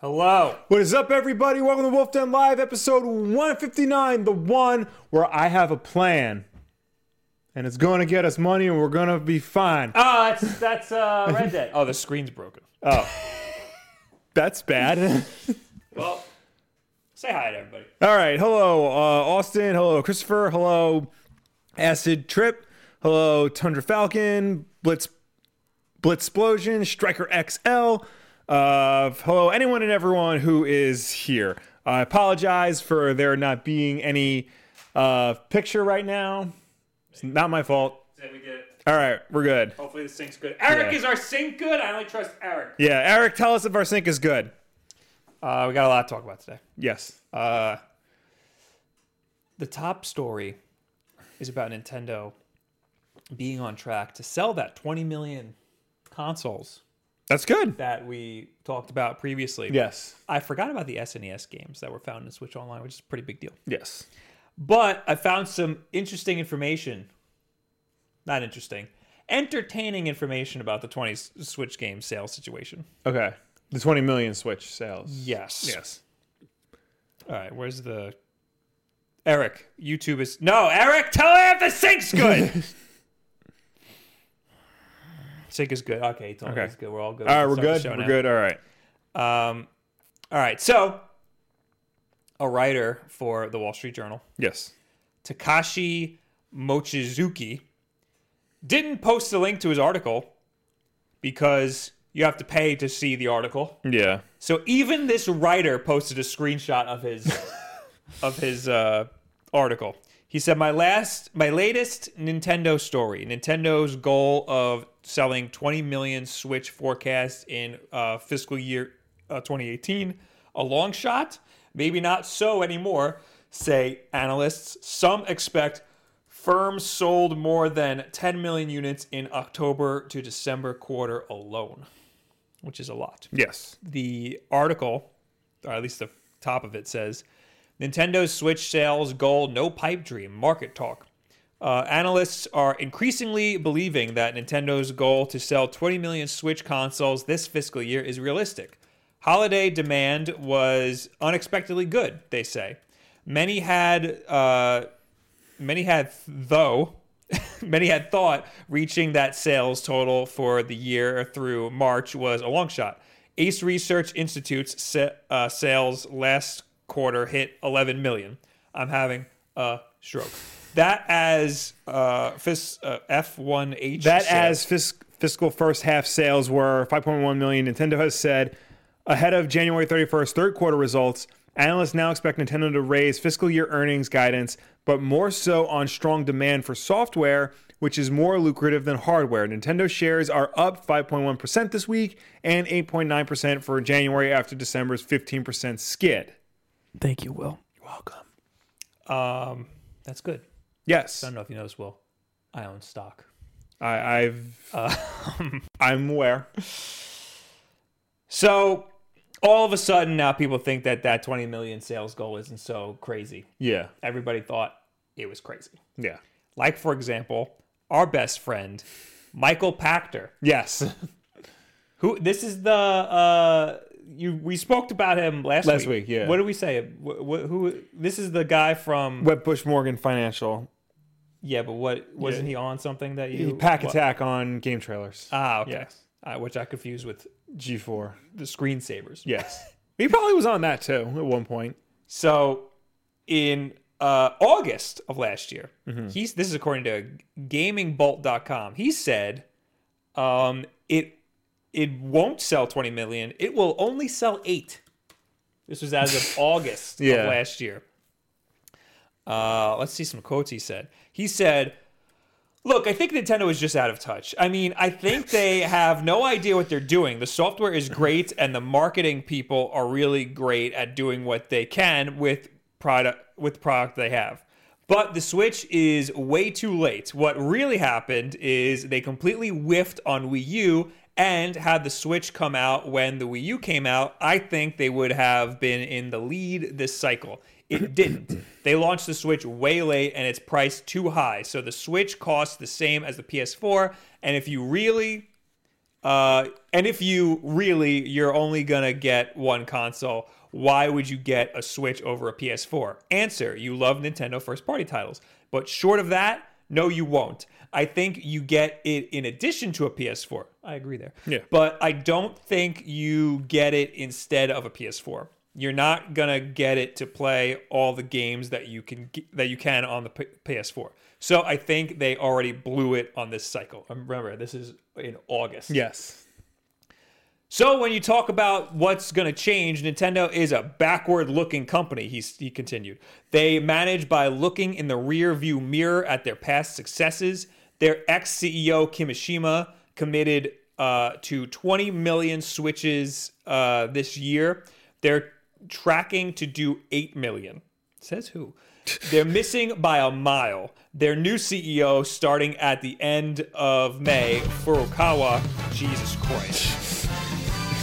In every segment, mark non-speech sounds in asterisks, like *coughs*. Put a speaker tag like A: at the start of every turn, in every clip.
A: Hello.
B: What is up, everybody? Welcome to Wolf Den Live, episode 159, the one where I have a plan. And it's going to get us money and we're going to be fine.
A: Oh, that's that's uh, Red Dead. *laughs* Oh, the screen's broken.
B: That's bad. *laughs*
A: Well, say hi to everybody.
B: All right. Hello, uh, Austin. Hello, Christopher. Hello, Acid Trip. Hello, Tundra Falcon. Blitz Blitzplosion. Striker XL. Uh, hello, anyone and everyone who is here. I apologize for there not being any uh, picture right now. It's not my fault.
A: Then we get it.
B: All right, we're good.
A: Hopefully the sink's good. Eric
B: Yeah.
A: is our sink good. I only trust Eric.
B: Yeah, Eric, tell us if our sync is good.
A: Uh, we got a lot to talk about today.
B: Yes.
A: Uh, the top story is about Nintendo being on track to sell that 20 million consoles
B: That's good.
A: that we talked about previously.
B: Yes.
A: I forgot about the SNES games that were found in Switch Online, which is a pretty big deal.
B: Yes.
A: But I found some interesting information. Not interesting. Entertaining information about the 20 S- Switch game sales situation.
B: Okay. The 20 million Switch sales.
A: Yes.
B: Yes.
A: All right, where's the. Eric, YouTube is. No, Eric, tell her if the sink's
B: *laughs*
A: good! Sink is good. Okay, he told me
B: Okay.
A: it's good. We're all good.
B: All right,
A: We
B: we're
A: can
B: good.
A: start
B: We're
A: the show now.
B: good. All right.
A: Um, all right, so a writer for the Wall Street Journal
B: Yes.
A: Takashi Mochizuki didn't post a link to his article because you have to pay to see the article.
B: Yeah.
A: So even this writer posted a screenshot of his of his uh, article. He said, "My last, my latest Nintendo story. Nintendo's goal of selling 20 million Switch forecast in uh, fiscal year uh, 2018, a long shot. Maybe not so anymore. Say analysts. Some expect." Firm sold more than 10 million units in October to December quarter alone, which is a lot
B: Yes.
A: the article, or at least the top of it, says Nintendo's Switch sales goal, no pipe dream, market talk. Uh, analysts are increasingly believing that Nintendo's goal to sell 20 million Switch consoles this fiscal year is realistic. Holiday demand was unexpectedly good, they say. Many had, uh, many had though, *laughs* many had thought reaching that sales total for the year through March was a long shot. Ace Research Institute's sa- uh, sales last quarter hit 11 million. I'm having a stroke. That as uh, fis- uh, F1H.
B: That
A: sales-
B: as fis- fiscal first half sales were 5.1 million, Nintendo has said ahead of January 31st third quarter results, analysts now expect Nintendo to raise fiscal year earnings guidance, but more so on strong demand for software, which is more lucrative than hardware. Nintendo shares are up 5.1% this week and 8.9% for January after December's 15% skid.
A: Thank you, Will. You're welcome. Um, that's good.
B: Yes.
A: I don't know if you noticed, Will. I own stock.
B: I, I've I'm aware.
A: So all of a sudden now people think that that 20 million sales goal isn't so crazy.
B: Yeah.
A: Everybody thought it was crazy.
B: Yeah.
A: Like for example, our best friend Michael Pachter,
B: Yes. *laughs*
A: who this is the uh you we spoke about him last
B: Last week, yeah.
A: What did we say? Wh- wh- who this is the guy from
B: Webbush Morgan Financial.
A: Yeah, but what wasn't
B: Yeah.
A: he on something that you
B: He pack
A: what-
B: attack on game trailers.
A: Ah, okay.
B: Yes.
A: Uh, which I confused with
B: G4.
A: the screensavers.
B: Yes. *laughs* he probably was on that too at one point.
A: So in uh, August of last year, he's this is according to gamingbolt.com. He said um, it it won't sell 20 million. It will only sell 8. This was as of August
B: Yeah.
A: of last year. Uh, let's see some quotes he said. He said, Look, I think Nintendo is just out of touch. I mean, I think they have no idea what they're doing. The software is great, and the marketing people are really great at doing what they can with product with the product they have. But the Switch is way too late. What really happened is they completely whiffed on Wii U and had the Switch come out when the Wii U came out. I think they would have been in the lead this cycle. It didn't. They launched the Switch way late and it's priced too high. So the Switch costs the same as the PS4. And if you really Uh, and if you really, you're only gonna get one console. Why would you get a Switch over a PS4? Answer: You love Nintendo first-party titles, but short of that, no, you won't. I think you get it in addition to a PS4. I agree there.
B: Yeah.
A: But I don't think you get it instead of a PS4. You're not gonna get it to play all the games that you can g- that you can on the P- PS4. So I think they already blew it on this cycle. And Remember, this is in August.
B: Yes.
A: So when you talk about what's going to change, Nintendo is a backward-looking company. He, he continued. They manage by looking in the rear-view mirror at their past successes. Their E ex-CEO Kimishima committed uh, to 20 million switches uh, this year. They're tracking to do 8 million. Says who? They're missing by a mile. Their new CEO starting at the end of May, Furukawa. Jesus Christ.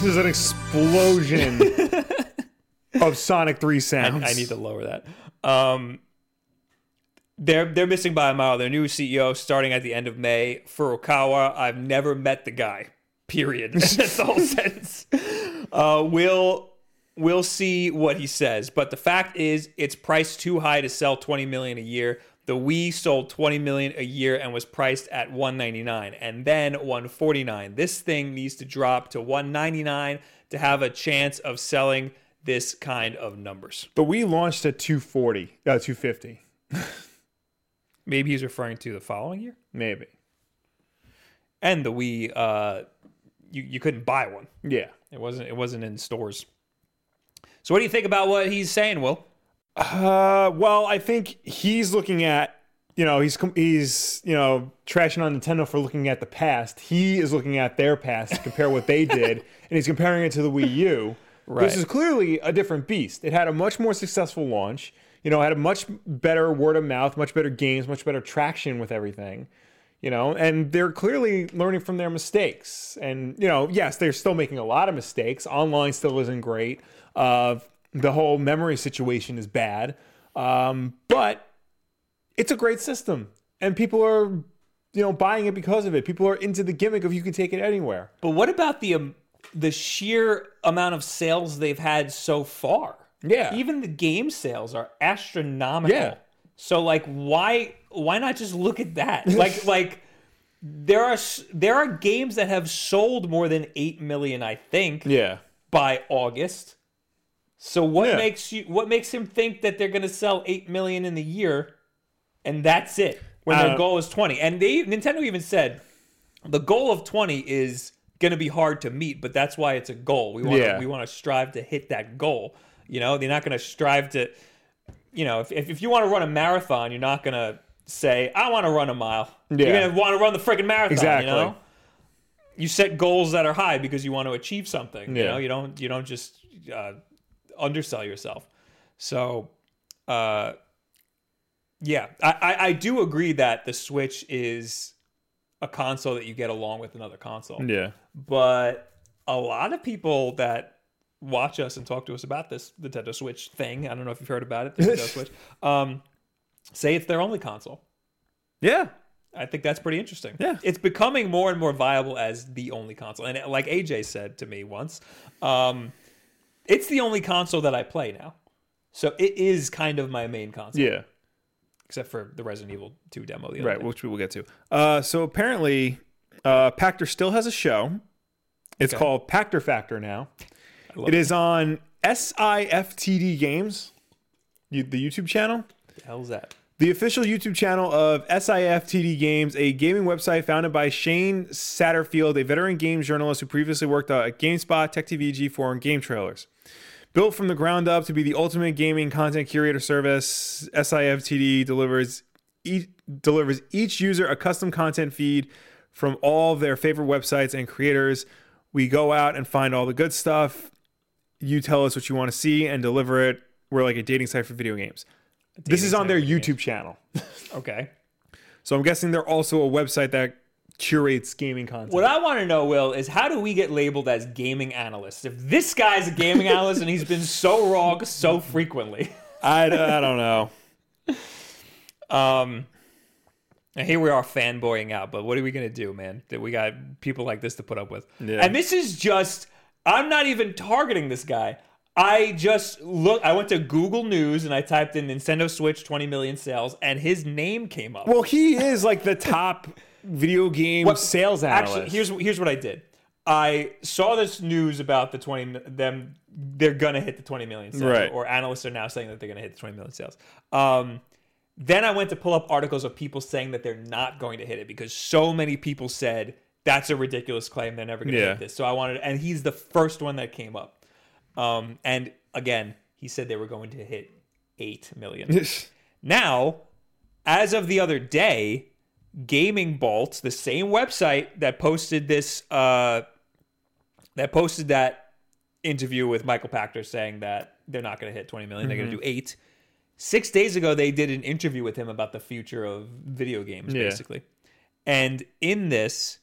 B: This is an *laughs* explosion of Sonic 3 sounds.
A: I need to lower that. Um, they're they're missing by a mile. Their new CEO starting at the end of May, Furukawa. I've never met the guy. Period. *laughs* That's the whole sentence. Uh, we'll we'll see what he says. But the fact is, it's priced too high to sell 20 million a year. The Wii sold 20 million a year and was priced at 199 and then 149. This thing needs to drop to 199 to have a chance of selling this kind of numbers.
B: The Wii launched at 240, uh, 250,
A: Maybe he's referring to the following year.
B: maybe.
A: And the Wii, uh, you you couldn't buy one.
B: Yeah.
A: It wasn't it wasn't in stores. So what do you think about what he's saying, Will?
B: Uh, well, I think he's looking at, you know, he's com- he's you know trashing on Nintendo for looking at the past. He is looking at their past to compare what they did, and he's comparing it to the Wii U.
A: Right.
B: This is clearly a different beast. It had a much more successful launch. You know, it had a much better word of mouth, much better games, much better traction with everything. You know, and they're clearly learning from their mistakes. And you know, yes, they're still making a lot of mistakes. Online still isn't great. Uh, the whole memory situation is bad. Um, but it's a great system, and people are, you know, buying it because of it. People are into the gimmick of you can take it anywhere.
A: But what about the um, the sheer amount of sales they've had so far?
B: Yeah.
A: Even the game sales are astronomical.
B: Yeah.
A: So like why why not just look at
B: *laughs*
A: that? like like there are s- there are games that have sold more than 8 million, I think.
B: Yeah.
A: by August. So what
B: Yeah.
A: makes you what makes him think that they're going to sell 8 million in the year and that's it when their
B: Uh,
A: goal is 20. And they Nintendo even said the goal of 20 is going to be hard to meet, but that's why it's a goal. We want
B: Yeah.
A: we want to strive to hit that goal. You know, they're not going to strive to you know, if if, if you want to run a marathon, you're not going to say I want to run a mile. You're
B: Yeah.
A: going to want to run the freaking marathon,
B: Exactly.
A: you know? you set goals that are high because you want to achieve something. You
B: Yeah.
A: know, you don't you don't just uh, undersell yourself. So, uh, yeah, I, I I do agree that the Switch is a console that you get along with another console,
B: Yeah.
A: but a lot of people that watch us and talk to us about this Nintendo Switch thing, I don't know if you've heard about it, the Nintendo
B: *laughs*
A: Switch, um, say it's their only console.
B: Yeah.
A: I think that's pretty interesting.
B: Yeah.
A: It's becoming more and more viable as the only console. And like AJ said to me once, um, it's the only console that I play now. So it is kind of my main console,
B: Yeah.
A: except for the Resident Evil 2 demo. The other
B: Right,
A: day.
B: which we will get to. Uh, so apparently, uh, Pactor still has a show. It's
A: Okay.
B: called Pactor Factor now.
A: love
B: It is on SIFTD Games, you- the YouTube channel.
A: the hell's that?
B: The official YouTube channel of SIFTD Games, a gaming website founded by Shane Satterfield, a veteran games journalist who previously worked uh, at GameSpot, TechTV, G4, and Game Trailers. Built from the ground up to be the ultimate gaming content curator service, SIFTD delivers e- delivers each user a custom content feed from all their favorite websites and creators. We go out and find all the good stuff. You tell us what you want to see and deliver it. We're like a dating site for video games. this is
A: dating
B: on their
A: site for
B: YouTube channel.
A: Okay.
B: So I'm guessing they're also a website that curates gaming content.
A: What I want to know, Will, is how do we get labeled as gaming analysts? If this guy's a gaming analyst and he's been so wrong so frequently.
B: I, I don't know.
A: Um, And here we are fanboying out, but what are we going to do, man? That we got people like this to put up with.
B: Yeah.
A: And this is just I'm not even targeting this guy. I just look I went to Google News and I typed in Nintendo Switch 20 million sales and his name came up.
B: Well, he is like the top video game sales analyst.
A: Actually, here's here's what I did. I saw this news about the twenty mi- them they're gonna hit the twenty million sales,
B: Right.
A: or analysts are now saying that they're gonna hit the twenty million sales. Um, then I went to pull up articles of people saying that they're not going to hit it because so many people said that's a ridiculous claim. They're never gonna
B: Yeah.
A: hit this. So I wanted, and he's the first one that came up. Um, and again, he said they were going to hit eight
B: *laughs*
A: million. Now, as of the other day, Gaming Bolt, the same website that posted this, uh, that posted that interview with Michael Pachter saying that they're not going to hit 20 million, they're going to do eight. Six days ago, they did an interview with him about the future of video games,
B: Yeah.
A: basically. And in this,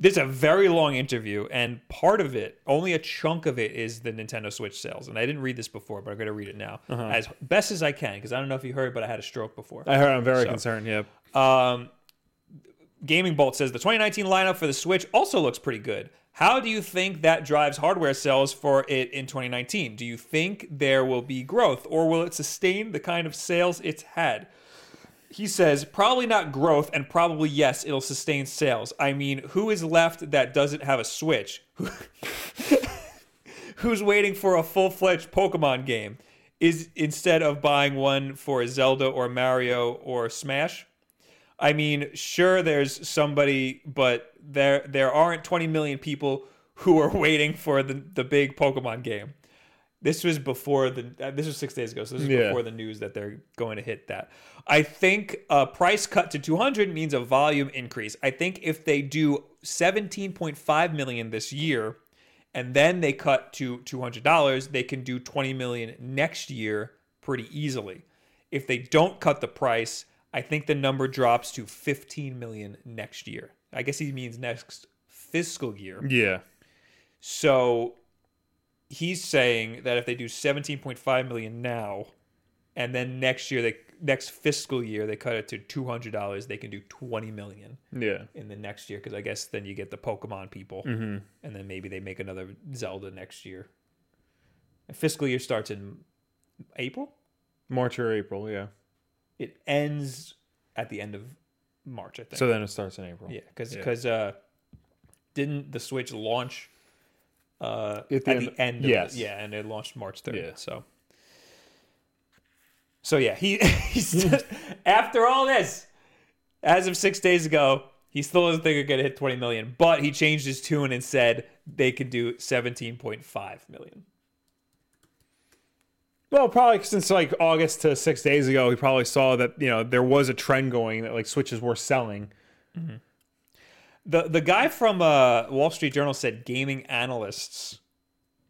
A: there's a very long interview, and part of it, only a chunk of it, is the Nintendo Switch sales. And I didn't read this before, but I'm going to read it now as best as I can because I don't know if you heard, but I had a stroke before.
B: I heard. I'm very concerned. Yeah.
A: Um, Gaming Bolt says the 2019 lineup for the Switch also looks pretty good. How do you think that drives hardware sales for it in 2019? Do you think there will be growth or will it sustain the kind of sales it's had? He says, probably not growth, and probably yes, it'll sustain sales. I mean, who is left that doesn't have a Switch? *laughs* Who's waiting for a full fledged Pokemon game? Is instead of buying one for Zelda or Mario or Smash? I mean, sure, there's somebody, but there there aren't 20 million people who are *laughs* waiting for the, the big Pokemon game. This was before the uh, this was six days ago, so this is
B: Yeah.
A: before the news that they're going to hit that. I think a price cut to 200 means a volume increase. I think if they do 17.5 million this year, and then they cut to $200, they can do 20 million next year pretty easily. If they don't cut the price, I think the number drops to 15 million next year. I guess he means next fiscal year.
B: Yeah.
A: So he's saying that if they do 17.5 million now and then next year they next fiscal year they cut it to $200, they can do 20 million
B: Yeah.
A: in the next year because I guess then you get the Pokemon people, and then maybe they make another Zelda next year. And fiscal year starts in April.
B: March or April. Yeah.
A: It ends at the end of March, I think.
B: So then it starts in April.
A: yeah, because
B: yeah.
A: uh, didn't the Switch launch uh, at
B: At the
A: the
B: end-
A: end? of,
B: yes.
A: yeah, and it launched March third.
B: Yeah.
A: So. So yeah, he *laughs*
B: *laughs*
A: he's just, after all this, as of six days ago, he still doesn't think they're going to hit 20 million, but he changed his tune and said they could do 17.5 million.
B: Well, probably since like August to six days ago, we probably saw that you know there was a trend going that like switches were selling.
A: The the guy from uh, Wall Street Journal said gaming analysts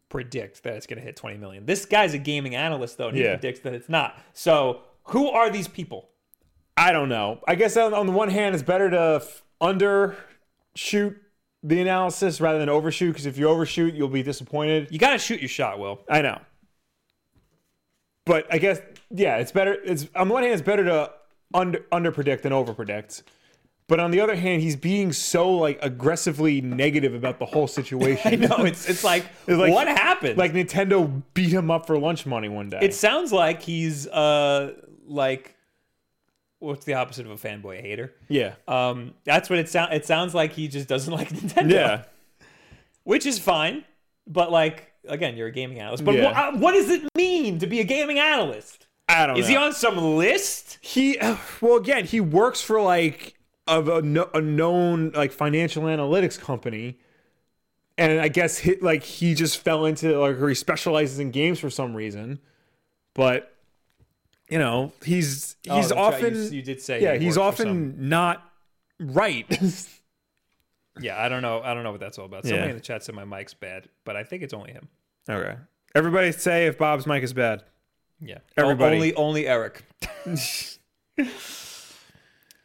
A: predict that it's going to hit 20 million. This guy's a gaming analyst though, and he
B: Yeah.
A: predicts that it's not. So who are these people?
B: I don't know. I guess on, on the one hand, it's better to f- undershoot the analysis rather than overshoot because if you overshoot, you'll be disappointed.
A: You got to shoot your shot, Will. *laughs*
B: I know. But I guess yeah, it's better. It's on the one hand, it's better to under under predict than over predict. But on the other hand, he's being so like aggressively negative about the whole situation.
A: *laughs* I know it's it's
B: *laughs*
A: like,
B: like-
A: what happened?
B: Like Nintendo beat him up for lunch money one day.
A: it sounds like he's uh like what's the opposite of a fanboy a hater?
B: yeah,
A: Um, that's what it sounds. It sounds like he just doesn't *laughs* like Nintendo,
B: yeah.
A: which is fine. But like again, you're a gaming analyst. But
B: Yeah.
A: what, uh, what does it mean to be a gaming analyst?
B: I don't
A: Is
B: know.
A: he on some list?
B: he *sighs* well again he works for like of a, kno- a known like financial analytics company and i guess hit like he just fell into like or he specializes in games for some reason but you know he's he's often
A: Oh, you, did say
B: yeah he's often not right
A: yeah. I don't know. I don't know what that's all about.
B: Yeah.
A: Somebody in the chat said my mic's bad, but I think it's only him.
B: *laughs* okay everybody say if bob's mic is bad
A: Yeah,
B: Everybody.
A: Only only Eric. *laughs*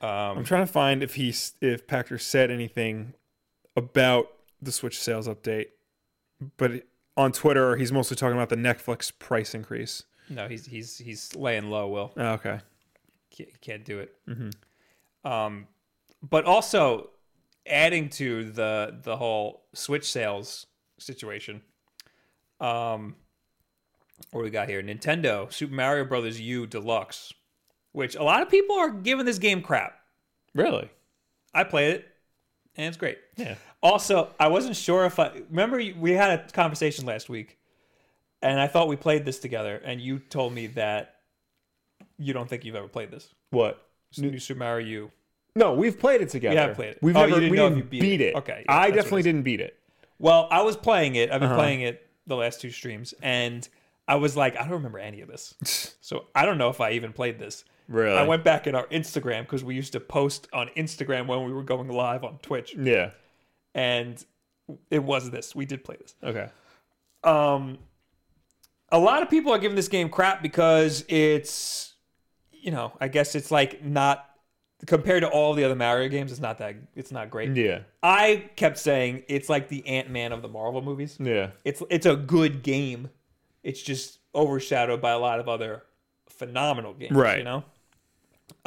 A: um,
B: i'm trying to find if he's if packer said anything about the switch sales update but it- on twitter he's mostly talking about the netflix price increase
C: Oh,
A: no, he's he's he's laying low. Will
B: Okay.
A: can't, can't do it. Um, but also adding to the the whole Switch sales situation. Um, what do we got here? Nintendo Super Mario Brothers U Deluxe, which a lot of people are giving this game crap.
C: Really?
A: I played it, and it's great.
C: Yeah.
A: Also, I wasn't sure if I remember you- we had a conversation last week, and I thought we played this together, and you told me that you don't think you've ever played this.
C: What?
A: New Super Mario U.
C: No, we've played it together.
A: haven't played it.
C: We've
A: Oh,
C: never,
A: you didn't
C: we
A: know if
C: didn't
A: you
C: beat,
A: beat it.
C: it.
A: Okay, yeah,
C: I
A: that's what
C: definitely
A: it is.
C: didn't beat it.
A: Well, I was playing it. I've
C: Uh-huh.
A: been playing it the last two streams, and I was like, I don't remember any of this.
C: *laughs*
A: so I don't know if I even played this.
C: Really?
A: I went back in our Instagram because we used to post on Instagram when we were going live on Twitch,
C: Yeah.
A: and it was this. We did play this.
C: Okay.
A: Um, a lot of people are giving this game crap because it's, you know, I guess it's like not compared to all the other Mario games. It's not that. It's not great.
C: Yeah.
A: I kept saying it's like the Ant Man of the Marvel movies
C: Yeah.
A: it's it's a good game. It's just overshadowed by a lot of other phenomenal games,
C: Right.
A: You know,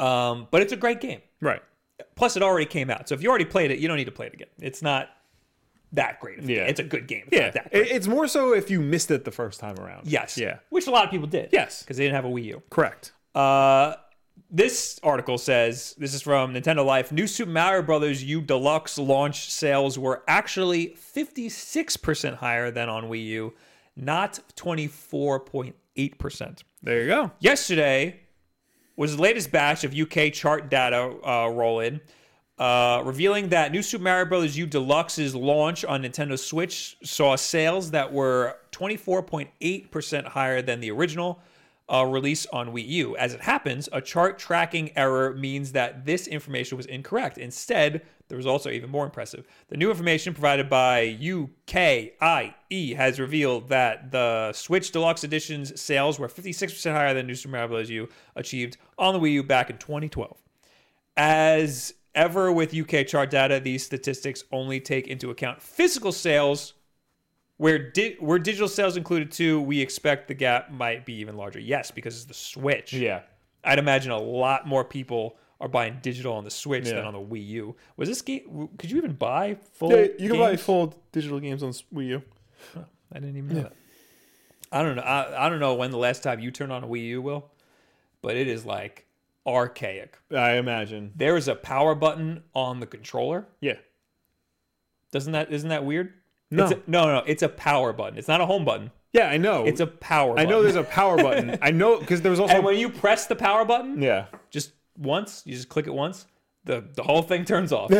A: um, but it's a great game.
C: Right.
A: Plus, it already came out, so if you already played it, you don't need to play it again. It's not that great. Of a
C: Yeah.
A: game. it's a good game. It's
C: Yeah.
A: not that
C: It-
A: great.
C: it's more so if you missed it the first time around.
A: yes,
C: Yeah.
A: which a lot of people did.
C: Yes.
A: because they didn't have a Wii U.
C: Correct.
A: Uh, this article says this is from Nintendo Life. New Super Mario Brothers U Deluxe launch sales were actually 56% higher than on Wii U, not 24.8%.
C: There you go.
A: Yesterday was the latest batch of UK chart data uh, roll in, uh, revealing that New Super Mario Bros. U Deluxe's launch on Nintendo Switch saw sales that were 24.8% higher than the original uh, release on Wii U. As it happens, a chart tracking error means that this information was incorrect. Instead, the results are even more impressive. The new information provided by UKIE E has revealed that the Switch Deluxe Edition's sales were 56% higher than New Super Mario Bros. U achieved on the Wii U back in 2012. As ever with UK chart data, these statistics only take into account physical sales. Where, di- where digital sales included too, we expect the gap might be even larger. Yes, because it's the Switch.
C: Yeah.
A: I'd imagine a lot more people are buying digital on the Switch
C: Yeah.
A: than on the Wii U. Was this game? w- Could you even buy full?
C: Yeah, you can buy
A: games?
C: full digital games on Wii U.
A: I didn't even know that. I don't know. I, I don't know when the last time you turned on a Wii U will, but it is like archaic.
C: I imagine.
A: There is a power button on the controller.
C: Yeah.
A: Doesn't that isn't that weird?
C: No.
A: It's a, no, no. It's a power button. It's not a home button.
C: Yeah, I know.
A: It's a power.
C: I
A: button.
C: know there's a power button. I know because there was also
A: *laughs* And when you press the power button,
C: yeah.
A: just once, you just click it once, the the whole thing turns
C: *laughs*
A: off.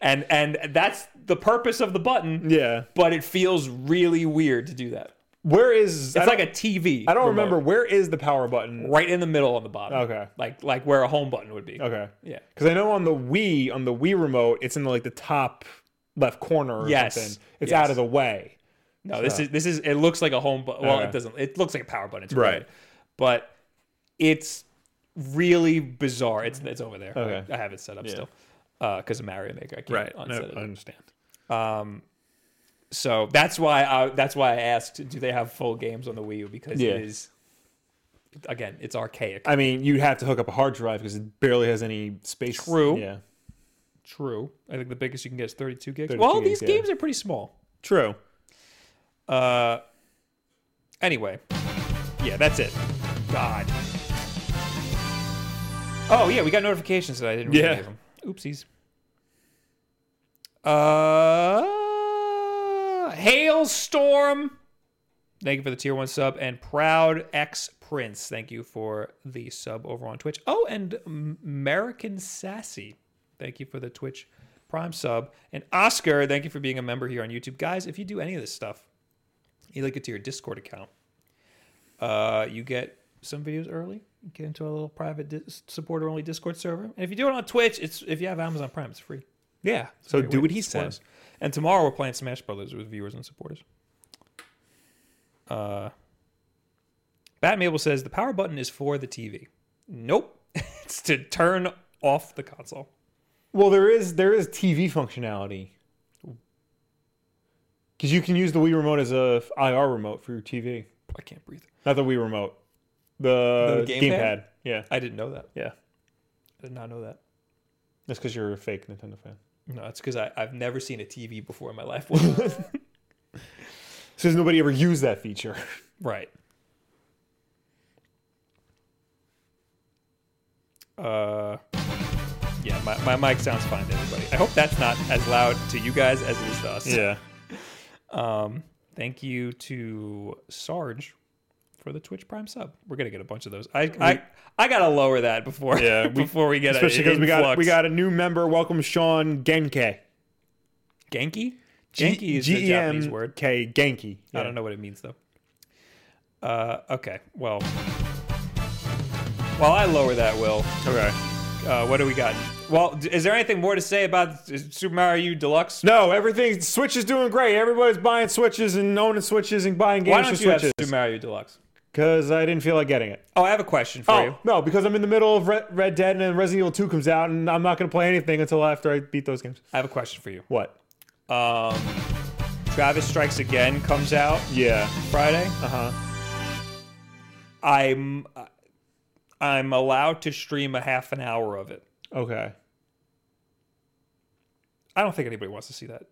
A: and and that's the purpose of the button.
C: Yeah.
A: But it feels really weird to do that.
C: Where is I
A: It's like a TV.
C: I don't remember where is the power button.
A: Right in the middle on the bottom.
C: Okay.
A: Like like where a home button would be.
C: Okay.
A: Yeah.
C: Because I know on the Wii, on the Wii remote, it's in like the top left corner or
A: Yes.
C: something. It's
A: Yes.
C: out of the way.
A: No, this is this is it looks like a home button. Well,
C: Okay.
A: it doesn't. It looks like a power button. It's
C: Right.
A: weird. But it's really bizarre. It's it's over there.
C: Okay.
A: I have it set up still. because of Mario Maker. I can't unset it.
C: understand.
A: So that's why I that's why I asked, do they have full games on the Wii U? Because
C: Yeah.
A: it is again, it's archaic.
C: I mean, you'd have to hook up a hard drive because it barely has any space.
A: True.
C: Yeah.
A: True. I think the biggest you can get is 32 gigs.
C: 32
A: well,
C: gigs,
A: these
C: yeah.
A: games are pretty small.
C: True.
A: Uh, anyway, yeah, that's it. God. Oh yeah, we got notifications that I didn't. Really
C: Yeah.
A: Give them. Oopsies. Uh, hailstorm. Thank you for the tier one sub and proud X Prince. Thank you for the sub over on Twitch. Oh, and M- American Sassy. Thank you for the Twitch Prime sub and Oscar. Thank you for being a member here on YouTube, guys. If you do any of this stuff, you link it to your Discord account. Uh, you get some videos early. You get into a little private dis- supporter only Discord server. And if you do it on Twitch, it's if you have Amazon Prime, it's free.
C: Yeah. So
A: Great
C: do
A: way
C: what
A: to
C: he
A: support
C: says.
A: us. And tomorrow we're playing Smash Brothers with viewers and supporters. Uh, Bat Mabel says the power button is for the TV. Nope, *laughs* it's to turn off the console.
C: Well, there is there is TV functionality because you can use the Wii remote as a f- IR remote for your TV.
A: I can't breathe.
C: Not the Wii remote, the,
A: The gamepad?
C: gamepad. Yeah,
A: I didn't know that.
C: yeah.
A: I did not know that.
C: That's because you're a fake Nintendo fan.
A: No, it's because I've never seen a TV before in my life. *laughs* Well,
C: Since nobody ever used that feature.
A: right. Uh, yeah, my, my mic sounds fine to everybody. I hope that's not as loud to you guys as it is to us.
B: *laughs*
C: Yeah. uh,
A: Um, thank you to Sarge for the Twitch Prime sub. We're gonna get a bunch of those. I I, I gotta lower that before
C: Yeah, we-
A: *laughs* before we get
B: Especially because we got we
A: influx.
B: got a new member. Welcome, Sean Genke.
A: Genki.
B: G- E
A: Genki is the Japanese word.
B: G-E-M-K, Genki.
A: I don't know what it means though. Uh, okay, well, while I lower that, Will,
B: Okay.
A: uh, what do we got? Well, d- is there anything more to say about uh, Super Mario U Deluxe?
B: No, everything. Switch is doing great. Everybody's buying Switches and owning Switches and buying games
A: Why
B: for
A: don't you have
B: Switches.
A: Super Mario U Deluxe?
B: Because I didn't feel like getting it.
A: Oh, I have a question for you.
B: Oh, no, because I'm in the middle of Red, Red Dead and then Resident Evil 2 comes out, and I'm not going to play anything until after I beat those games.
A: I have a question for you.
B: What?
A: Um, Travis Strikes Again comes out
B: Yeah.
A: Friday.
B: Uh huh.
A: I'm uh, I'm allowed to stream a half an hour of it.
C: *laughs*
B: *laughs* Okay.
A: I don't think anybody wants to see that.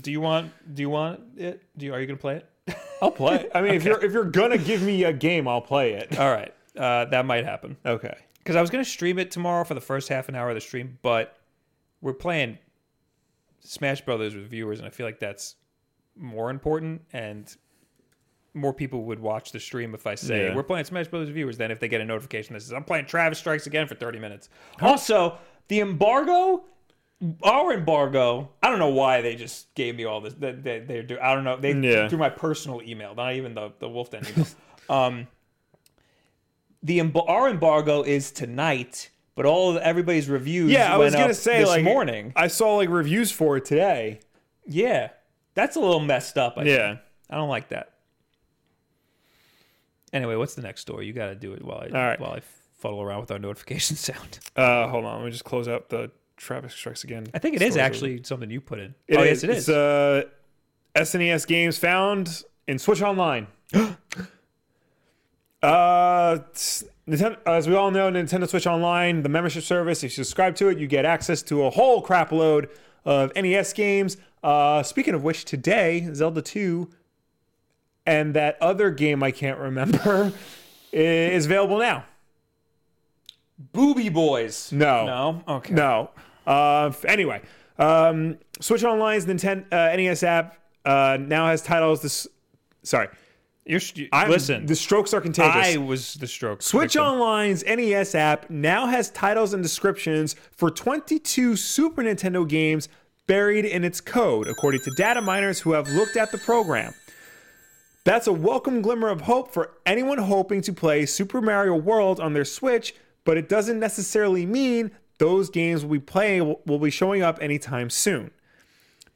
A: Do you want? Do you want it? Do you? Are you gonna play it?
B: I'll play. *laughs* I mean, if you're if you're gonna give me a game, I'll play
A: *laughs* *laughs*
B: it.
A: All right, uh, that might happen
B: Okay.
A: because I was gonna stream it tomorrow for the first half an hour of the stream, but we're playing Smash Brothers with viewers, and I feel like that's more important and more people would watch the stream if I say
C: Yeah.
A: we're playing Smash Brothers with viewers than if they get a notification that says I'm playing Travis Strikes Again for 30 minutes. Also, the embargo, our embargo, I don't know why they just gave me all this. They, they, they do, I don't know. They
C: Yeah.
A: through my personal email, not even the the Wolf Den
C: *laughs*
A: email. um, the emb- our embargo is tonight, but all of everybody's reviews.
B: Yeah, I
A: went
B: was gonna
A: up
B: say
A: this
B: like
A: morning.
B: I saw like reviews for it today.
A: Yeah, that's a little messed up. I think.
C: Yeah.
A: I don't like that. Anyway, what's the next story? You got to do it while I
B: right.
A: while I fuddle around with our notification *laughs* sound.
B: Uh, hold on, let me just close out the Travis Strikes Again.
A: I think it is
B: stories.
A: actually something you put in.
B: It
A: oh
B: is-
A: yes, it is.
B: It's, uh, SNES games found in Switch Online.
A: *gasps*
B: uh, s- Nintendo, as we all know, Nintendo Switch Online, the membership service. If you subscribe to it, you get access to a whole crap load of NES games. Uh, speaking of which, today Zelda 2 and that other game I can't remember *laughs* is available now.
A: Booby Boys.
B: No.
A: no, okay.
B: No. Uh, f- anyway, um, Switch Online's Nintendo uh, NES app uh, now has titles. This, sorry,
A: You're st-
B: I'm-
A: listen.
B: The strokes are contagious.
A: I was the stroke.
B: Switch
A: victim.
B: Online's NES app now has titles and descriptions for 22 Super Nintendo games buried in its code, according to data miners who have looked at the program. That's a welcome glimmer of hope for anyone hoping to play Super Mario World on their Switch, but it doesn't necessarily mean those games will be playing will be showing up anytime soon.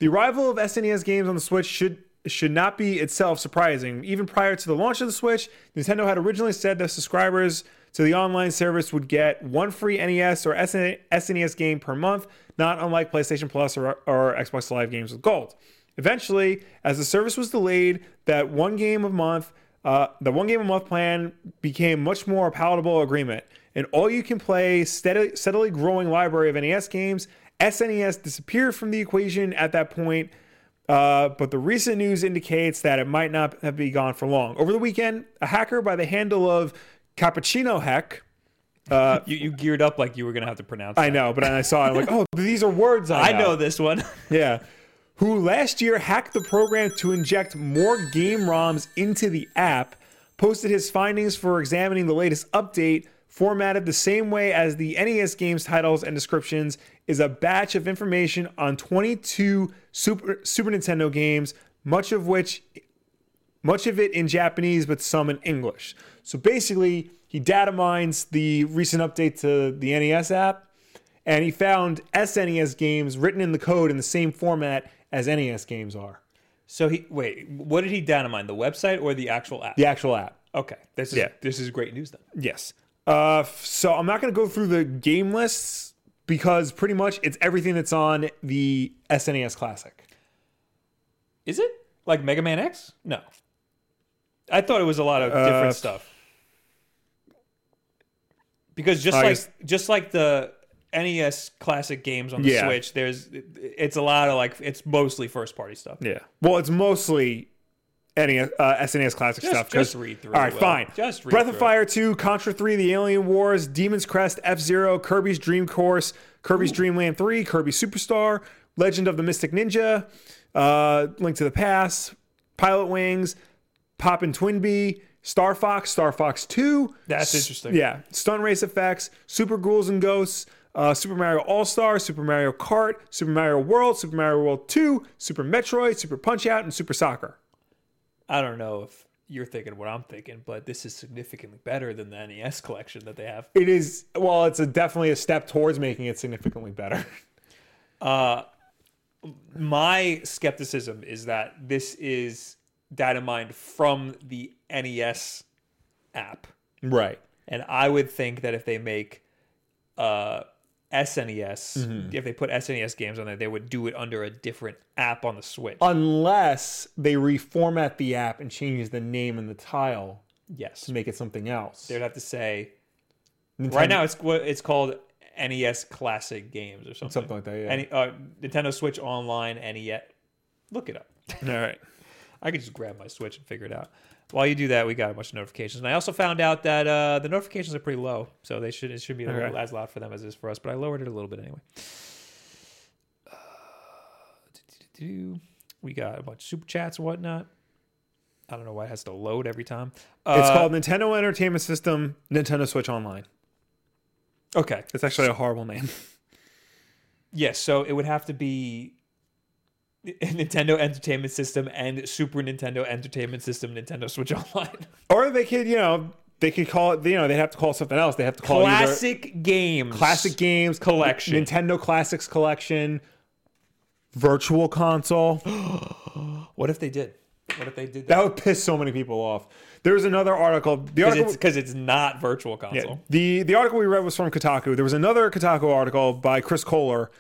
B: The arrival of SNES games on the Switch should should not be itself surprising. Even prior to the launch of the Switch, Nintendo had originally said that subscribers to the online service would get one free NES or SN- SNES game per month, not unlike PlayStation Plus or, or Xbox Live games with Gold. Eventually, as the service was delayed, that one game a month, uh, the one game a month plan became much more palatable agreement. An all-you-can-play, steadily, steadily growing library of NES games SNES E disappeared from the equation at that point, uh, but the recent news indicates that it might not have been gone for long. Over the weekend, a hacker by the handle of Cappuccino Heck,
A: You, you geared up like you were gonna have to pronounce.
B: I know, but I saw it, I'm like, *laughs* oh, these are words I
A: I
B: know.
A: know this one. *laughs*
B: Yeah. Who last year hacked the program to inject more game ROMs into the app, posted his findings for examining the latest update, formatted the same way as the NES game's titles and descriptions, is a batch of information on 22 Super, Super Nintendo games, much of which much of it in Japanese, but some in English. So basically, he data mines the recent update to the NES app, and he found SNES games written in the code in the same format as NES games are.
A: So he wait. What did he downmine? The website or the actual app?
B: The actual app.
A: Okay. This is
B: Yeah.
A: this is great news then.
B: Yes. Uh, f- so I'm not going to go through the game lists because pretty much it's everything that's on the SNES Classic.
A: Is it like Mega Man X? No. I thought it was a lot of different
B: Uh,
A: stuff. Because just
B: I
A: like
B: guess-
A: just like the NES classic games on the
B: Yeah.
A: Switch, there's it's a lot of like it's mostly first party stuff.
B: Yeah. Well, it's mostly NES, uh, SNES classic
A: Just-
B: stuff. 'cause-
A: just read through
B: All
A: it,
B: right,
A: Will.
B: fine.
A: Just read
B: Breath
A: through
B: of
A: it.
B: Fire 2, Contra 3, The Alien Wars, Demon's Crest, F Zero, Kirby's Dream Course, Kirby's Dream Land 3, Kirby Superstar, Legend of the Mystic Ninja, uh, Link to the Past, Pilot Wings, Poppin' Twinbee, Star Fox, Star Fox 2.
A: That's
B: S-
A: interesting.
B: Yeah. Stun Race Effects, Super Ghouls and Ghosts, uh, Super Mario All Star, Super Mario Kart, Super Mario World, Super Mario World 2, Super Metroid, Super Punch Out, and Super Soccer.
A: I don't know if you're thinking what I'm thinking, but this is significantly better than the NES collection that they have.
B: It is.
C: Well, it's a, definitely a step towards making it significantly better. *laughs*
A: My skepticism is that this is data mined from the NES app.
C: Right.
A: And I would think that if they make uh, SNES, if they put SNES games on there, they would do it under a different app on the Switch.
B: Uh,
C: Unless they reformat the app and changes the name and the tile
A: yes,
C: to make it something else.
A: they'd have to say. Right now, it's what it's called NES Classic Games or something.
C: Something like that, yeah.
A: Any, uh, Nintendo Switch Online NES. Look
B: *laughs*
A: it up.
B: All right.
A: I could just grab my Switch and figure it out. While you do that, we got a bunch of notifications, and I also found out that uh, the notifications are pretty low, so they should it should be
B: Okay.
A: as loud for them as it is for us. But I lowered it a little bit anyway. Uh, do-do-do-do. We got a bunch of super chats and whatnot. I don't know why it has to load every time. Uh,
B: It's called Nintendo Entertainment System Nintendo Switch Online.
A: okay.
B: It's actually a horrible name. *laughs*
A: Yes, so it would have to be *laughs* Nintendo Entertainment System and Super Nintendo Entertainment System Nintendo Switch *laughs* Online.
B: Or they could, you know, they could call it. You know, they'd have to call it something else. They have to call it either
A: Classic games.
B: classic games
A: Collection.
B: Nintendo Classics Collection, Virtual Console.
A: What if they did? What if they did that?
B: That would piss so many people off. There was another article. The
A: Because
B: article.
A: it's, 'cause it's not virtual console.
B: Yeah. The the article we read was from Kotaku. There was another Kotaku article by Chris Kohler,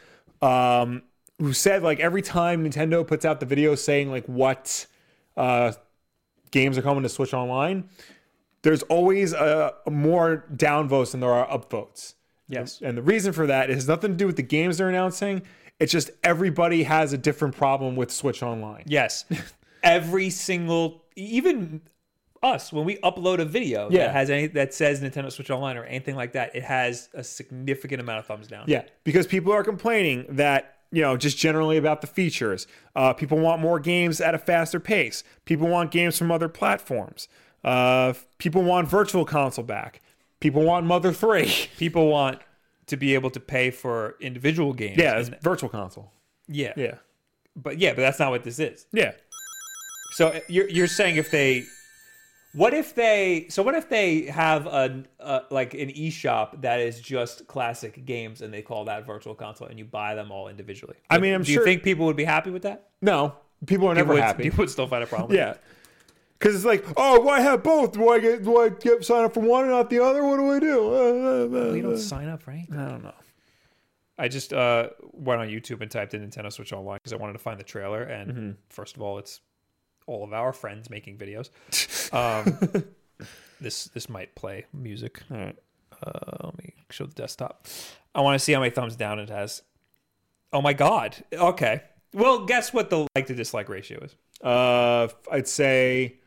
B: um, who said like every time Nintendo puts out the video saying like what uh, games are coming to Switch Online, there's always uh more downvotes than there are upvotes.
A: Yes.
B: And the reason for that is nothing to do with the games they're announcing. It's just everybody has a different problem with Switch Online. *laughs*
A: Yes. Every single, even us, when we upload a video
B: Yeah.
A: that has any that says Nintendo Switch Online or anything like that, it has a significant amount of thumbs down.
B: Yeah, because people are complaining that you know just generally about the features. Uh, people want more games at a faster pace. People want games from other platforms. Uh, people want Virtual Console back. People want Mother Three.
A: *laughs* People want to be able to pay for individual games.
B: yeah, it's
A: and-
B: Virtual Console.
A: yeah,
B: Yeah,
A: But yeah, but that's not what this is.
B: yeah.
A: So uh, you're you're saying if they, what if they? So what if they have a, a like an eShop that is just classic games, and they call that virtual console, and you buy them all individually?
B: I mean, I'm
A: do
B: sure-
A: you think people would be happy with that?
B: No, people are never
A: Would-
B: happy.
A: You would still find a problem. with
B: *laughs* yeah, because it's like, oh, why have both? Do I get do I get sign up for one and not the other? What do I do? Uh, uh, uh,
A: it? You don't
B: uh.
A: sign up, right?
B: I don't know.
A: I just uh, went on YouTube and typed in Nintendo Switch Online because I wanted to find the trailer. And
B: Mm-hmm.
A: first of all, it's all of our friends making
B: *laughs*
A: videos. Um, this this might play music. Uh, let me show the desktop. I want to see how many thumbs down it has. Oh my god! Okay. Well, guess what the like to dislike ratio is.
B: Uh, I'd say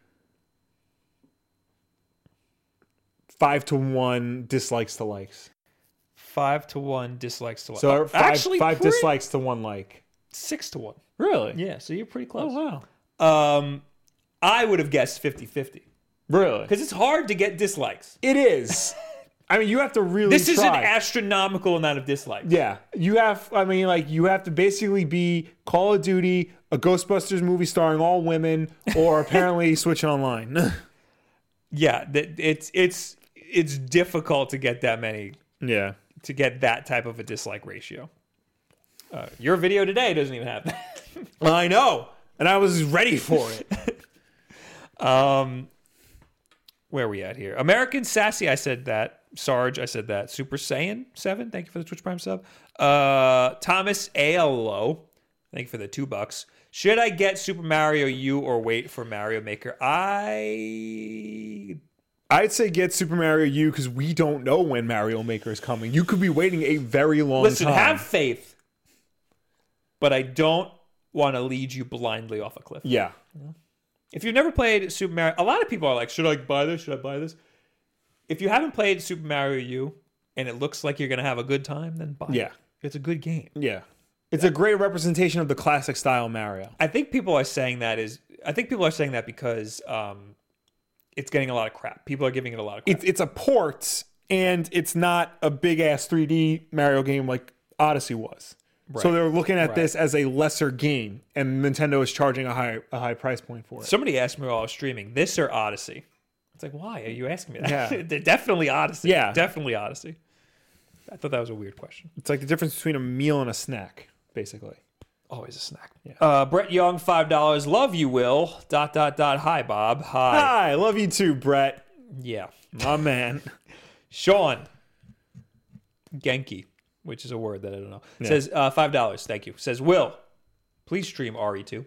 B: five to one dislikes to likes.
A: Five to one dislikes to like.
B: So
A: Oh,
B: five,
A: actually,
B: five
A: pretty-
B: dislikes to one like.
A: six to one.
B: Really?
A: Yeah, so you're pretty
B: Oh
A: close.
B: wow.
A: Um, I would have guessed 50-50
B: Really?
A: because it's hard to get dislikes.
B: It is. I mean, you have to really.
A: This is an
B: try.
A: astronomical amount of dislikes.
B: Yeah, you have. I mean, like you have to basically be Call of Duty, a Ghostbusters movie starring all women, or apparently *laughs* Switch Online.
A: Yeah, that it's it's it's difficult to get that many
B: yeah.
A: to get that type of a dislike ratio. Uh, your video today doesn't even have that.
B: I know, and I was ready for it.
A: Um, where are we at here? American Sassy, I said that. Sarge, I said that. Super Saiyan 7, thank you for the Twitch Prime sub. Uh, Thomas ALO, thank you for the two bucks. Should I get Super Mario U or wait for Mario Maker? I
B: I'd say get Super Mario U because we don't know when Mario Maker is coming. You could be waiting a very long
A: Listen,
B: time.
A: have faith, but I don't want to lead you blindly off a cliff.
B: yeah,
A: If you've never played Super Mario, a lot of people are like, should I buy this? Should I buy this? If you haven't played Super Mario U and it looks like you're going to have a good time, then buy
B: Yeah.
A: it. It's a good game.
B: yeah. It's a great representation of the classic style Mario.
A: I think people are saying that is, I think people are saying that because um, it's getting a lot of crap. People are giving it a lot of crap.
B: It's it's a port, and it's not a big ass 3D Mario game like Odyssey was. So they're looking at this as a lesser game, and Nintendo is charging a high a high price point for it.
A: Somebody asked me while I was streaming, this or Odyssey? It's like, why are you asking me that?
B: Yeah.
A: *laughs* They're definitely Odyssey.
B: Yeah.
A: Definitely Odyssey. I thought that was a weird question.
B: It's like the difference between a meal and a snack, basically.
A: Always a snack. Uh, Brett Young, $5. Love you, Will. Dot, dot, dot. Hi, Bob. Hi.
B: Hi, love you too, Brett.
A: yeah.
B: My man.
A: Sean Genki, which is a word that I don't know, says uh, five dollars. Thank you. Says Will, please stream RE2.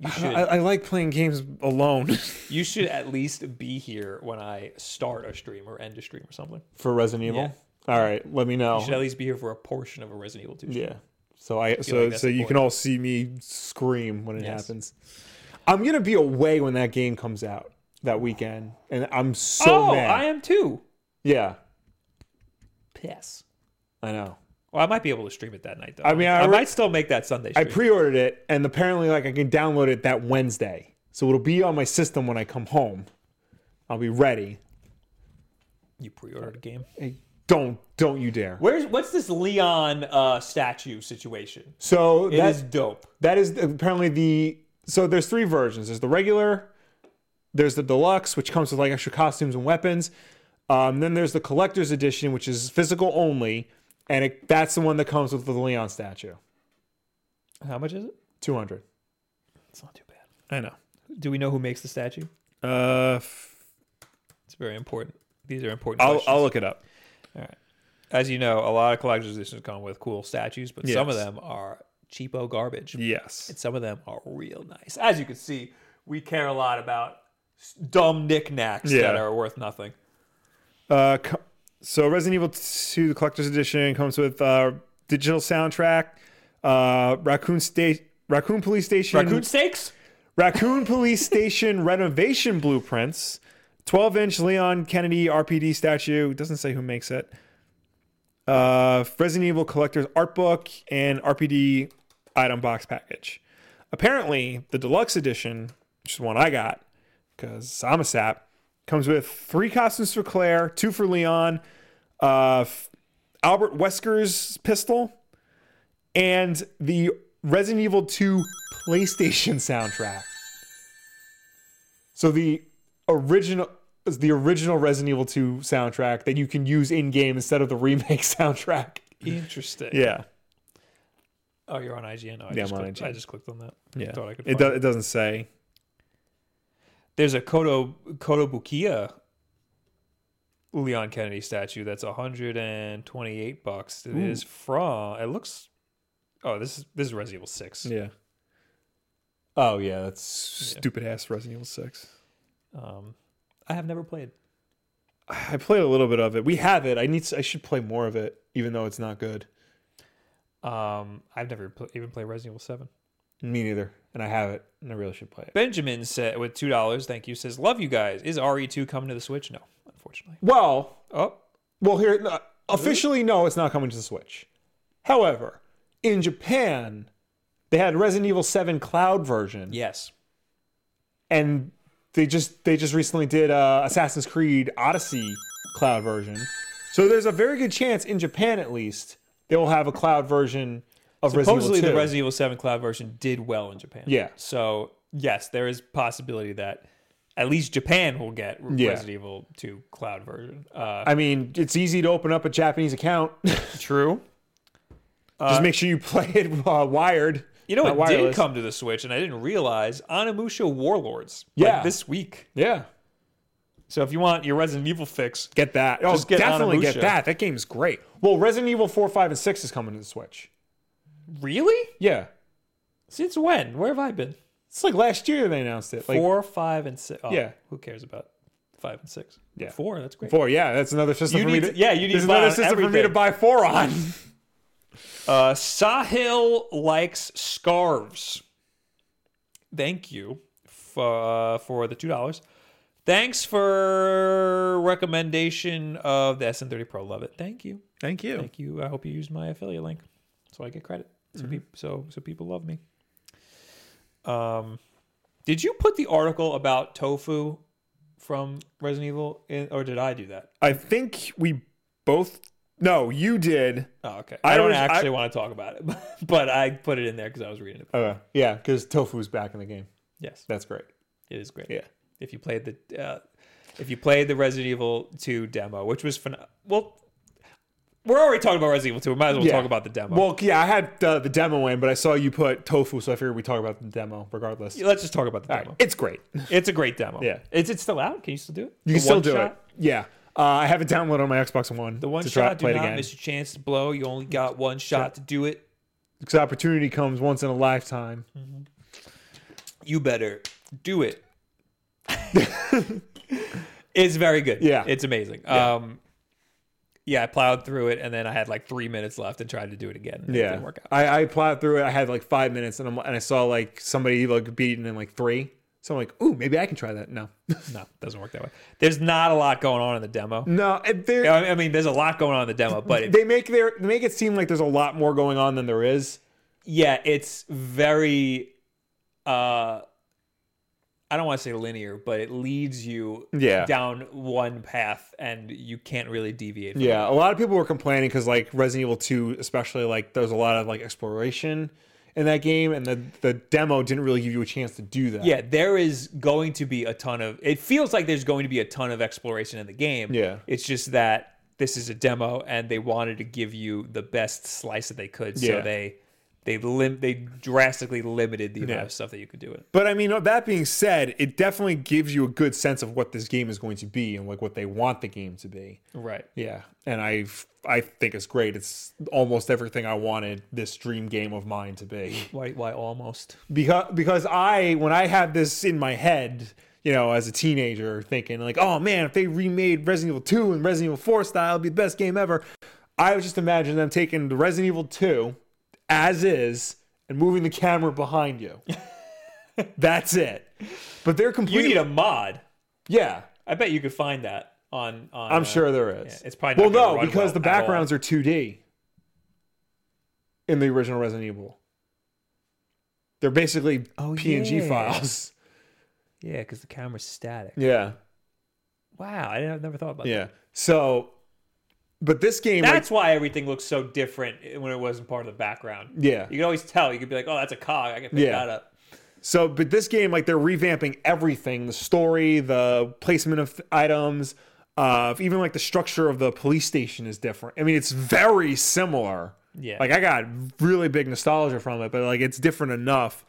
A: You should.
B: I, I like playing games alone *laughs*
A: you should at least be here when I start a stream or end a stream or something.
B: for Resident Evil. All right, let me
A: You
B: know.
A: should at least be here for a portion of a Resident Evil 2. stream.
B: Yeah. So I
A: like
B: so
A: that's
B: so
A: the
B: you
A: point.
B: can all see me scream when it
A: Yes.
B: happens. I'm gonna be away when that game comes out that weekend, and I'm so
A: oh,
B: mad.
A: I am too.
B: yeah,
A: Piss.
B: I know.
A: Well, I might be able to stream it that night though.
B: I mean, I re-
A: might still make that Sunday.
B: I
A: Stream.
B: pre-ordered it, and apparently, like I can download it that Wednesday, so it'll be on my system when I come home. I'll be ready.
A: you pre-ordered a game.
B: Hey, don't don't you dare.
A: Where's what's this Leon uh, statue situation?
B: So
A: It
B: that
A: is dope.
B: that is apparently the so there's three versions. There's the regular, there's the deluxe, which comes with like extra costumes and weapons. Um, then there's the collector's edition, which is physical only, and it, that's the one that comes with the Leon statue.
A: How much is it?
B: Two hundred.
A: It's not too bad.
B: I know.
A: Do we know who makes the statue?
B: Uh, f-
A: It's very important. These are important
B: I'll
A: questions.
B: I'll look it up.
A: As you know, a lot of collector's editions come with cool statues, but some of
B: Yes.
A: them are cheapo garbage.
B: Yes.
A: And some of them are real nice. As you can see, we care a lot about s- dumb knickknacks that
B: Yeah.
A: are worth nothing.
B: Uh, co- so Resident Evil 2, the collector's edition, comes with uh, digital soundtrack, uh, Raccoon State, Raccoon Police Station,
A: Raccoon steaks?
B: Raccoon Police Station renovation blueprints, 12 inch Leon Kennedy RPD statue. It doesn't say who makes it. Uh, Resident Evil Collector's art book and RPD item box package. Apparently, the deluxe edition, which is the one I got, because I'm a sap, comes with three costumes for Claire, two for Leon, uh, f- Albert Wesker's pistol, and the Resident Evil 2 PlayStation soundtrack. So the original the original Resident Evil 2 soundtrack that you can use in game instead of the remake *laughs* soundtrack.
A: Interesting.
B: Yeah.
A: Oh, you're on IGN. Oh, I
B: Yeah,
A: just
B: I'm on
A: clicked,
B: IGN.
A: I just clicked on that.
B: Yeah.
A: Thought I could find
B: It, do, it doesn't say.
A: There's a Koto Kotobukiya Leon Kennedy statue that's 128 bucks. It is from it looks Oh, this is this is Resident Evil 6.
B: Yeah. Oh yeah, that's stupid ass Resident Evil 6.
A: Um I have never played.
B: I played a little bit of it. We have it. I need to, I should play more of it even though it's not good.
A: Um I've never pl- even played Resident Evil 7.
B: Me neither. And I have it and I really should play it.
A: Benjamin said with $2, thank you, says love you guys. Is RE2 coming to the Switch? No, unfortunately.
B: Well,
A: Oh,
B: Well, here no, officially, no, it's not coming to the Switch. However, in Japan, they had Resident Evil Seven Cloud version,
A: yes.
B: and they just they just recently did uh, Assassin's Creed Odyssey Cloud version. So there's a very good chance in Japan, at least, they will have a cloud version of
A: Supposedly
B: Resident Evil
A: the
B: 2.
A: Resident Evil 7 cloud version did well in Japan.
B: Yeah.
A: So, yes, there is possibility that at least Japan will get Re-
B: Yeah.
A: Resident Evil 2 cloud version. Uh,
B: I mean, it's easy to open up a Japanese account. *laughs* just
A: True. Uh,
B: make sure you play it uh, wired.
A: You know,
B: not
A: it did
B: wireless.
A: come to the Switch, and I didn't realize Onimusha Warlords. like,
B: Yeah.
A: this week.
B: Yeah,
A: So if you want your Resident Evil fix,
B: Get that. Oh,
A: Just get
B: definitely
A: Onimusha.
B: get that. That game's great. Well, Resident Evil 4, 5, and 6 is coming to the Switch.
A: really?
B: Yeah.
A: Since when? Where have I been?
B: It's like last year they announced it. Like,
A: Four, five, and six. Oh,
B: Yeah.
A: Who cares about? five and six.
D: Yeah.
A: four. That's great.
D: Four, yeah, that's another system
A: You
D: for
A: need
D: me.
A: to- yeah, you need
D: there's
A: to buy
D: another
A: on
D: system for me to
A: everything.
D: buy four on.
A: Uh, Sahil likes scarves. Thank you for, uh, for the two dollars. Thanks for recommendation of the SN30 Pro. Love it. Thank you.
D: Thank you.
A: Thank you. I hope you used my affiliate link, so I get credit. So
B: Mm-hmm.
A: peop- so so people love me. Um, did you put the article about tofu from Resident Evil in, or did I do that?
D: I think we both. No, you did.
A: Oh, okay.
D: I
A: I, don't
D: was- I-
A: actually want to talk about it, *laughs* but I put it in there because I was reading
B: Oh.
A: it.
D: Okay,
B: Uh, Yeah, because tofu's back in the game.
A: Yes,
B: That's great.
A: it is great.
B: Yeah.
A: If you played the uh, if you played the Resident Evil 2 demo, which was fun. Well, we're already talking about Resident Evil 2. We might as well
B: Yeah.
A: talk about the demo.
B: Well, yeah, I had uh, the demo in, but I saw you put tofu, so I figured we talk about the demo regardless.
A: Let's just talk about the
B: All
A: demo.
B: right, It's great.
A: It's a great demo.
B: Yeah.
A: Is it still out? Can you still do it?
B: You can still do it. Yeah. Uh, I have it downloaded on my Xbox One
A: The one
B: to try
A: shot,
B: to play
A: do
B: it
A: not
B: again.
A: miss your chance to blow. You only got one shot to do it.
B: Because opportunity comes once in a lifetime.
A: You better do
B: *laughs*
A: it. it's very good.
B: Yeah.
A: It's amazing. Yeah. Um yeah, I plowed through it and then I had like three minutes left and tried to do it again. and It
B: Yeah,
A: didn't work out.
B: I, I plowed through it. I had like five minutes, and I'm and I saw like somebody like beaten in like three. So I'm like, ooh, maybe I can try that. No, *laughs*
A: No, doesn't work that way. There's not a lot going on in the demo.
B: no, and they're-
A: I I mean, there's a lot going on in the demo, but it,
B: they make their they make it seem like there's a lot more going on than there is.
A: yeah, it's very uh I don't want to say linear, but it leads you
B: Yeah.
A: down one path and you can't really deviate from
B: Yeah, a lot of people were complaining because like Resident Evil Two, especially like there's a lot of like exploration in that game, and the the demo didn't really give you a chance to do that.
A: Yeah, there is going to be a ton of. It feels like there's going to be a ton of exploration in the game.
B: Yeah.
A: it's just that this is a demo, and they wanted to give you the best slice that they could. So
B: Yeah.
A: they they lim- they drastically limited the amount of stuff that you could do with it.
B: But I mean, that being said, it definitely gives you a good sense of what this game is going to be and like what they want the game to be.
A: Right.
B: Yeah, and I I think it's great. It's almost everything I wanted this dream game of mine to be. *laughs*
A: Why? Why almost?
B: Because because I when I had this in my head, you know, as a teenager, thinking like, oh man, if they remade Resident Evil Two and Resident Evil Four style, it'd be the best game ever. I was just imagining them taking the Resident Evil Two as is and moving the camera
A: *laughs*
B: behind you. That's it. But they're
A: You
B: completely
A: need a mod.
B: yeah.
A: I bet you could find that on. on
B: I'm
A: uh,
B: sure there is.
A: yeah, it's probably not
B: well,
A: gonna
B: no,
A: run
B: because
A: well
B: the
A: at all.
B: backgrounds are 2D in the original Resident Evil. They're basically
A: Oh,
B: PNG
A: yeah. *laughs*
B: files.
A: Yeah, because the camera's static.
B: Yeah,
A: Wow, I didn't- never thought about that.
B: yeah. So, but this game, like,
A: That's why everything looks so different eh, when it wasn't part of the background.
B: yeah.
A: You can always tell. You could be like, "Oh, that's a cog. I can pick
B: Yeah.
A: that up."
B: So, but this game, like, they're revamping everything: the story, the placement of items, uh, even like the structure of the police station is different. I mean, it's very similar.
A: Yeah.
B: Like I got really big nostalgia from it, but like it's different enough.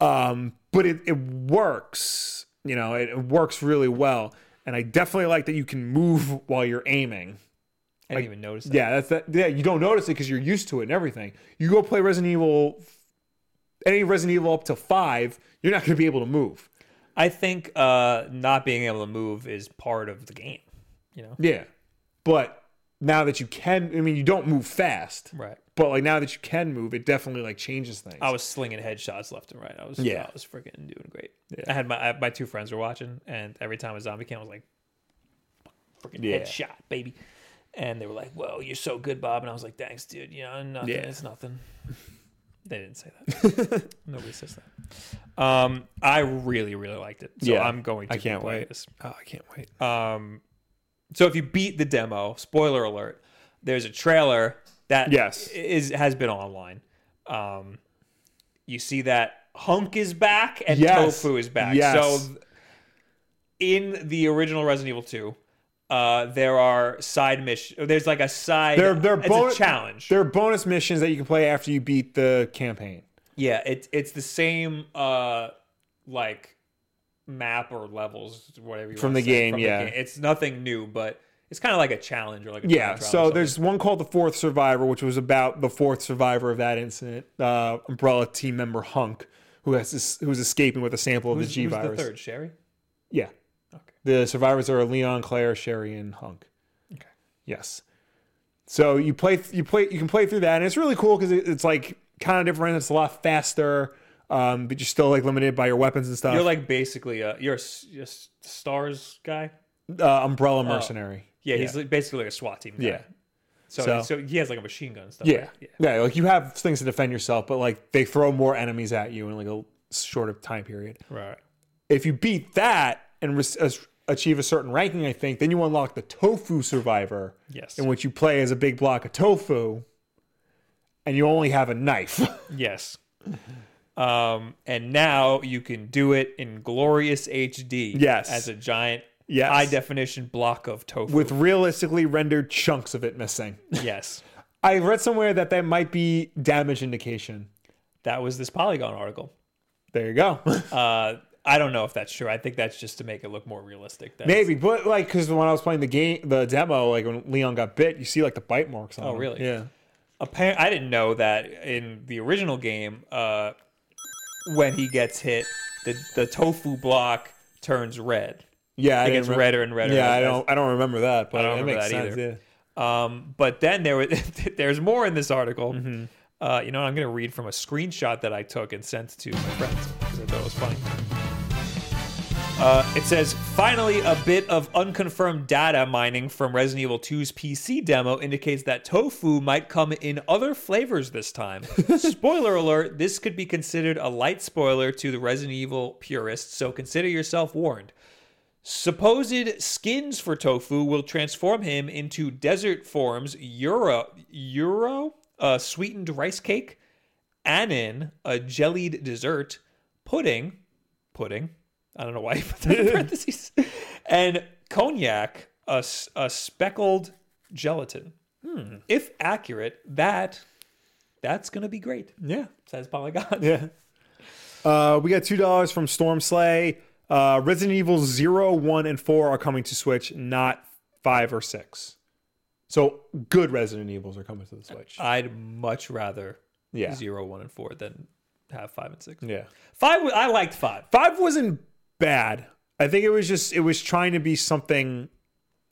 B: Um, but it, it works, you know, it, it works really well. And I definitely like that you can move while you're aiming.
A: I didn't even notice that.
B: Yeah, that's that. Yeah, you don't notice it because you're used to it and everything. You go play Resident Evil, any Resident Evil up to five, you're not going to be able to move.
A: I think uh, not being able to move is part of the game. You know,
B: Yeah, but now that you can, I mean, you don't move fast,
A: right? Oh,
B: but like now that you can move, it definitely like changes things.
A: I was slinging headshots left and right. I was
B: Yeah.
A: I was freaking doing great. I had my I, my two friends were watching, and every time a zombie came, I was like, freaking
B: Yeah.
A: headshot, baby. And they were like, "Whoa, you're so good, Bob." And I was like, "Thanks, dude. You know, nothing.
B: Yeah.
A: It's
B: *laughs*
A: nothing." They didn't say that. Nobody says that. Um, I really, really liked it. So
B: Yeah.
A: I'm going to
B: I can't
A: play
B: wait.
A: this.
B: oh, I can't wait.
A: Um, so if you beat the demo, spoiler alert, there's a trailer that
B: Yes.
A: is has been online. Um, you see that Hunk is back and
B: Yes.
A: Tofu is back.
B: Yes.
A: So th- in the original Resident Evil 2, uh, there are side missions. There's like a side.
B: They're- they're
A: it's
B: bonu-
A: a challenge.
B: There are bonus missions that you can play after you beat the campaign.
A: Yeah, it's it's the same uh like map or levels, whatever you
B: From
A: wanna
B: the
A: say,
B: game, yeah.
A: It's nothing new, but it's kind of like a challenge or like a time
B: Yeah,
A: trial or
B: so
A: something.
B: there's one called the Fourth Survivor, which was about the fourth survivor of that incident, uh, Umbrella team member Hunk, who has who's escaping with a sample of
A: who's,
B: the G
A: who's
B: virus.
A: the third Sherry.
B: Yeah, The survivors are Leon, Claire, Sherry, and Hunk.
A: Okay.
B: Yes. So you play, you play, you can play through that, and it's really cool because it, it's like kind of different. It's a lot faster, um, but you're still like limited by your weapons and stuff.
A: You're like basically a you're a, s- you're a s- stars guy.
B: uh,
A: Oh.
B: umbrella mercenary.
A: Yeah, he's like basically like a SWAT team. Guy.
B: Yeah.
A: So,
B: So-
A: so he has like a machine gun and stuff.
B: Yeah.
A: right?
B: yeah, Like you have things to defend yourself, but like they throw more enemies at you in like a shorter time period.
A: Right.
B: If you beat that and re- as- achieve a certain ranking, I think then you unlock the tofu survivor,
A: Yes.
B: in which you play as a big block of tofu, and you only have a knife. *laughs*
A: Yes. Um, and now you can do it in glorious HD.
B: Yes.
A: As a giant,
B: Yes.
A: high definition block of tofu.
B: with realistically rendered chunks of it missing.
A: *laughs*
B: *laughs*
A: yes.
B: I read somewhere that that might be damage indication.
A: That was this Polygon article.
B: There
A: *laughs*
B: you go.
A: Uh, I don't know if that's true. I think that's just to make it look more realistic. That's,
B: Maybe, but like, because when I was playing the game, the demo, like when Leon got bit, you see like the bite marks on
A: Oh,
B: him.
A: really?
B: Yeah.
A: Apparent. I didn't know that in the original game, uh, when he gets hit, the the tofu block turns red.
B: Yeah, I
A: It gets
B: didn't re-
A: redder and redder.
B: Yeah, I
A: as-
B: don't, I don't remember that, but
A: I don't
B: it
A: remember that
B: makes sense.
A: either.
B: yeah.
A: Um, but then there was *laughs* there's more in this article. Uh, you know, I'm going to read from a screenshot that I took and sent to my friends because I thought it was funny. Uh, it says, finally, a bit of unconfirmed data mining from Resident Evil 2's PC demo indicates that tofu might come in other flavors this time. Spoiler alert, this could be considered a light spoiler to the Resident Evil purists, so consider yourself warned. Supposed skins for tofu will transform him into desert forms euro euro a sweetened rice cake, anin a jellied dessert, pudding, pudding. I don't know why you put that
B: *laughs*
A: in parentheses, and cognac a, s- a speckled gelatin.
B: Hmm.
A: If accurate, that that's gonna be great.
B: Yeah.
A: Says Polygon.
B: Yeah.
E: Uh, we got two dollars from Storm Slay. Uh, Resident Evil 0, 1, and four are coming to Switch, not five or six.
B: So good Resident Evils are coming to the Switch.
A: I'd much rather
B: Yeah.
A: zero, one, and four than have five and six.
B: Yeah.
A: Five, wa- I liked five.
E: Five wasn't bad. I think it was just it was trying to be something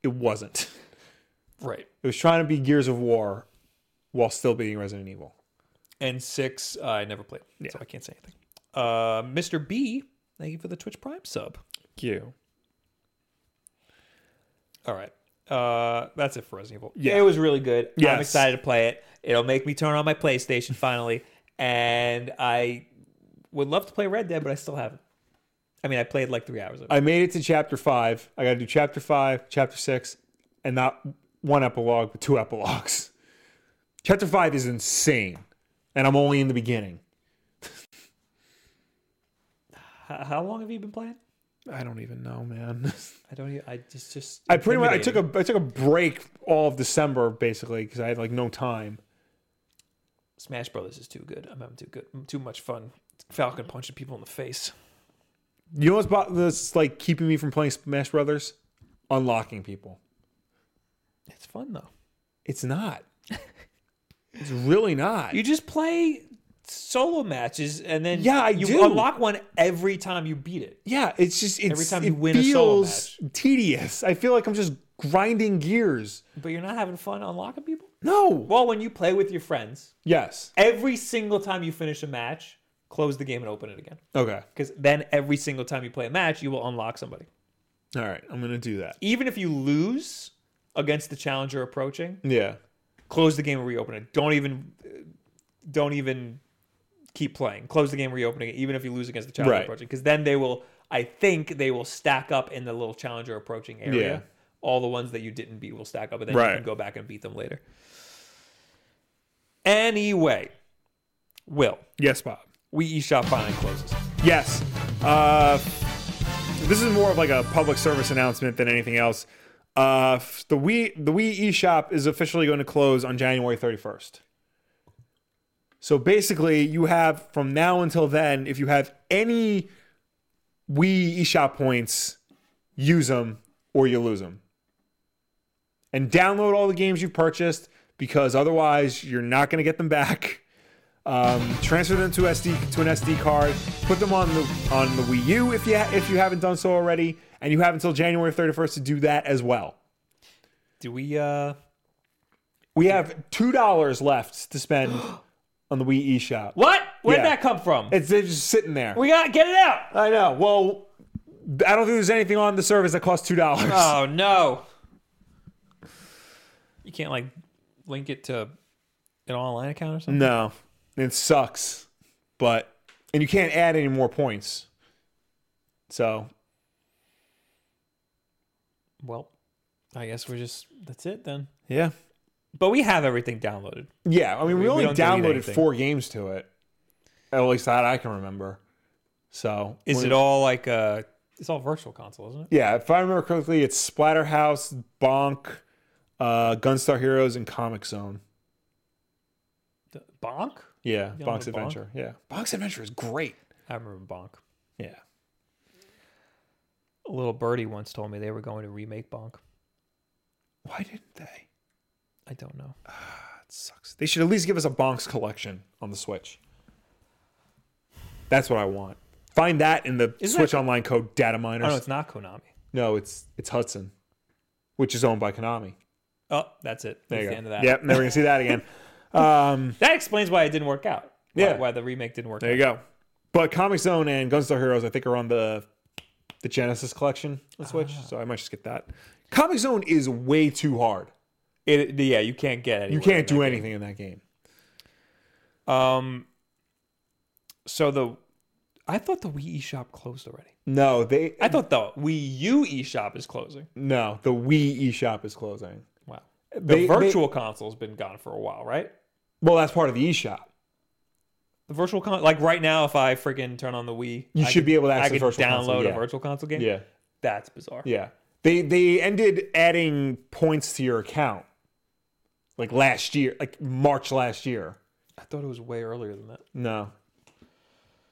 E: it wasn't.
A: Right.
B: It was trying to be Gears of War while still being Resident Evil.
A: And six, uh, I never played, so I can't say anything. Uh, Mr. B, thank you for the Twitch Prime sub.
B: You.
A: All right. Uh, that's it for Resident Evil.
E: Yeah.
A: It was really good.
E: Yes.
A: I'm excited to play it. It'll make me turn on my PlayStation finally. And I would love to play Red Dead, but I still haven't. I mean, I played like three hours of it.
B: I made it to chapter five. I got to do chapter five, chapter six, and not one epilogue, but two epilogues. Chapter five is insane, and I'm only in the beginning.
A: H- how long have you been playing?
B: I don't even know, man.
A: I don't. e- I just just.
B: I pretty much I took a I took a break all of December basically because I had like no time.
A: Smash Brothers is too good. I'm having too good. Too much fun. Falcon punching people in the face.
B: You know what's bo- that's like keeping me from playing Smash Brothers? Unlocking people.
A: It's fun though.
B: It's not. *laughs* it's really not.
A: You just play solo matches and then
B: Yeah, I
A: you
B: do.
A: unlock one every time you beat it.
B: yeah, it's just it's,
A: Every time
B: it
A: you win a solo
B: feels tedious. I feel like I'm just grinding gears.
A: But you're not having fun unlocking people?
B: No.
A: Well, when you play with your friends,
B: Yes.
A: every single time you finish a match, close the game and open it again.
B: Okay.
A: Because then every single time you play a match, you will unlock somebody.
B: All right. I'm gonna do that.
A: Even if you lose against the challenger approaching,
B: Yeah.
A: close the game and reopen it. Don't even don't even keep playing. Close the game, reopen it, even if you lose against the challenger
B: Right.
A: approaching. Because then they will I think they will stack up in the little challenger approaching area.
B: Yeah.
A: All the ones that you didn't beat will stack up, and then you
B: Right.
A: can go back and beat them later. Anyway, Will,
E: Yes, Bob.
A: we eShop finally closes.
E: Yes. Uh, this is more of like a public service announcement than anything else. Uh, f- the Wii the Wii eShop is officially going to close on January 31st.
B: So basically, you have from now until then, if you have any Wii
E: E
B: eShop points, use them or you lose them.
E: *laughs*
B: And download all the games you've purchased because otherwise you're not going to get them back. um, transfer them to SD to an SD card, put them on the on the Wii U if you ha- if you haven't done so already, and you have until January 31st to do that as well.
A: Do we? uh
B: We have two dollars left
A: *gasps*
B: to spend on the Wii E Shop.
A: What? Where'd
B: Yeah.
A: that come from?
B: It's they're just sitting there.
A: we gotta get it out.
B: I know. Well, I don't think there's anything on the service that costs two *laughs* dollars.
A: Oh no! You can't like link it to an online account or something.
B: No, it sucks. But and you can't add any more points. So
A: Well, I guess we're just that's it then.
B: yeah,
A: But we have everything downloaded.
B: yeah. I mean, we,
A: we
B: only
A: don't delete
B: downloaded
A: anything.
B: four games to it, at least that I can remember. So
A: Is
B: when-
A: it all like uh it's all virtual console, isn't it?
B: Yeah, if I remember correctly, it's Splatterhouse, Bonk, uh, Gunstar Heroes, and Comic Zone.
A: The- Bonk?
B: Yeah,
A: Yeah,
B: Bonk's
A: Bonk.
B: Adventure. Yeah, Bonk's Adventure is great.
A: I remember Bonk.
B: Yeah.
A: A little birdie once told me they were going to remake Bonk.
B: Why didn't they?
A: I don't know.
B: That sucks. They should at least give us a Bonks collection on the Switch. That's what I want. Find that in the
A: Isn't
B: Switch
A: that-
B: Online code data
A: Oh
B: miners.
A: no, it's not Konami.
B: no, it's it's Hudson, which is owned by Konami.
A: Oh, that's it.
B: There
A: That's
B: you
A: the
B: go.
A: end of that.
B: Yep, never gonna see
A: *laughs*
B: that again. Um,
A: That explains why it didn't work out. Why-
B: Yeah.
A: Why, the remake didn't work
B: there
A: out.
B: you go. But Comic Zone and Gunstar Heroes, I think, are on the the Genesis collection on Switch,
A: Ah.
B: so I might just get that. Comic Zone is way too hard.
A: It, yeah, you can't get it.
B: You can't do anything in that game.
A: Um so the I thought the Wii eShop closed already.
B: No, they
A: I thought the Wii U eShop is closing.
B: no. The Wii eShop is closing.
A: Wow. The
B: They- they-
A: virtual console's been gone for a while, right?
B: well, that's part of the eShop.
A: The virtual con like right now, if I freaking turn on the Wii,
B: You
A: I
B: should
A: could-
B: be able to
A: I
B: access
A: could
B: virtual
A: download
B: console,
A: a
B: yeah.
A: virtual console game.
B: Yeah.
A: that's bizarre.
B: Yeah. They they ended adding points to your account like last year, like March last year.
A: I thought it was way earlier than that.
B: No.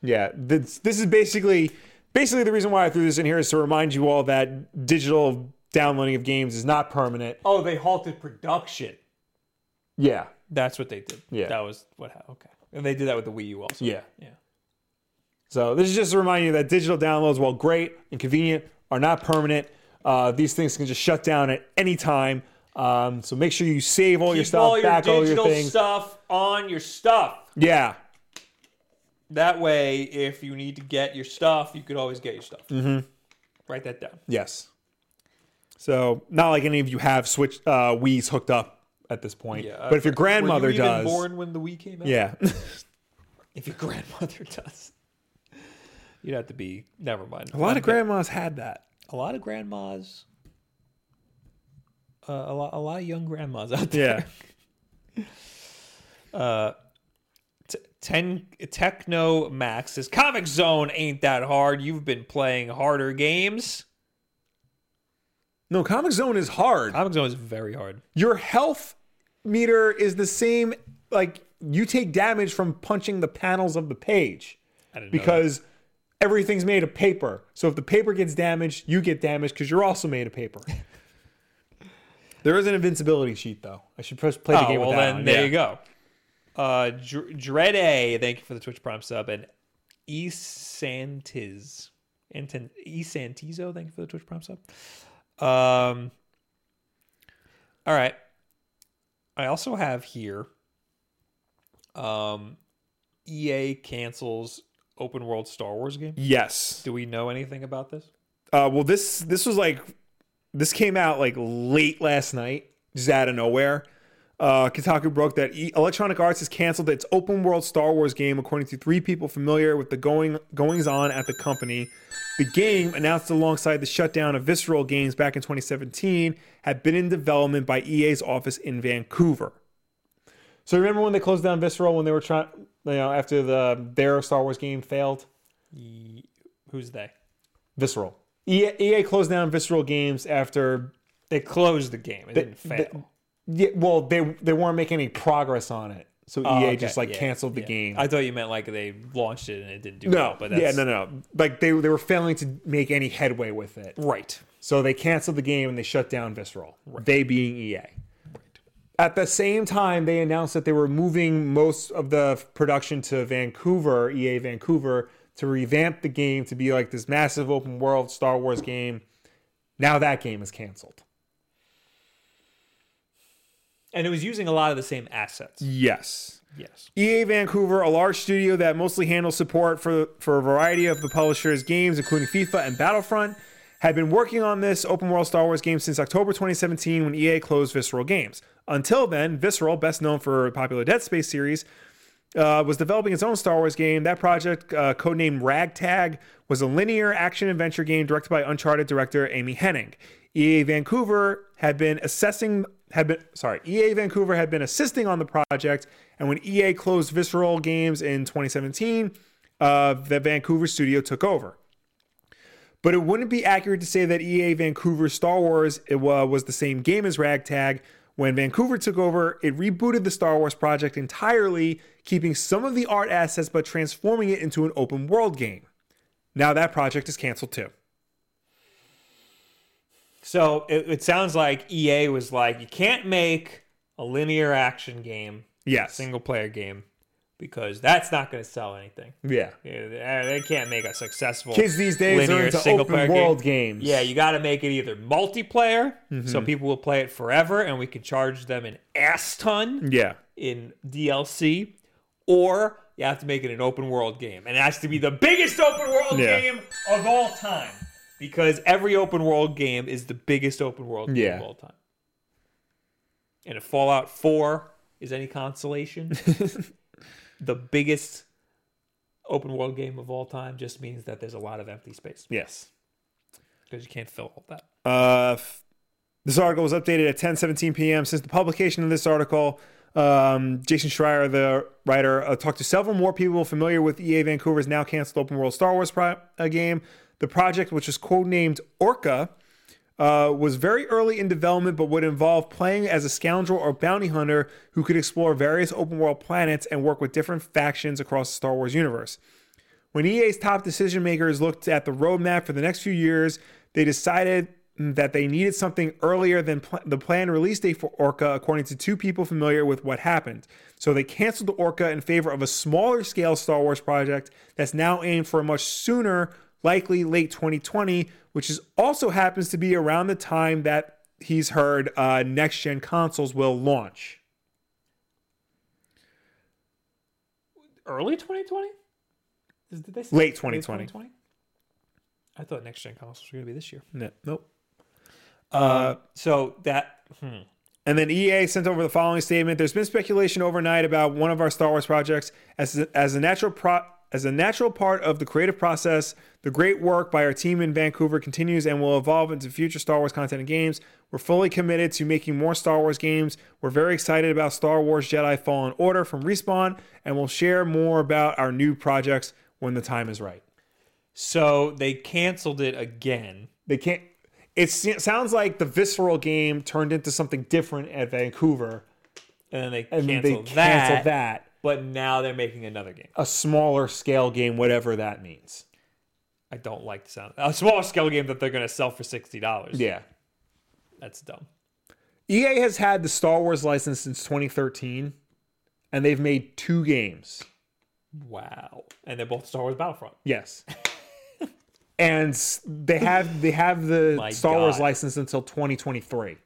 B: Yeah, this this is basically basically the reason why I threw this in here is to remind you all that digital downloading of games is not permanent.
A: Oh, they halted production.
B: Yeah.
A: That's what they did.
B: Yeah.
A: that was what. hap- Okay, and they did that with the Wii U also.
B: Yeah.
A: yeah.
B: So this is just a reminder that digital downloads, while great and convenient, are not permanent. Uh, these things can just shut down at any time. Um, so make sure you save all your
A: Keep
B: stuff,
A: all your
B: back all your
A: digital
B: things.
A: stuff on your stuff.
B: Yeah,
A: That way, if you need to get your stuff, you could always get your stuff. Mm-hmm. Write that down.
B: Yes. So not like any of you have Switch uh, Wii's hooked up at this point.
A: Yeah,
B: but if your grandmother
A: Were you
B: does,
A: even born when the Wii came out?
B: yeah, *laughs*
A: If your *laughs* grandmother does, you'd have to be. Never mind.
B: a lot of grandmas had that.
A: a lot of grandmas, uh, a lot, a lot of young grandmas out there.
B: Yeah,
A: Uh, t- ten Techno Max says Comic Zone ain't that hard. You've been playing harder games.
B: *laughs* no, Comic Zone is hard.
A: Comic Zone is very hard.
B: Your health meter is the same. Like you take damage from punching the panels of the page
A: I didn't know
B: because everything's made of paper. So if the paper gets damaged, you get damaged because you're also made of paper. *laughs* there is an invincibility sheet though. I should press play
A: that.
B: the
A: Oh,
B: game
A: well,
B: with that.
A: then
B: on.
A: there
B: Yeah.
A: you go. Uh, Dr- Dread A, thank you for the Twitch Prime sub and E Santiz, Anton E Santizo, thank you for the Twitch Prime sub. Um, all right. I also have here. Um, EA cancels open world Star Wars game.
B: Yes.
A: Do we know anything about this?
B: Uh, well, this this was like this came out like late last night, just out of nowhere. Uh, Kotaku broke that e- Electronic Arts has canceled its open world Star Wars game, according to three people familiar with the going goings on at the company. The game, announced alongside the shutdown of Visceral Games back in 2017, had been in development by EA's office in Vancouver. So remember when they closed down Visceral when they were trying, you know, after the their Star Wars game failed.
A: E- who's they?
B: Visceral.
C: E
B: EA, EA closed down Visceral Games after.
A: They closed the game. It didn't fail.
B: Yeah, well, they they weren't making any progress on it, so EA
A: Oh,
C: E
A: okay,
B: E just like
A: yeah,
B: canceled the
A: yeah.
B: game.
A: I thought you meant like they launched it and it didn't do well,
B: no,
A: but
B: yeah,
A: that's
B: no, no, like they they were failing to make any headway with it,
A: right.
B: so they canceled the game and they shut down Visceral. They being EA.
C: E At the same time, they announced that they were moving most of the f- production to Vancouver, EA Vancouver, to revamp the game to be like this massive open world Star Wars game. Now that game is canceled.
A: And it was using a lot of the same assets.
B: Yes.
A: Yes.
B: EA Vancouver, a large studio that mostly handles support for, for a variety of the publisher's games, including FIFA and Battlefront, had been working on this open world Star Wars game since October 2017 when EA closed Visceral Games. Until then, Visceral, best known for popular Dead Space series, uh, was developing its own Star Wars game. That project, uh, codenamed Ragtag, was a linear action adventure game directed by Uncharted director Amy Hennig. EA Vancouver had been assessing, had been sorry, EA Vancouver had been assisting on the project, and when EA closed Visceral Games in 2017, uh, the Vancouver studio took over. But it wouldn't be accurate to say that EA Vancouver Star Wars it wa- was the same game as Ragtag. When Vancouver took over, it rebooted the Star Wars project entirely, keeping some of the art assets but transforming it into an open world game. Now that project is canceled too.
A: So it, it sounds like EA was like, you can't make a linear action game,
B: Yes.
A: single player game, because that's not going to sell anything.
B: Yeah.
A: Yeah, they they can't make a successful
C: Kids these days are
A: linear
C: into
A: single-player
C: open
A: game.
C: world games.
A: Yeah, you got to make it either multiplayer, so
B: Mm-hmm.
A: people will play it forever, and we can charge them an ass ton
B: Yeah.
A: in DLC, or you have to make it an open world game, and it has to be the biggest open world
B: Yeah.
A: game of all time because every open world game is the biggest open world game
B: Yeah.
A: of all time. And if Fallout Four is any
B: *laughs*
A: consolation, the biggest open world game of all time just means that there's a lot of empty space
B: Yes.
A: because you can't fill all that.
B: Uh, f- this article was updated at 10:17 p.m. Since the publication of this article, um, Jason Schreier, the writer, uh, talked to several more people familiar with EA Vancouver's now canceled open world Star Wars pro- uh, game. The project, which was codenamed Orca, uh, was very early in development, but would involve playing as a scoundrel or bounty hunter who could explore various open world planets and work with different factions across the Star Wars universe. When EA's top decision makers looked at the roadmap for the next few years, they decided that they needed something earlier than pl- the planned release date for Orca, according to two people familiar with what happened. So they canceled the Orca in favor of a smaller scale Star Wars project that's now aimed for a much sooner, likely late 2020, which is also happens to be around the time that he's heard uh, next gen consoles will launch.
A: Early 2020? Is- Did they say
B: Late
A: early
B: 2020.
A: I thought next gen consoles were going to be this year.
B: No, nope. Uh,
A: So that hmm.
B: And then EA sent over the following statement: "There's been speculation overnight about one of our Star Wars projects as as a natural pro." As a natural part of the creative process, the great work by our team in Vancouver continues and will evolve into future Star Wars content and games. We're fully committed to making more Star Wars games. We're very excited about Star Wars Jedi Fallen Order from Respawn, and we'll share more about our new projects when the time is right.
A: so they canceled it again.
B: They can't. It se- sounds like the visceral game turned into something different at Vancouver,
A: And then they
B: and
A: canceled,
B: they
A: that,
B: canceled that.
A: But now they're making another game.
B: a smaller scale game, whatever that means.
A: I don't like the sound. A smaller scale game that they're going to sell for $60.
B: Yeah.
A: That's dumb.
B: EA has had the Star Wars license since 2013, and they've made two games.
A: Wow. And they're both Star Wars Battlefront. *laughs*
B: Yes. and they have they have the
A: My
B: Star Wars
A: God.
B: license until 2023.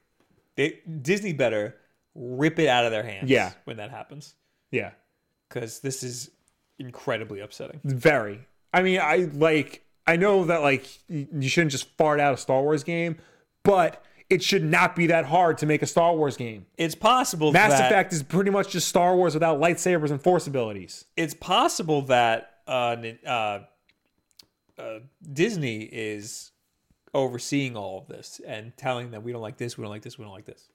A: They, Disney better rip it out of their hands
B: Yeah.
A: when that happens
B: Yeah.
A: because this is incredibly upsetting.
B: Very. I mean, I like I know that like y- you shouldn't just fart out a Star Wars game, but it should not be that hard to make a Star Wars game.
A: It's possible
B: Mass
A: that
B: Effect is pretty much just Star Wars without lightsabers and force abilities.
A: it's possible that uh, Nin- uh, uh, Disney is overseeing all of this and telling them we don't like this, we don't like this, we don't like this.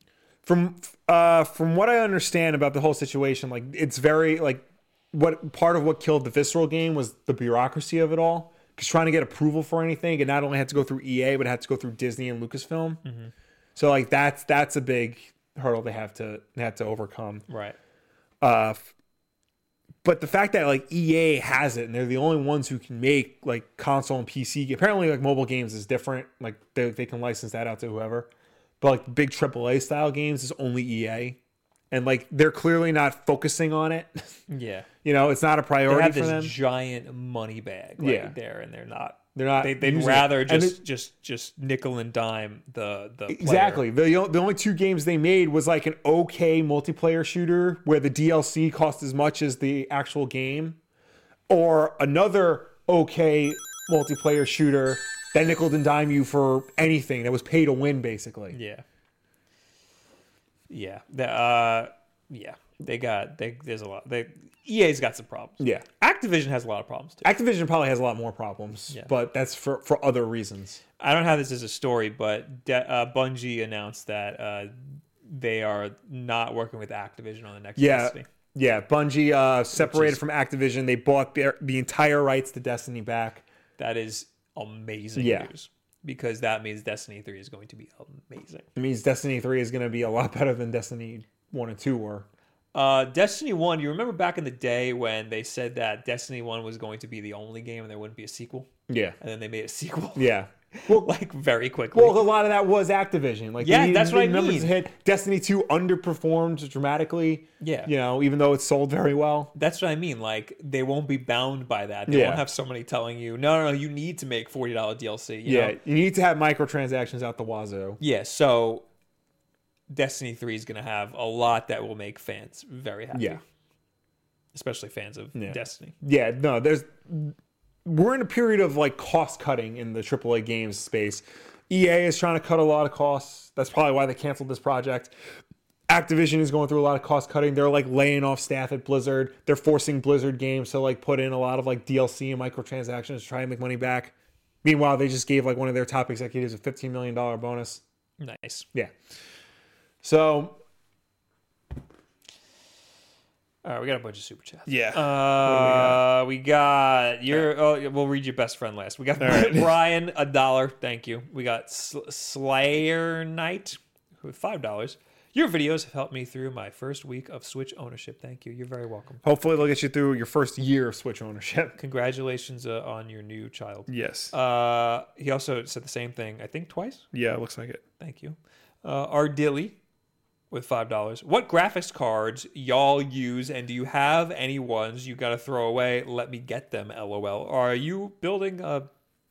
B: from uh from what I understand about the whole situation, like it's very like what part of what killed the visceral game was the bureaucracy of it all. Because trying to get approval for anything, it not only had to go through EA, but it had to go through Disney and Lucasfilm. So like that's that's a big hurdle they have to they have to overcome.
A: Right.
B: Uh, f- but the fact that like EA has it and they're the only ones who can make like console and PC. Apparently, like mobile games is different. Like they, they can license that out to whoever. But like big AAA style games is only EA. and like they're clearly not focusing on it. *laughs*
A: Yeah.
B: you know, it's not a
A: They
B: priority
A: have
B: for
A: this
B: them.
A: giant money bag like,
B: Yeah.
A: there, and they're not.
B: They're not.
A: They, they'd
B: using it.
A: rather
B: And
A: just just just nickel and dime the the player.
B: Exactly. The, o- the only two games they made was like an okay multiplayer shooter where the DLC cost as much as the actual game, or another okay multiplayer shooter that nickel and dime you for anything that was pay to win, basically.
A: Yeah. Yeah. The, uh, yeah. They got they. There's a lot. They EA's got some problems.
B: Yeah.
A: Activision has a lot of problems too.
B: Activision probably has a lot more problems,
A: Yeah.
B: but that's for, for other reasons.
A: I don't have this as a story, but De- uh, Bungie announced that uh, they are not working with Activision on the next
B: Yeah.
A: Destiny.
B: Yeah. Bungie uh, separated from Activision. They bought the, the entire rights to Destiny back.
A: That is amazing
B: Yeah.
A: news because that means Destiny 3 is going to be amazing.
B: It means Destiny 3 is going to be a lot better than Destiny 1 and 2 were.
A: Uh, Destiny 1, you remember back in the day when they said that Destiny 1 was going to be the only game and there wouldn't be a sequel?
B: Yeah.
A: And then they made a *laughs* sequel
B: Yeah.
A: *laughs*
B: Well,
A: like very quickly.
B: well, a lot of that was Activision. Like,
A: Yeah,
B: they needed
A: that's what
B: big
A: I
B: numbers
A: mean.
B: to Hit Destiny Two underperformed dramatically.
A: Yeah.
B: you know, even though it sold very well.
A: That's what I mean. Like they won't be bound by that. They
B: Yeah.
A: won't have somebody telling you, no, no, no, you need to make $40 DLC. You
B: Yeah,
A: Know?
B: you need to have microtransactions out the wazoo.
A: Yeah. So Destiny 3 is going to have a lot that will make fans very happy.
B: Yeah.
A: Especially fans of
B: Yeah.
A: Destiny.
B: Yeah, no, there's we're in a period of like cost cutting in the AAA games space. EA is trying to cut a lot of costs. That's probably why they canceled this project. Activision is going through a lot of cost cutting. They're like laying off staff at Blizzard. They're forcing Blizzard games to like put in a lot of like DLC and microtransactions to try and make money back. Meanwhile, they just gave like one of their top executives a $15 million bonus.
A: Nice.
B: Yeah. So,
A: All right, we got a bunch of super chats.
F: Yeah.
A: Uh, we got your. Oh, yeah, we'll read your best friend last. We got *laughs* Brian a dollar. Thank you. We got Sl- Slayer Knight with five dollars. Your videos have helped me through my first week of Switch ownership. Thank you. You're very welcome.
B: hopefully, they'll get you through your first year of Switch ownership.
A: Congratulations uh, on your new child.
F: Yes.
A: Uh, he also said the same thing. I think twice.
F: yeah, it looks like it.
A: Thank you. Uh, R. Dilly with $5. What graphics cards y'all use, and do you have any ones you got to throw away? Let me get them, lol. Are you building a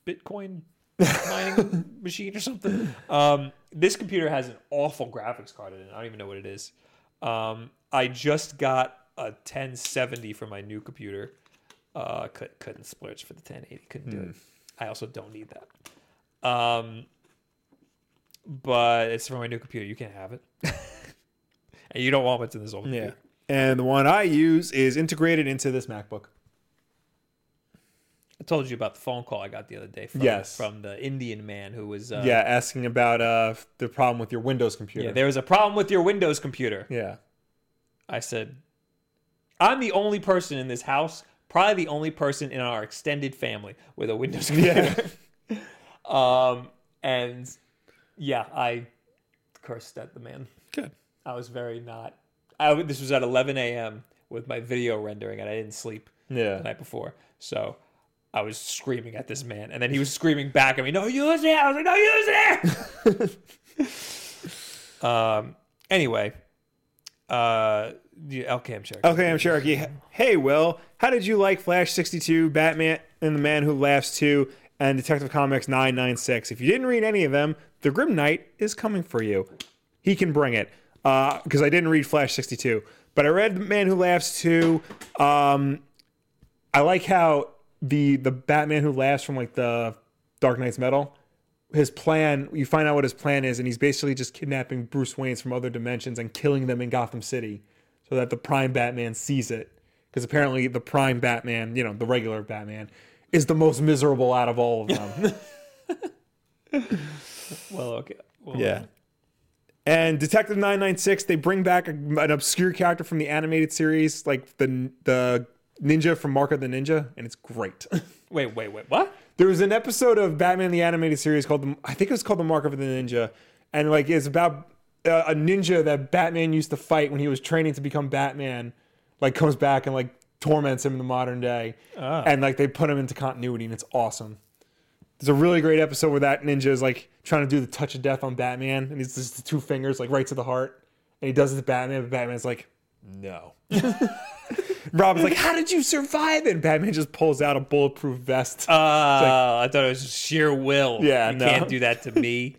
A: Bitcoin
B: *laughs*
A: mining machine or something? Um, this computer has an awful graphics card in it. I don't even know what it is. Um, I just got a 1070 for my new computer. Uh, could, couldn't splurge for the 1080. Couldn't do it.
B: Hmm.
A: I also don't need that. Um, but it's for my new computer. You can't
B: *laughs*
A: have it. and you don't want what's in this old
B: Yeah.
A: computer.
B: And the one I use is integrated into this MacBook.
A: I told you about the phone call I got the other day from,
B: Yes.
A: from the Indian man who was. Uh,
B: yeah, asking about uh the problem with your Windows computer.
A: yeah, There was a problem with your Windows computer.
B: Yeah.
A: I said, I'm the only person in this house, probably the only person in our extended family with a Windows computer. *laughs* um, and yeah, I cursed at the man.
F: Good.
A: I was very not. I, w- this was at 11 a.m. with my video rendering, and I didn't sleep the
B: Yeah.
A: night before. So I was screaming at this man, and then he was screaming back at me, "No, you was there!" I was like, "No, you was
B: *laughs*
A: there!" um. Anyway, uh, the LCAM check.
F: Okay, I'm Cherokee. Hey, Will, how did you like Flash 62, Batman and the Man Who Laughs 2, and Detective Comics 996? If you didn't read any of them, the Grim Knight is coming for you. He can bring it. Because I didn't read Flash 62, but I read The Man Who Laughs 2. Um,
B: I like how the the Batman who laughs from like the Dark Knight's Metal, his plan, you find out what his plan is and he's basically just kidnapping Bruce Wayne's from other dimensions and killing them in Gotham City so that the prime Batman sees it. Because apparently the prime Batman, you know, the regular Batman, is the most miserable out of all of *laughs* them.
A: Well, okay. Well,
F: yeah.
B: And Detective 996, they bring back a, an obscure character from the animated series, like the the ninja from Mark of the Ninja, and it's great.
A: Wait, wait, wait. What?
B: there was an episode of Batman the animated series called the, I think it was called the Mark of the Ninja, and like it's about uh, a ninja that Batman used to fight when he was training to become Batman, like comes back and like torments him in the modern day, and like they put him into continuity, and it's awesome. There's a really great episode where that ninja is like trying to do the touch of death on Batman, and he's just the two fingers like right to the heart,
C: and he does it to Batman, but Batman's like,
A: No.
C: Robin's like, how did you survive? And Batman just pulls out a bulletproof vest.
A: Uh, I thought it was just sheer will.
C: Yeah,
A: you
C: no.
A: can't do that to
B: *laughs*
A: me.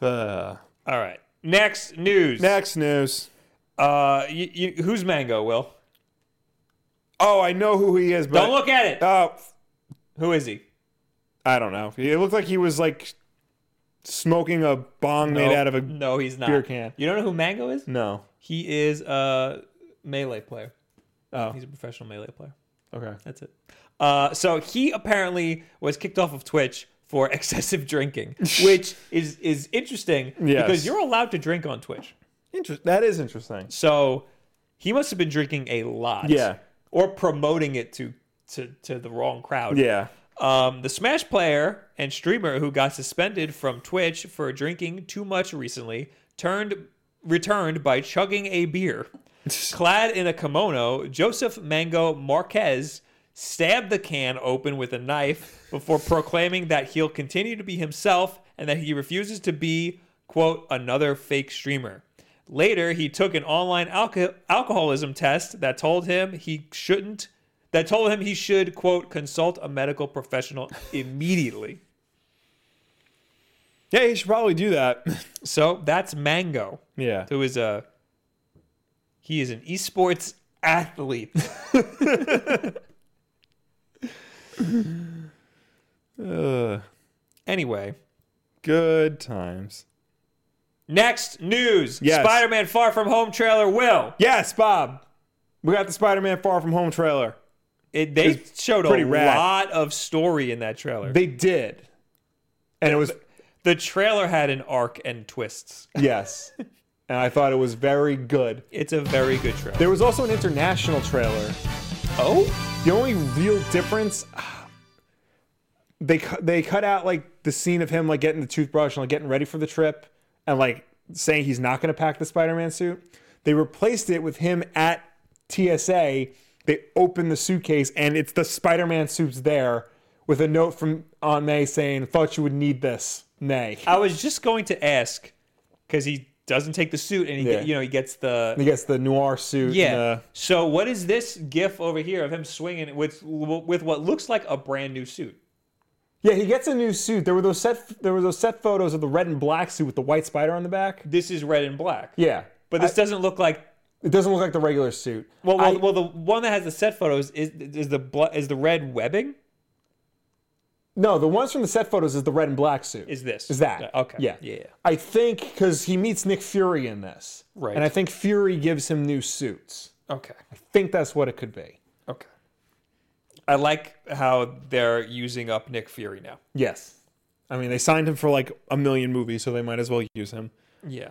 C: Uh,
A: All right. Next news.
B: Next news.
A: Uh, you, you, who's Mango? Will
B: Oh, I know who he is, but
A: don't look at it.
B: Oh,
A: Who is he?
B: I don't know. It looked like he was like smoking a bong made
A: No.
B: out of a
A: no, he's not.
B: beer can.
A: You don't know who Mango is?
B: no.
A: He is a melee player.
B: Oh.
A: He's a professional melee player.
B: Okay.
A: That's it. Uh, so he apparently was kicked off of Twitch for *laughs* excessive
B: *laughs*
A: drinking, which is is interesting
B: Yes.
A: because you're allowed to drink on Twitch.
B: Inter- that is interesting.
A: So he must have been drinking a lot.
B: Yeah.
A: Or promoting it to to, to the wrong crowd.
B: Yeah.
A: Um, the Smash player and streamer who got suspended from Twitch for drinking too much recently turned returned by chugging a beer. Clad in a kimono, Joseph Mango Marquez stabbed the can open with a knife before proclaiming that he'll continue to be himself and that he refuses to be, quote, another fake streamer. Later, he took an online alco- alcoholism test that told him he shouldn't that told him he should, quote, consult a medical professional immediately.
B: Yeah, he should probably do that. *laughs*
A: So that's Mango,
B: yeah.
A: who is a he is an esports athlete.
B: Ugh.
A: Anyway,
B: Good times.
A: next news:
B: Yes.
A: Spider-Man: Far From Home trailer. Will
B: Yes, Bob. We got the Spider-Man Far From Home trailer.
A: it, they showed a
B: pretty rad.
A: lot of story in that trailer.
C: they did. And it was,
A: the trailer had an arc and twists. *laughs*
C: yes. And I thought it was very good.
A: It's a very good trailer.
C: There was also an international trailer.
A: oh,
C: The only real difference, *sighs* they cu- they cut out like the scene of him like getting the toothbrush and like getting ready for the trip, and like saying he's not going to pack the Spider-Man suit. They replaced it with him at TSA. They open the suitcase and it's the Spider-Man suits there with a note from Aunt May saying, "Thought you would need this, May."
A: I was just going to ask because he doesn't take the suit and he
C: Yeah.
A: get, you know he gets the
C: He gets the noir suit.
A: Yeah.
C: And the,
A: so what is this gif over here of him swinging with with what looks like a brand new suit?
C: yeah, he gets a new suit. There were those set. There were those set photos of the red and black suit with the white spider on the back.
A: This is red and black.
C: Yeah,
A: But this doesn't look like
C: It doesn't look like the regular suit.
A: well, well,
C: I-
A: well, the one that has the set photos is is the bla- is the red webbing
C: no, the ones from the set photos is the red and black suit.
A: is this
C: Is that?
A: okay?
C: Yeah.
A: yeah.
C: I think because he meets Nick Fury in this,
A: Right.
C: And I think Fury gives him new suits.
A: Okay,
C: I think that's what it could be.
A: okay. I like how they're using up Nick Fury now.
C: Yes.
B: I mean, they signed him for like a million movies, so they might as well use him.
A: Yeah,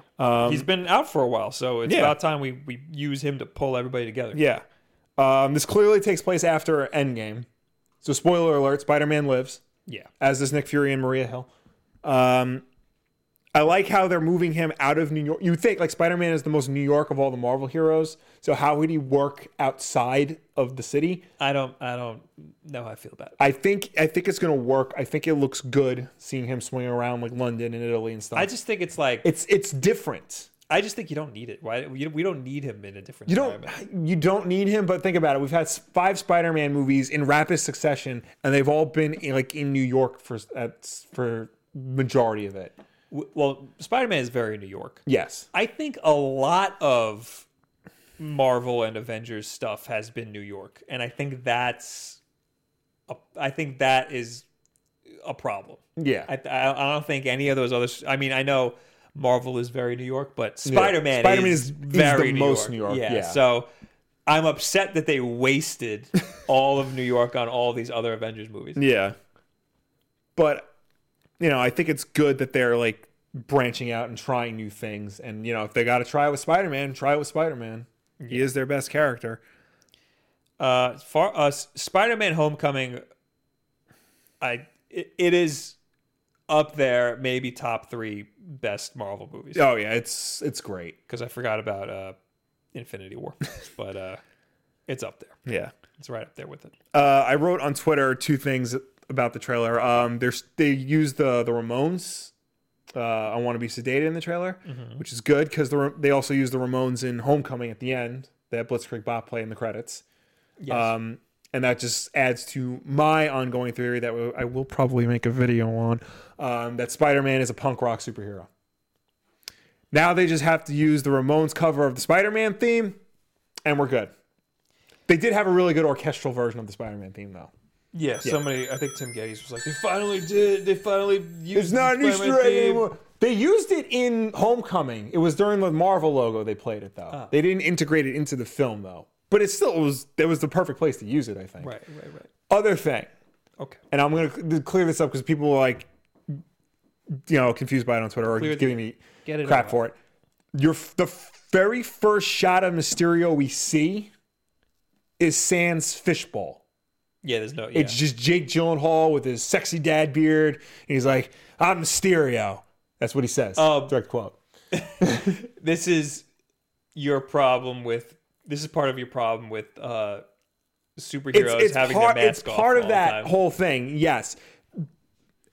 A: he's been out for a while, so it's
B: Yeah.
A: about time we we use him to pull everybody together.
B: Yeah.
C: Um, this clearly takes place after Endgame. So spoiler alert: Spider-Man lives,
A: yeah.
C: as does Nick Fury and Maria Hill.
B: Um, I like how they're moving him out of New York. You think like Spider-Man is the most New York of all the Marvel heroes, so how would he work outside of the city?
A: I don't I don't know how I feel about it.
B: I think I think it's gonna work. I think it looks good seeing him swing around like London and Italy and stuff.
A: I just think it's like
B: it's it's different.
A: I just think you don't need it. Why you- we don't need him in a different.
B: You don't
A: environment.
B: you don't need him, but think about it. We've had s- five Spider-Man movies in rapid succession, and they've all been in, like in New York for s- at, s- for majority of it.
A: W- Well, Spider Man is very New York.
B: Yes,
A: I think a lot of Marvel and Avengers stuff has been New York, and I think that's a, I think that is a problem.
B: yeah.
A: I, I I don't think any of those other. I mean, I know Marvel is very New York, but Spider Man
B: Spider-Man
A: is,
B: is- is
A: very
B: the
A: New York.
B: most New York,
A: Yeah,
B: yeah.
A: So I'm upset that they
B: *laughs*
A: wasted all of New York on all these other Avengers movies.
B: Yeah. But you know, I think it's good that they're like branching out and trying new things and you know, if they got to try it with Spider-Man, try it with Spider-Man. He is their best character.
A: uh far uh S- spider-man homecoming i it, it is up there maybe top three best marvel movies
B: Oh yeah, it's it's great.
A: because i forgot about uh infinity war *laughs* but uh it's up there
B: Yeah.
A: it's right up there with it
B: Uh, I wrote on Twitter two things about the trailer. Um, there's they use the the Ramones uh, I Want to Be Sedated in the trailer, which is good because the, Ra- they also use the Ramones in Homecoming at the end, that Blitzkrieg Bop play in the credits.
A: Yes.
B: Um, and that just adds to my ongoing theory that w- I will probably make a video on um, that Spider Man is a punk rock superhero. Now they just have to use the Ramones cover of the Spider Man theme, and we're good. They did have a really good orchestral version of the Spider Man theme, though.
A: yeah, somebody, I think Tim Geddes was like, they finally did, they finally used
B: It's not an
A: the
B: Easter
A: Spider-Man
B: egg
A: theme."
B: anymore. They used it in Homecoming. It was during the Marvel logo they played it though.
A: Ah.
B: They didn't integrate it into the film though. But it still was. That was the perfect place to use it. I think.
A: Right, right, right.
B: Other thing,
A: Okay.
B: and I'm gonna cl- clear this up because people were like, you know, confused by it on Twitter or
A: Clear the-
B: giving me
A: Get it
B: crap
A: all
B: for it. Your f- the very first shot of Mysterio we see is Sans fishbowl.
A: Yeah, there's no.
B: It's just Jake Gyllenhaal with his sexy dad beard, and he's like, "I'm Mysterio." That's what he says.
A: Um,
B: Direct quote.
A: this is your problem with this is part of your problem with uh superheroes having their mask
B: it's
A: off
B: part
A: all
B: of
A: the
B: that
A: time.
B: whole thing. Yes,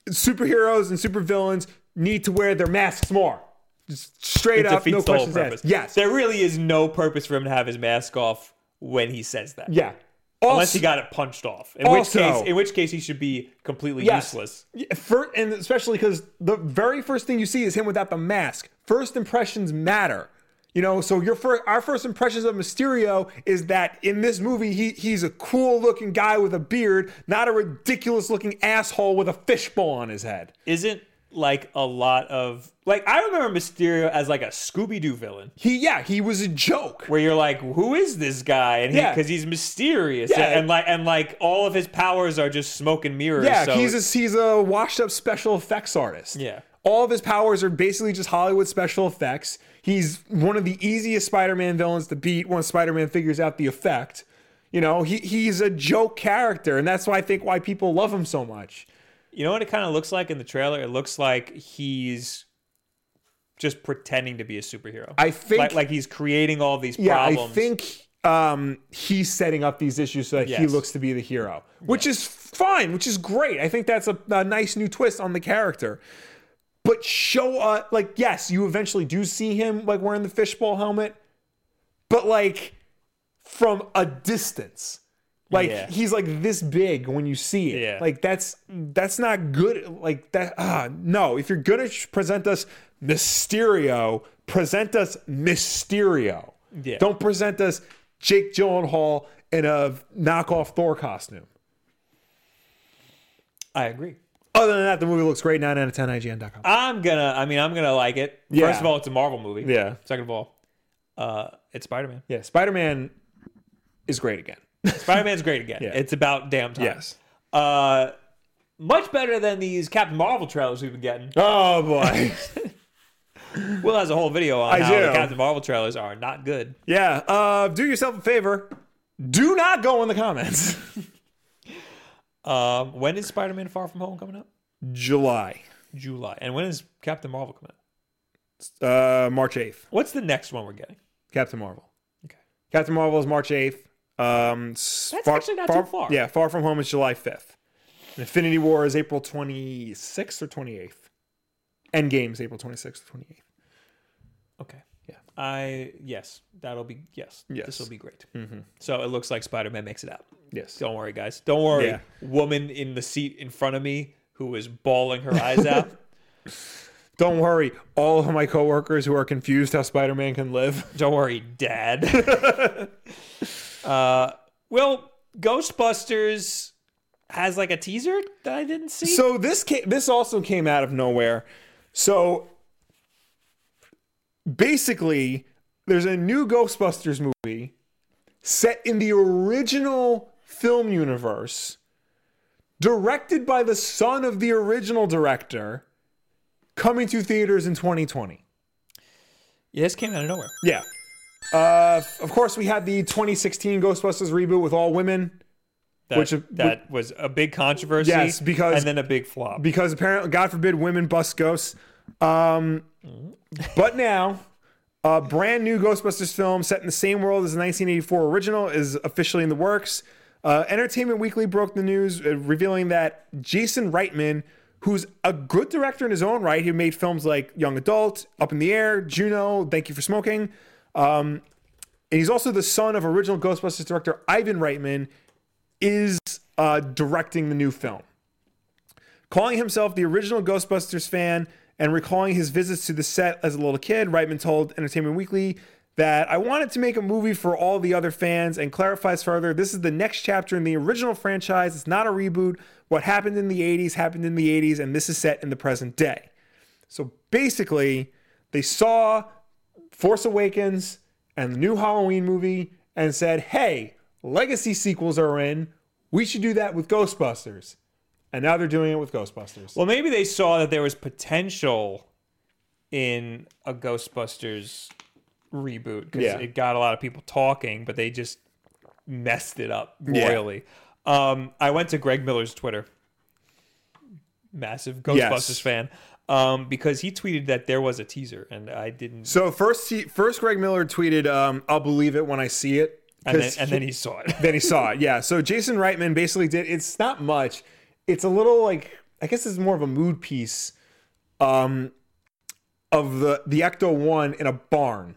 B: superheroes and supervillains need to wear their masks more. Just straight up,
A: defeats
B: no
A: the whole
B: questions
A: purpose.
B: asked. Yes,
A: there really is no purpose for him to have his mask off when he says that.
B: yeah.
A: unless
B: Also,
A: he got it punched off. In
B: Also-
A: which case, in which case he should be completely
B: Yes.
A: useless.
B: Fir and especially because the very first thing you see is him without the mask. First impressions matter. You know, so your first, our first impressions of Mysterio is that in this movie he he's a cool looking guy with a beard, not a ridiculous looking asshole with a fishbowl on his head.
A: Isn't like a lot of like I remember Mysterio as like a Scooby Doo villain
B: He yeah, he was a joke.
A: where you're like, who is this guy? And
B: Yeah.
A: because he's mysterious
B: Yeah.
A: and, like and like all of his powers are just smoke and mirrors.
B: Yeah,
A: so
B: he's a he's a washed up special effects artist.
A: Yeah.
B: All of his powers are basically just Hollywood special effects. He's one of the easiest Spider-Man villains to beat once Spider-Man figures out the effect. You know, he he's a joke character, and that's why I think why people love him so much.
A: You know what it kind of looks like in the trailer? It looks like he's just pretending to be a superhero.
B: I think-
A: like, like he's creating all these
B: Yeah,
A: problems.
B: I think um, he's setting up these issues so that he
A: Yes.
B: looks to be the hero, which is fine, which is great. I think that's a, a nice new twist on the character. But show uh, like yes, you eventually do see him like wearing the fishbowl helmet, but like from a distance. Like
A: Yeah.
B: he's like this big when you see it.
A: Yeah.
B: Like that's that's not good. Like that. Ah, no. If you're gonna sh- present us Mysterio, present us Mysterio.
A: Yeah.
B: Don't present us Jake Gyllenhaal in a knockoff Thor costume.
A: I agree.
B: Other than that, the movie looks great. Nine out of ten. IGN.com.
A: I'm gonna. I mean, I'm gonna like it.
B: Yeah.
A: First of all, it's a Marvel movie.
B: Yeah.
A: Second of all, uh, it's Spider Man.
B: Yeah. Spider Man is great again. *laughs*
A: Spider Man's great again. It's about damn time. Uh, much better than these Captain Marvel trailers we've been getting.
B: Oh boy.
A: Will has a whole video on
B: *laughs* I
A: how the
B: do.
A: Captain Marvel trailers are not good.
B: yeah. Uh, do yourself a favor. Do not go in the comments.
A: Um, when is Spider Man Far From Home coming out?
B: *laughs* July.
A: July. And when is Captain Marvel coming out?
B: Uh, March eighth.
A: What's the next one we're getting?
B: Captain Marvel.
A: Okay.
B: Captain Marvel is March 8th. Um, That's
A: actually not too far.
B: Yeah, Far From Home is July 5th. And Infinity War is April 26th or 28th. Endgame is April 26th or 28th.
A: Okay. Yeah. I yes, that'll be yes.
B: Yes. Mm-hmm.
A: This will be great. So it looks like Spider Man makes it out.
B: Yes.
A: Don't worry, guys. Don't worry.
B: Yeah.
A: Woman in the seat in front of me who was bawling her eyes
B: *laughs*
A: out.
B: Don't worry, all of my coworkers who are confused how Spider Man can live.
A: Don't worry,
B: *laughs*
A: Dad. *laughs* uh, well, Ghostbusters has like a teaser that I didn't see.
B: So this came, this also came out of nowhere. So basically, there's a new Ghostbusters movie set in the original film universe, directed by the son of the original director, coming to theaters in 2020.
A: yeah, this came out of nowhere.
B: Yeah. Uh, of course, we had the 2016 Ghostbusters reboot with all women.
A: That,
B: Which-
A: that was a big controversy.
B: Yes, because-
A: and then a big flop.
B: because apparently, God forbid, women bust ghosts. Um, but now, a brand new Ghostbusters film set in the same world as the 1984 original is officially in the works. Uh, Entertainment Weekly broke the news, uh, revealing that Jason Reitman, who's a good director in his own right. He made films like Young Adult, Up in the Air, Juno, Thank You for Smoking. Um, and he's also the son of original Ghostbusters director Ivan Reitman, is uh, directing the new film. Calling himself the original Ghostbusters fan and recalling his visits to the set as a little kid, Reitman told Entertainment Weekly that I wanted to make a movie for all the other fans and clarifies further this is the next chapter in the original franchise. It's not a reboot. What happened in the 80s happened in the 80s, and this is set in the present day. So basically, they saw Force Awakens and the new Halloween movie and said, hey, legacy sequels are in. We should do that with Ghostbusters. And now they're doing it with Ghostbusters.
A: Well, maybe they saw that there was potential in a Ghostbusters reboot because
B: Yeah.
A: it got a lot of people talking, but they just messed it up
B: Yeah.
A: royally. Um, I went to Greg Miller's Twitter, massive Ghostbusters fan, um, because he tweeted that there was a teaser, and I didn't.
B: So first, he, first Greg Miller tweeted, um, "I'll believe it when I see it,"
A: and, then,
B: 'cause
A: and then he saw it. *laughs*
B: then he saw it. Yeah. So Jason Reitman basically did. It's not much. It's a little like I guess it's more of a mood piece, um, of the the Ecto One in a barn,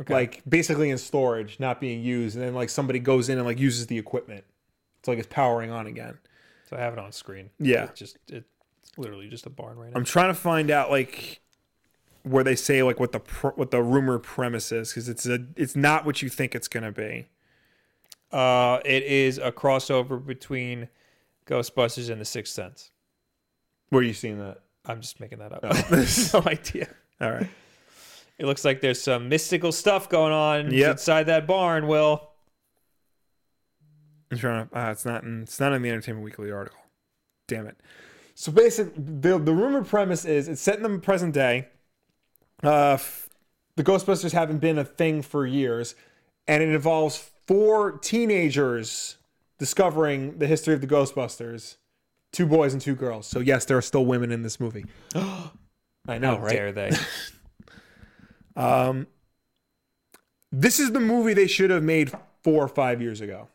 A: Okay.
B: like basically in storage, not being used, and then like somebody goes in and like uses the equipment. It's like it's powering on again.
A: so I have it on screen.
B: Yeah.
A: It's just it's literally just a barn right now.
B: I'm trying to find out like where they say like what the pr- what the rumor premise is because it's a it's not what you think it's gonna be.
A: Uh, it is a crossover between Ghostbusters and The Sixth Sense.
B: Where are you seeing that?
A: I'm just making that up.
B: Oh.
A: *laughs* no idea.
B: All right.
A: It looks like there's some mystical stuff going on
B: Yep.
A: inside that barn. Will
B: I'm trying to, uh, it's not in, it's not in the Entertainment Weekly article. Damn it. So basically, the the rumor premise is it's set in the present day. Uh, f- the Ghostbusters haven't been a thing for years, and it involves four teenagers discovering the history of the Ghostbusters. Two boys and two girls. So yes, there are still women in
A: *gasps*
B: this movie. I know,
A: how
B: right?
A: dare
B: *laughs*
A: they?
B: Um, this is the movie they should have made four or five years ago.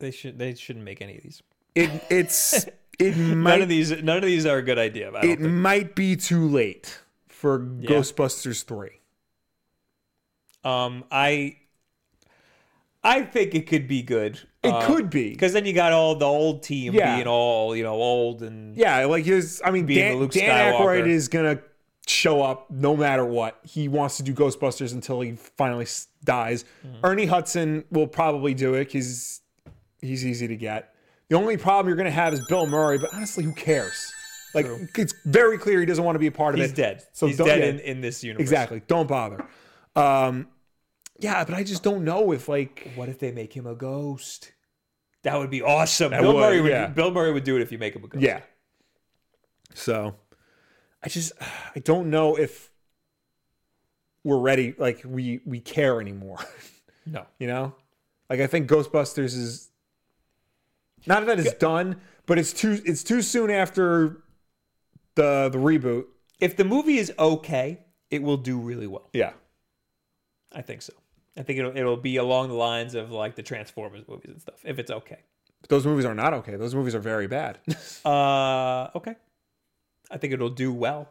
A: they should. They shouldn't make any of these.
B: It
A: *laughs*
B: it's it
A: None
B: might
A: of these. None of these are a good idea. I don't
B: it
A: think.
B: might be too late for Ghostbusters 3.
A: Um, I. I think it could be good.
B: It could be.
A: because then you got all the old team
B: Yeah.
A: being all you know old and
B: Yeah, like his I mean
A: Being
B: Dan,
A: the Luke
B: Dan Aykroyd
A: Skywalker.
B: is going to show up no matter what. He wants to do Ghostbusters until he finally s- dies.
A: Mm-hmm.
B: Ernie Hudson will probably do it cuz he's easy to get. The only problem you're going to have is Bill Murray, but honestly who cares? Like it's very clear he doesn't want to be a part of it.
A: he's dead.
B: So
A: he's
B: don't-
A: dead
B: yeah.
A: in, in this universe.
B: Exactly. Don't bother. Um yeah, but I just don't know if like
A: What if they make him a ghost? That would be awesome.
B: That
A: Bill
B: would,
A: Murray would.
B: yeah.
A: Bill Murray would do it if you make him a ghost.
B: Yeah. So I just I don't know if we're ready like we we care anymore, *laughs*
A: No.
B: you know? Like I think Ghostbusters is not that it's done, but it's too it's too soon after the the reboot.
A: If the movie is okay, it will do really well.
B: Yeah.
A: I think so. I think it'll it'll be along the lines of like the Transformers movies and stuff. If it's okay.
B: But those movies are not okay. Those movies are very bad. *laughs*
A: Uh, okay. I think it'll do well.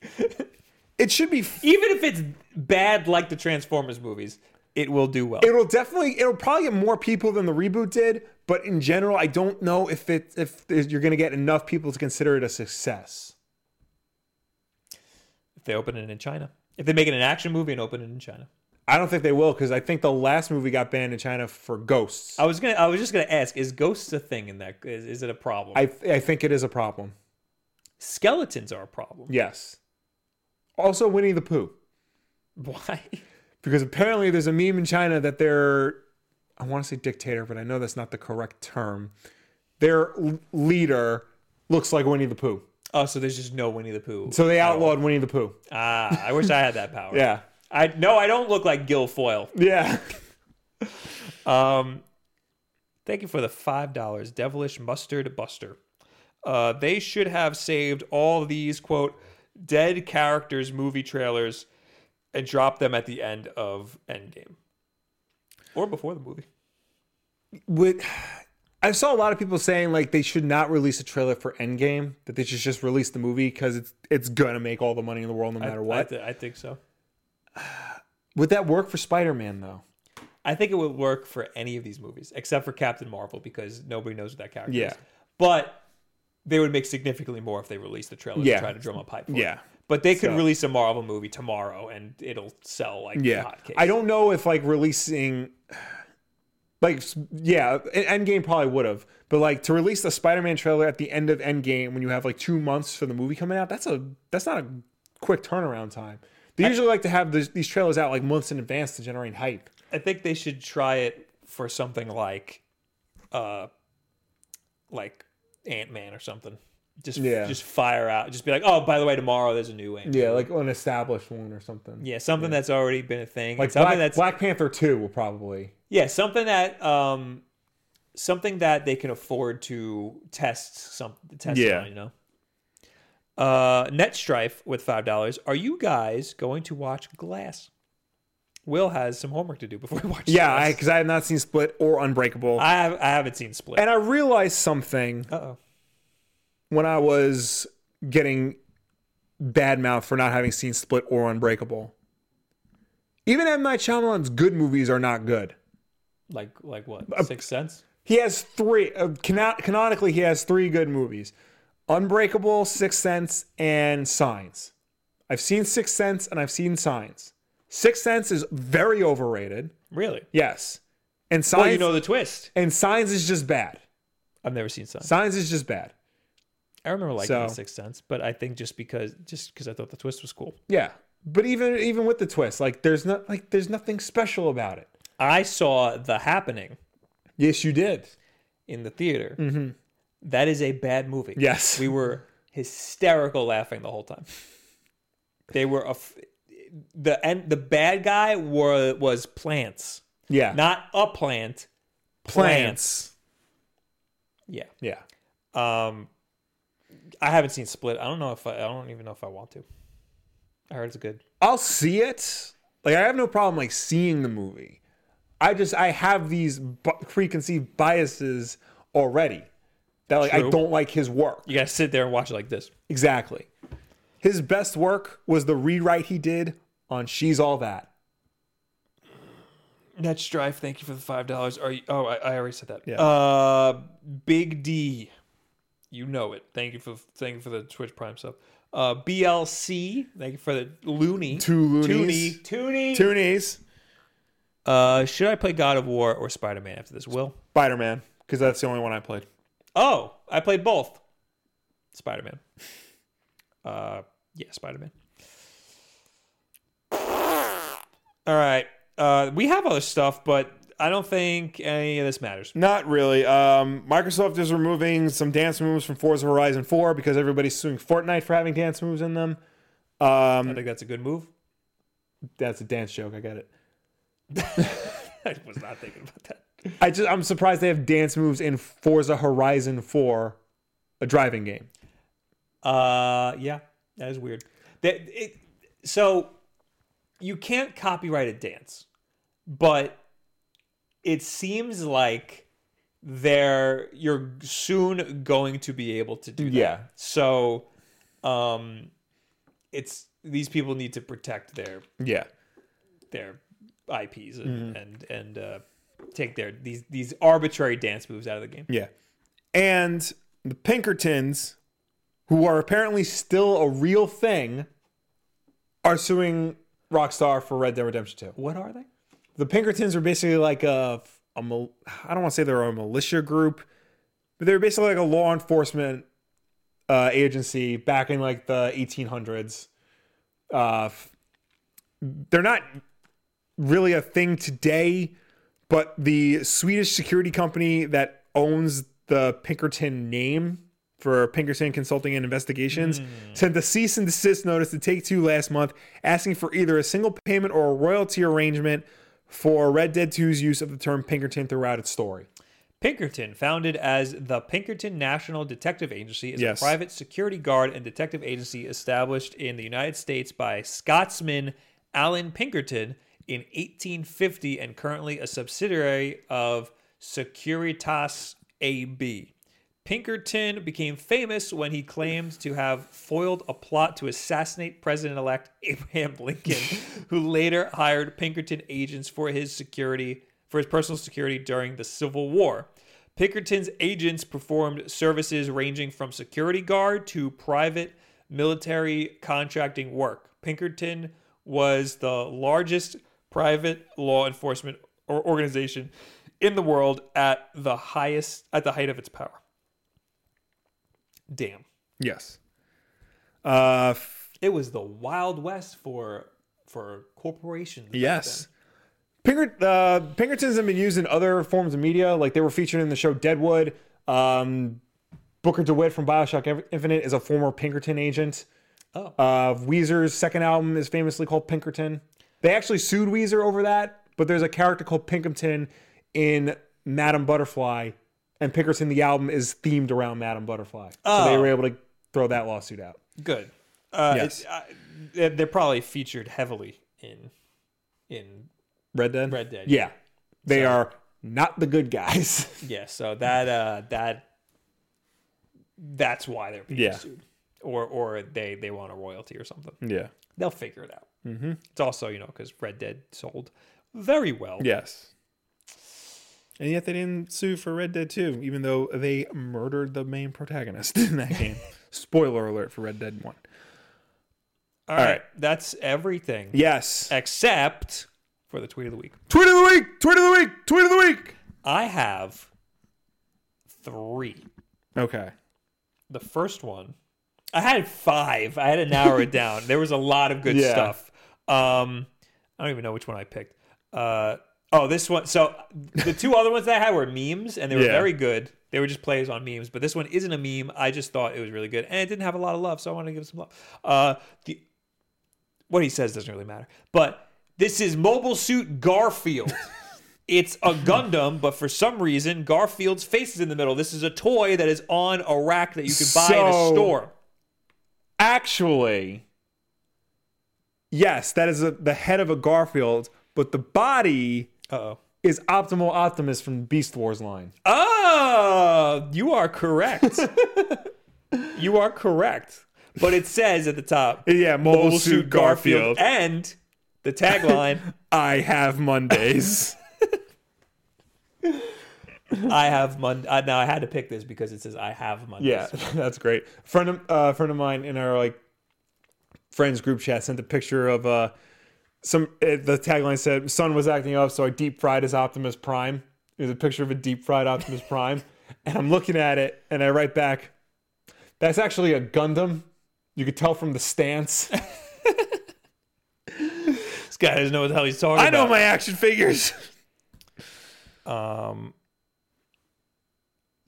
A: *laughs*
B: it should be f-
A: Even if it's bad like the Transformers movies, it will do well.
B: it'll definitely it'll probably get more people than the reboot did, but in general I don't know if it if you're going to get enough people to consider it a success.
A: if they open it in China. If they make it an action movie and open it in China.
B: I don't think they will because I think the last movie got banned in China for ghosts.
A: I was gonna I was just gonna ask, is ghosts a thing in that is, is it a problem?
B: I I think it is a problem.
A: Skeletons are a problem.
B: Yes. Also, Winnie the Pooh,
A: *laughs* Why?
B: because apparently there's a meme in China that they're, I want to say dictator, but I know that's not the correct term. Their l- leader looks like Winnie the Pooh,
A: Oh, so there's just no Winnie the Pooh.
B: so they
A: Oh.
B: outlawed Winnie the Pooh.
A: ah, I wish I had that power.
B: *laughs* Yeah,
A: I no, I don't look like Guilfoyle.
B: yeah.
A: Um, thank you for the five dollars, Devilish Mustard Buster. Uh, they should have saved all these quote dead characters movie trailers and dropped them at the end of Endgame or before the movie.
B: Would I saw a lot of people saying like they should not release a trailer for Endgame. That they should just release the movie because it's it's gonna make all the money in the world no matter
A: I,
B: what.
A: th- I think so.
B: Would that work for Spider Man though?
A: I think it would work for any of these movies except for Captain Marvel because nobody knows what that character
B: Yeah.
A: is. But they would make significantly more if they released the trailer
B: Yeah.
A: to try to drum up hype. For it.
B: Yeah.
A: But they could
B: So-
A: release a Marvel movie tomorrow and it'll sell like
B: Yeah,
A: hotcakes.
B: I don't know if like releasing, like s- yeah, En- Endgame probably would have, but like to release the Spider-Man trailer at the end of Endgame when you have like two months for the movie coming out, that's a that's not a quick turnaround time. They usually like to have this, these trailers out like months in advance to generate hype.
A: I think they should try it for something like, uh, like Ant Man or something. Just
B: Yeah.
A: just fire out. Just be like, oh, by the way, tomorrow there's a new Ant.
B: Yeah, like an established one or something.
A: Yeah, something that's already been a thing.
B: like
A: and something
B: Black,
A: that's
B: Black Panther two will probably.
A: yeah, something that um, something that they can afford to test some test
G: Yeah.
A: on. You know. Uh, Netstrife with five dollars. Are you guys going to watch Glass? Will has some homework to do before we watch.
B: Yeah,
A: Glass.
B: because I, have not seen Split or Unbreakable,
A: I, have, I haven't seen Split.
B: and I realized something.
A: Uh oh.
B: when I was getting bad mouth for not having seen Split or Unbreakable. Even M. Night Shyamalan's good movies are not good.
A: Like like what? Sixth Sense.
B: He has three, uh, cano- canonically, he has three good movies Unbreakable, Sixth Sense, and Signs. I've seen Sixth Sense and I've seen Signs. Sixth Sense is very overrated.
A: Really?
B: Yes. And Signs,
A: Well, you know the twist.
B: and Signs is just bad.
A: I've never seen Signs.
B: Signs is just bad.
A: I remember liking The
B: So-
A: Sixth Sense, but I think just because just because I thought the twist was cool.
B: Yeah. But even even with the twist, like there's not like there's nothing special about it.
A: I saw The Happening
B: Yes, you did.
A: in the theater. That is a bad movie.
B: Yes.
A: We were hysterical laughing the whole time. They were a f- the and the bad guy were was plants,
B: yeah.
A: not a plant. Yeah.
B: Yeah.
A: Um, I haven't seen Split. I don't know if I, I don't even know if I want to. I heard it's good.
B: I'll see it. Like I have no problem like seeing the movie. I just I have these bu- preconceived biases already that like I
A: True.
B: don't like his work.
A: You gotta sit there and watch it like this.
B: Exactly. His best work was the rewrite he did on She's All That.
A: Net Strife, thank you for the five dollars. Are you, oh, I, I already said that. Yeah. Uh, Big D, you know it. Thank you for thank you for the Twitch Prime sub. Uh, BLC, thank you for the Looney.
B: Two loonies.
A: Toonie. Toonie.
B: Toonies.
A: Uh, should I play God of War or Spider Man after this? Will.
B: Spider Man, because that's the only one I played.
A: Oh, I played both. Spider Man. Uh, yeah, Spider Man. All right. Uh, we have other stuff, but I don't think any of this matters.
G: Not really. Um, Microsoft is removing some dance moves from Forza Horizon 4 because everybody's suing Fortnite for having dance moves in them.
A: I
G: Um,
A: think that's a good move. *laughs*
B: That's a dance joke. I got it.
A: I was not thinking about that.
B: I just I'm surprised they have dance moves in Forza Horizon 4, a driving game.
A: Uh, yeah, that is weird. That it, so you can't copyright a dance, but it seems like they're you're soon going to be able to do that.
B: Yeah.
A: So, um, it's these people need to protect their
B: Yeah.
A: their IPs and and, and uh, take their these these arbitrary dance moves out of the game.
G: yeah. And the Pinkertons, who are apparently still a real thing,
B: Are suing Rockstar for Red Dead Redemption 2.
A: What are they?
B: The Pinkertons are basically like a, a mil- I don't want to say they're a militia group, but they're basically like a law enforcement uh, agency back in like the 1800s. Uh, f- they're not really a thing today, but the Swedish security company that owns the Pinkerton name for Pinkerton Consulting and Investigations sent a cease and desist notice to Take Two last month, asking for either a single payment or a royalty arrangement for Red Dead 2's use of the term Pinkerton throughout its story.
A: Pinkerton, founded as the Pinkerton National Detective Agency, is
G: Yes.
A: a private security guard and detective agency established in the United States by Scotsman Alan Pinkerton in 1850 and currently a subsidiary of Securitas AB. Pinkerton became famous when he claimed to have foiled a plot to assassinate President elect Abraham *laughs* Lincoln, who later hired Pinkerton agents for his security for his personal security during the Civil War. Pinkerton's agents performed services ranging from security guard to private military contracting work. Pinkerton was the largest private law enforcement or organization in the world at the highest at the height of its power. Damn.
B: Yes. Uh, f-
A: It was the Wild West for for corporations. back
B: yes.
C: Pinkert, uh, Pinkertons have been used in other forms of media, like they were featured in the show Deadwood. Um, Booker DeWitt from Bioshock Infinite is a former Pinkerton agent.
A: Oh.
C: Uh, Weezer's second album is famously called Pinkerton. They actually sued Weezer over that, but there's a character called Pinkerton in Madame Butterfly, and Pinkerton the album is themed around Madame Butterfly. So they
A: Oh.
C: were able to throw that lawsuit out.
A: then. Good. Uh,
B: Yes.
A: it- I- they're- they're probably featured heavily in in
C: Red Dead?
A: Red Dead.
C: Yeah. They are not the good guys. *laughs*
A: Yeah, so that uh that that's why they're being
B: Yeah.
A: sued. Or or they they want a royalty or something.
B: Yeah.
A: They'll figure it out. Mm-hmm. It's also you know because Red Dead sold very well.
B: Yes. And yet they didn't sue for Red Dead 2, even though they murdered the main protagonist *laughs* in that game. Spoiler alert for Red Dead 1.
A: All right.
B: right.
A: that's everything
B: Yes.
A: except for the tweet of the week.
B: Tweet of the week! Tweet of the week! Tweet of the week!
A: I have three.
B: Okay.
A: The first one, I had five. I had to narrow it down. There was a lot of good
B: *laughs* Yeah.
A: stuff. Um, I don't even know which one I picked. Uh, oh, this one. So the two other ones that I had were memes, and they were
B: Yeah.
A: very good. They were just plays on memes, but this one isn't a meme. I just thought it was really good, and it didn't have a lot of love, so I wanted to give it some love. Uh, the what he says doesn't really matter, but this is Mobile Suit Garfield.
B: *laughs*
A: It's a Gundam, but for some reason, Garfield's face is in the middle. This is a toy that is on a rack that you can buy in a
B: So-
A: store.
B: Actually,
C: Yes, that is a, the head of a Garfield, but the body
A: Uh-oh.
C: is Optimal Optimus from Beast Wars line.
A: Oh, you are
B: *laughs*
A: correct. you are correct. But it says at the top,
B: yeah, Mobile,
A: "Mobile
B: Suit, Garfield.
A: and the tagline, *laughs*
B: I have Mondays. *laughs*
A: "I have Monday." Uh, now I had to pick this because it says, "I have Monday."
C: Yeah, *laughs* that's great. Friend of uh, friend of mine in our like friends group chat sent a picture of uh some it, the tagline said "Son was acting up, so I deep fried his Optimus Prime." It was a picture of a deep fried Optimus *laughs* Prime, and I'm looking at it, and I write back, "That's actually a Gundam." You could tell from the
A: *laughs*
C: stance.
A: This guy doesn't know what the hell he's talking
B: I
A: about.
B: know my action figures.
A: Um,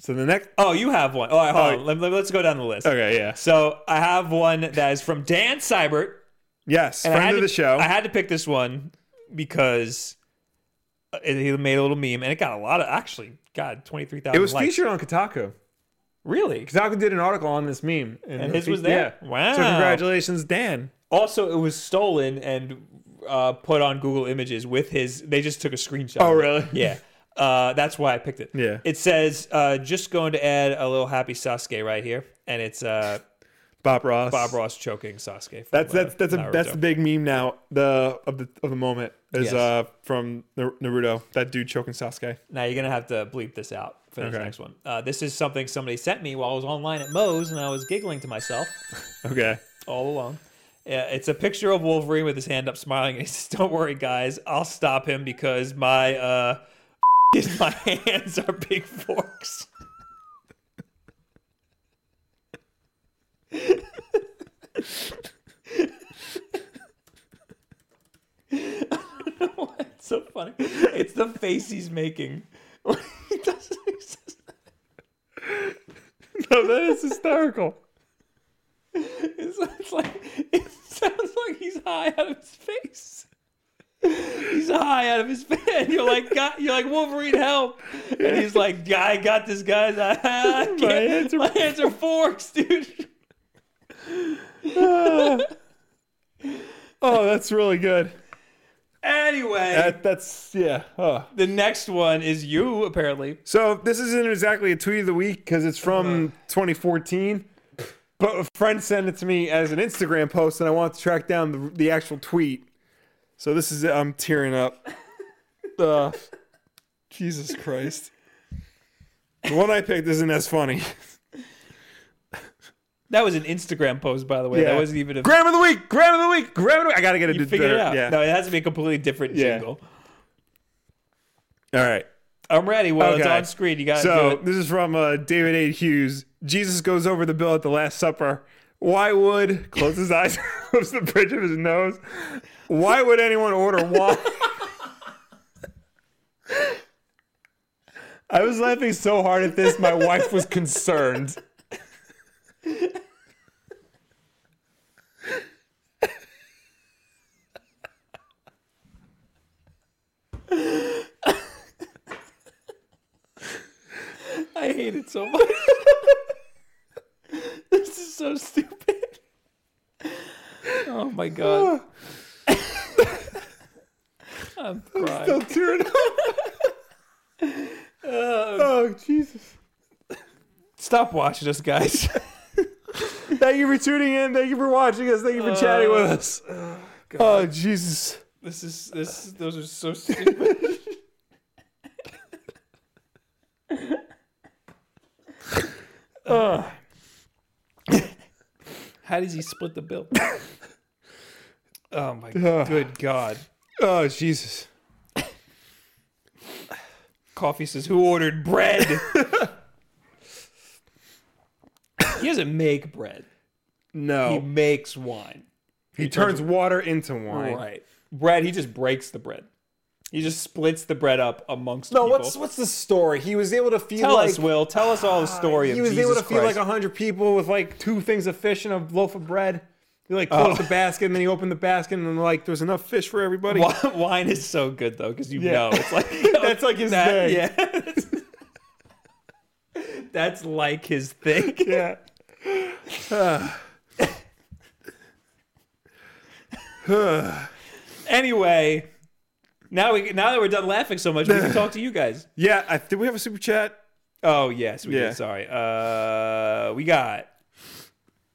B: So the next.
A: oh, you have one. All right, hold
B: Oh.
A: on. Let, let, let's go down the list.
B: Okay, yeah.
A: So I have one that is from Dan Seibert.
B: Yes,
A: And I had
B: friend of the
A: to-
B: show.
A: I had to pick this one because uh, he made a little meme, and it got a lot of actually, God, twenty three thousand.
C: It was featured on Kotaku.
A: really.
C: Kotaku did an article on this meme,
A: And
C: it
A: his was there?
C: Yeah.
A: Wow.
B: So congratulations, Dan.
A: Also, it was stolen and uh, put on Google Images with his. They just took a screenshot. Oh,
B: really?
A: *laughs* Yeah. Uh, that's why I picked it.
B: Yeah.
A: It says, uh, just going to add a little happy Sasuke right here. And it's uh,
B: Bob Ross.
A: Bob Ross choking Sasuke. from,
B: That's that's
A: uh,
B: that's a
A: Naruto.
B: that's the big meme now. The of the of the moment is
A: Yes.
B: uh from Nar- Naruto. That dude choking Sasuke.
A: Now you're gonna have to bleep this out for this
B: Okay.
A: next one. Uh, this is something somebody sent me while I was online at Moe's, and I was giggling to myself
B: Okay.
A: all alone. Yeah, it's a picture of Wolverine with his hand up, smiling, and he says, "Don't worry, guys, I'll stop him because my uh, *laughs* my hands are big forks." *laughs* I don't know why it's so funny. It's the face he's making. *laughs* It doesn't exist.
B: *laughs* No, that is *laughs* hysterical.
A: It's, it's like it sounds like he's high out of his face. He's high out of his face. And you're like, God, you're like Wolverine, help! And he's like, "Yeah, I got this, guys. I, *laughs* I can't- my, hands
B: hands
A: are,
B: are- *laughs*
A: forks, dude.
B: Ah. oh, that's really good.
A: Anyway,
B: That, that's yeah. oh. Ugh.
A: the next one is you, apparently.
B: So this isn't exactly a tweet of the week because it's
A: Uh-huh.
B: from 2014, but a friend sent it to me as an Instagram post, and I wanted to track down the, the actual tweet. So this is I'm
A: *laughs*
B: tearing up. Uh, Jesus Christ! The one I picked isn't as funny. *laughs*
A: That was an Instagram post, by the way. That
B: Yeah.
A: wasn't even a.
B: Gram of the week, gram of the week, gram of the week. I gotta get it.
A: you figured it
B: better.
A: out.
B: Yeah.
A: No, it has to be a completely different
B: Yeah.
A: jingle.
B: All right.
A: I'm ready. Well, it's
B: Okay.
A: on screen. You got to
B: So
A: do it.
B: this is from uh, David A. Hughes. Jesus goes over the bill at the Last Supper. Why would close his eyes, *laughs* close the bridge of his nose? Why would anyone order wine? I was laughing so hard at this, my wife was *laughs* concerned.
A: I hate it so much. *laughs* this is so stupid. Oh my god. I'm crying.
B: Still tearing up. oh Jesus!
A: Stop watching us, guys. *laughs*
B: Thank you for tuning in. Thank you for watching us. Thank you for chatting with us. Oh Jesus!
A: this is this. Those are so stupid. Ugh. How does he split the bill? oh my good god.
B: Oh Jesus!
A: Coffee says, "Who ordered bread?"
C: *laughs*
A: he doesn't make bread. He
B: No.
A: makes wine.
B: He turns water into wine.
A: Right. Bread. He just breaks the bread. He just splits the bread up amongst.
C: No,
A: people.
C: what's what's the story? He was able to feed
A: Tell
C: like Ah,
A: us, Will. Tell us all the story
C: he
A: of
C: was
A: Jesus
C: able to feed
A: Christ.
C: like hundred people with like two things of fish and a loaf of bread. He like
A: Uh.
C: closed the basket and then he opened the basket and then like there's enough fish for everybody.
A: Wi- Wine is so good though, because you know it's
C: *laughs*
A: like
C: That's like his
A: that,
C: thing.
A: Yeah. *laughs* That's like his thing.
C: *laughs*
B: Yeah.
A: Anyway, now we now that we're done laughing so much, we can talk to you guys.
B: Yeah. I, did we have a super chat?
A: Oh yes, we
B: Yeah.
A: did. Sorry. Uh, we got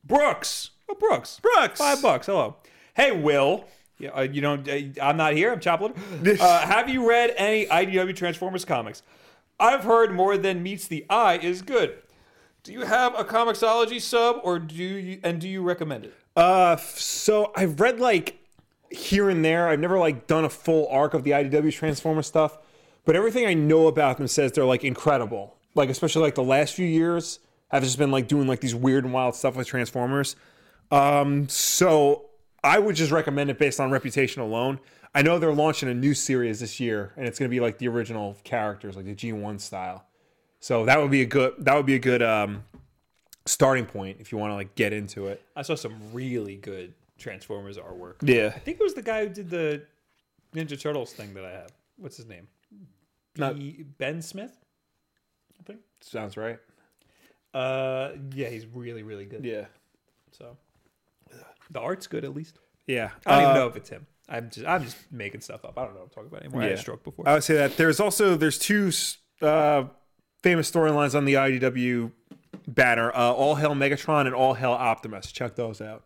A: Brooks. Oh, Brooks.
B: Brooks.
A: Five bucks. Hello. Hey, Will. Yeah, uh, you don't. Uh, I'm not here. I'm
B: *laughs*
A: chopping. Uh, have you read any IDW Transformers comics? I've heard more than meets the eye is good. Do you have a comicsology sub, or do you and do you recommend it?
C: Uh, f- so I've read like here and there. I've never like done a full arc of the IDW Transformer stuff, but everything I know about them says they're like incredible. Like especially like the last few years, I've just been like doing like these weird and wild stuff with Transformers. Um, so I would just recommend it based on reputation alone. I know they're launching a new series this year, and it's going to be like the original characters, like the G1 style. So that would be a good that would be a good um, starting point if you want to like get into it.
A: I saw some really good Transformers artwork.
B: Yeah.
A: I think it was the guy who did the Ninja Turtles thing that I have. What's his name?
B: Not-
A: B- ben Smith. I think.
B: Sounds right.
A: Uh, yeah, he's really, really good.
B: Yeah.
A: So the art's good, at least.
B: Yeah.
A: I don't
B: Uh,
A: even know if it's him. I'm just, I'm just making stuff up. I don't know what I'm talking about anymore. I had
B: Yeah.
A: a stroke before.
B: I would say that there's also there's two uh, famous storylines on the IDW banner: uh, All Hail Megatron and All Hail Optimus. Check those out.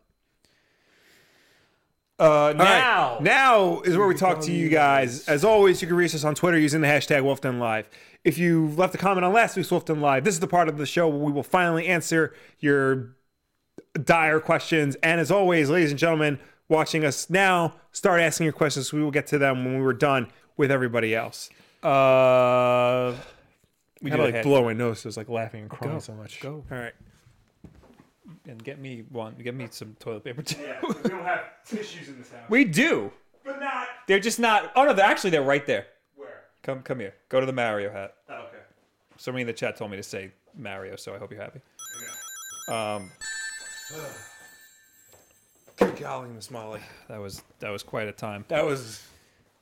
A: Uh,
B: All right,
A: now,
B: now is where we talk to you guys. As always, you can reach us on Twitter using the hashtag Wolfden Live. If you left a comment on last week's Wolfden Live, this is the part of the show where we will finally answer your dire questions. And as always, ladies and gentlemen, watching us now, start asking your questions. We will get to them when we were done with everybody else.
A: uh, we do
B: Kind of
A: a
B: like
A: head-
B: blowing nose, so it's like laughing and crying
A: Go,
B: so much.
A: go.
B: All right.
A: and get me one. Get me some toilet paper. *laughs* Too.
B: we don't have tissues in this house,
A: we do.
B: but not
A: They're just not. Oh no, they're actually they're right there.
B: where.
A: Come, come here. Go to the Mario hat.
B: Okay.
A: Somebody in the chat told me to say Mario, so I hope you're happy. Um,
B: Good golly, Miss Molly.
A: that was that was quite a time.
B: That was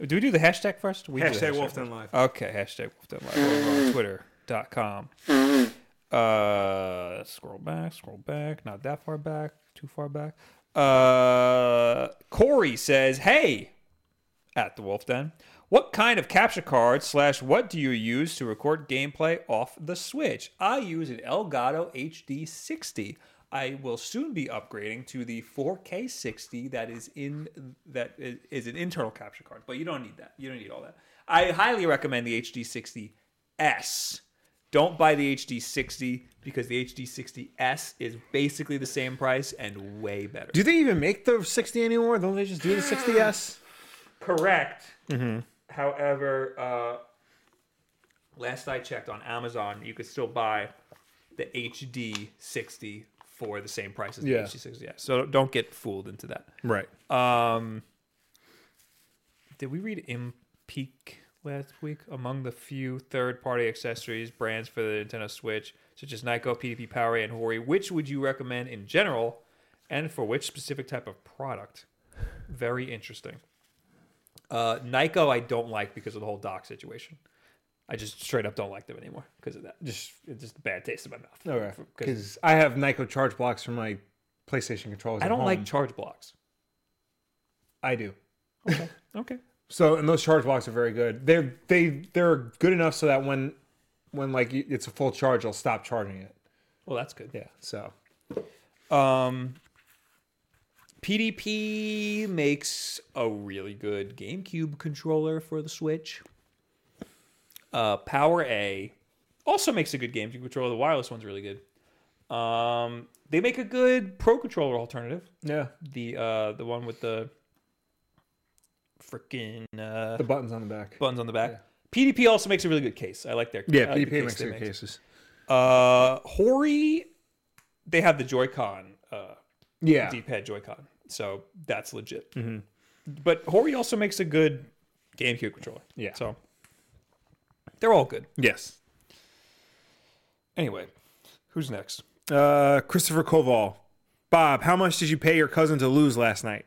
A: Do we do the hashtag first? We do the
B: hashtag Wolfden Live.
A: Okay, hashtag Wolfden Live over on twitter.com. Uh, scroll back, scroll back, not that far back, too far back. Uh, Corey says, Hey, at the Wolf Den. What kind of capture card slash what do you use to record gameplay off the Switch? I use an Elgato HD60. I will soon be upgrading to the 4K60 that is in that is, is an internal capture card, but you don't need that. You don't need all that. I highly recommend the HD60S. Don't buy the HD60 because the HD60S is basically the same price and way better.
C: Do they even make the 60 anymore? Don't they just do the 60s?
A: Correct. However, uh, last I checked on Amazon, you could still buy the HD 60 for the same price as the
C: Yeah.
A: HD 60. Yeah. So don't get fooled into that.
C: Right.
A: Um, Did we read Impeak last week? Among the few third-party accessories brands for the Nintendo Switch, such as Nyko, PDP, Power, and Hori, which would you recommend in general, and for which specific type of product? Very interesting. Uh, Nyko, I don't like because of the whole dock situation. I just straight up don't like them anymore because of that. Just it's just a bad taste in my mouth.
C: Okay.
A: Because-
C: Because I have Nyko charge blocks for my PlayStation controllers.
A: I
C: at
A: don't like
C: home.
A: charge blocks.
C: I do.
A: *laughs* Okay.
C: So and those charge blocks are very good. They're they they're good enough so that when when like you- it's a full charge, I'll stop charging it.
A: Well, that's good.
C: Yeah. So
A: Um, PDP makes a really good GameCube controller for the Switch. Uh, Power A also makes a good GameCube controller. The wireless one's really good. Um, they make a good Pro controller alternative.
C: yeah,
A: The uh, the one with the freaking uh,
C: the buttons on the back.
A: buttons on the back. PDP also makes a really good case. I like their I
C: Yeah,
A: like the
C: PDP
A: case
C: makes
A: they
C: good
A: make.
C: cases.
A: Uh, Hori, they have the Joy-Con. Uh,
C: Yeah.
A: D-pad Joy-Con. So that's legit.
B: Mm-hmm.
A: But Hori also makes a good GameCube controller.
C: Yeah.
A: So they're all good.
C: Yes.
A: Anyway, who's next?
B: Uh, Christopher Koval. Bob, how much did you pay your cousin to lose last night?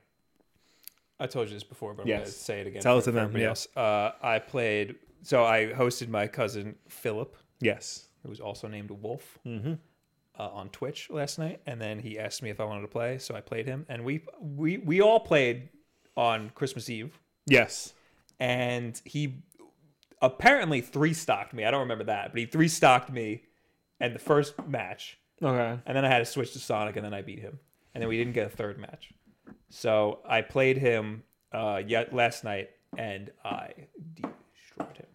A: I told you this before, but I'm
C: Yes.
A: going to say it again.
B: Tell
A: for-
B: it to
A: for
B: them,
A: everybody
B: yeah.
A: else. Uh, I played. So I hosted my cousin Philip,
B: Yes.
A: who was also named Wolf,
B: Mm-hmm.
A: uh, on Twitch last night, and then he asked me if I wanted to play, so I played him, and we we we all played on Christmas Eve.
B: Yes.
A: and he apparently three stocked me. I don't remember that, but he three stocked me and the first match,
C: Okay.
A: and then I had to switch to Sonic, and then I beat him, and then we didn't get a third match. So I played him uh, yet last night, and I destroyed him.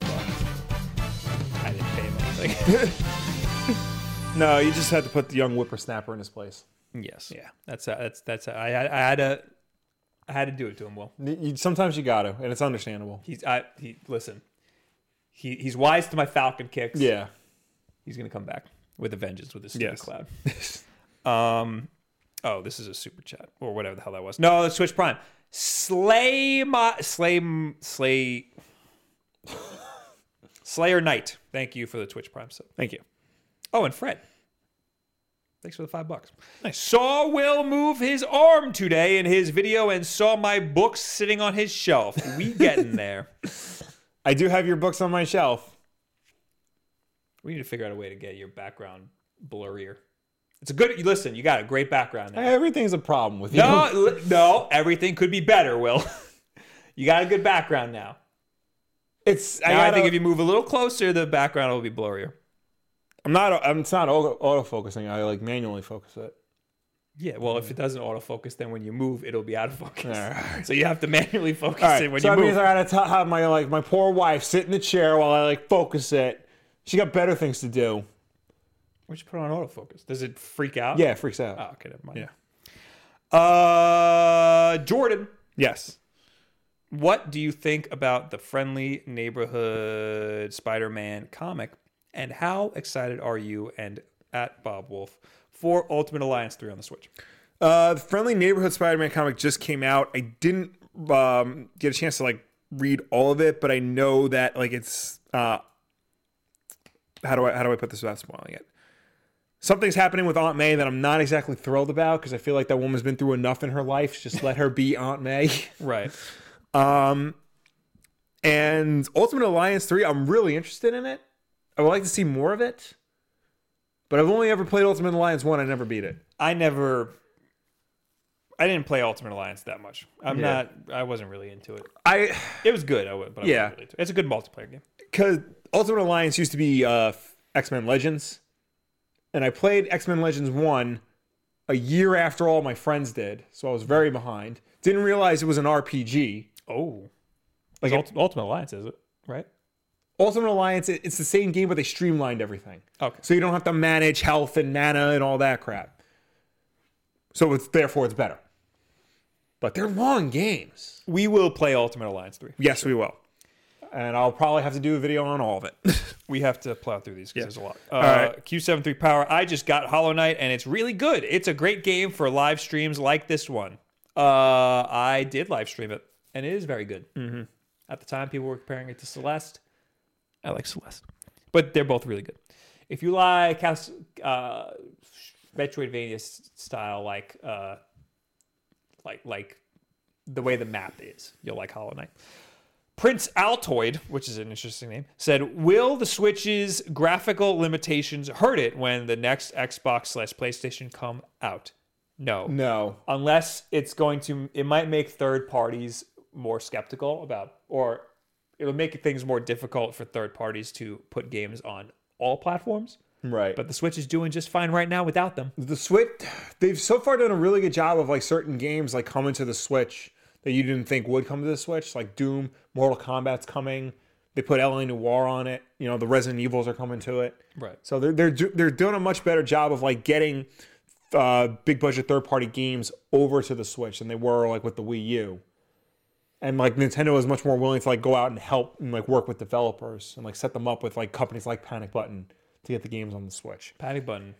A: But I didn't pay him anything.
B: No, you just had to put the young whipper.
C: Whippersnapper in his place.
A: yes, yeah, that's how, that's that's how, I had I had to I had to do it to him. Well,
C: You- you- sometimes you gotta, and it's understandable.
A: he's I he listen. He, he's wise to my Falcon kicks.
C: Yeah.
A: he's gonna come back with a vengeance with his stupid
B: Yes.
A: cloud. um, oh, this is a super chat or whatever the hell that was. No, it's Twitch Prime. Slay my slay m- slay *laughs* Slayer Knight. Thank you for the Twitch Prime sub.
B: Thank you.
A: Oh, and Fred. Thanks for the five bucks. Saw will move his arm today in his video and saw my books sitting on his shelf. We getting there.
C: I do have your books on my shelf.
A: We need to figure out a way to get your background blurrier. It's a good listen. You got a great background there.
C: Everything's a problem with you.
A: No, li- no, everything could be better. Will *laughs* you got a good background now?
C: *laughs* It's I,
A: Now I,
C: gotta,
A: think if you move a little closer, the background will be blurrier.
C: I'm not I'm it's not auto, auto focusing. I like manually focus it.
A: Yeah, well, if it doesn't autofocus, then when you move, it'll be out of focus.
C: Alright.
A: So you have to *laughs* manually focus
C: All right,
A: it when
C: so
A: you
C: that
A: move.
C: means I gotta t- have my like my poor wife sit in the chair while I like focus it. She got better things to do.
A: We should put on autofocus. Does it freak out?
C: Yeah, it freaks out.
A: Oh, okay, never mind. Yeah. Uh, Jordan,
B: Yes.
A: what do you think about the friendly neighborhood Spider-Man comic, and how excited are you and at Bob Wolf for Ultimate Alliance Three on the Switch?
B: Uh, the Friendly Neighborhood Spider-Man comic just came out. I didn't um, get a chance to like read all of it, but I know that like it's uh, how do I how do I put this without spoiling it?
C: Something's happening with Aunt May that I'm not exactly thrilled about because I feel like that woman's been through enough in her life. Just let her be Aunt May.
A: Right.
B: *laughs* Um, and Ultimate Alliance three, I'm really interested in it. I would like to see more of it,
C: But I've only ever played Ultimate Alliance one. I never beat it.
A: I never I didn't play Ultimate Alliance that much. I'm
B: Yeah.
A: not. I wasn't really into it.
B: I
A: It was good. I would, but I
B: Yeah.
A: wasn't really into it. it's a good multiplayer game.
B: because Ultimate Alliance used to be uh, X Men Legends, and I played X Men Legends one a year after all my friends did, so I was very behind. Didn't realize it was an RPG.
A: Oh,
B: Like
A: like Ultimate Alliance is it right?
B: Ultimate Alliance, it- it's the same game, but they streamlined everything,
A: Okay.
B: so you don't have to manage health and mana and all that crap. So it's therefore it's better. But they're long games.
A: We will play Ultimate Alliance three.
B: Yes, we will. And I'll probably have to do a video on all of it.
A: We have to plow through these because there's a lot. Uh,
B: right.
A: Q73 Power. I just got Hollow Knight and it's really good. It's a great game for live streams like this one. Uh, I did live stream it and it is very good. Mm-hmm. At the time, people were comparing it to Celeste. I like Celeste, but they're both really good. If you like Cas- uh, Metroidvania s- style, like uh, like like the way the map is, you'll like Hollow Knight. Prince Altoid, which is an interesting name, said, "Will the Switch's graphical limitations hurt it when the next Xbox slash PlayStation come out? No,
B: *laughs* no.
A: unless it's going to, it might make third parties more skeptical about, or it'll make things more difficult for third parties to put games on all platforms.
B: Right.
A: But the Switch is doing just fine right now without them.
B: the Switch, they've so far done a really good job of like certain games like coming to the Switch that you didn't think would come to the Switch, like Doom, Mortal Kombat's coming. They put LA Noir on it. You know, the Resident Evils are coming to it.
A: Right.
B: So they're they're do, they're doing a much better job of like getting uh, big budget third party games over to the Switch than they were like with the Wii U. And like Nintendo is much more willing to like go out and help and like work with developers and like set them up with like companies like Panic Button to get the games on the Switch.
A: Panic Button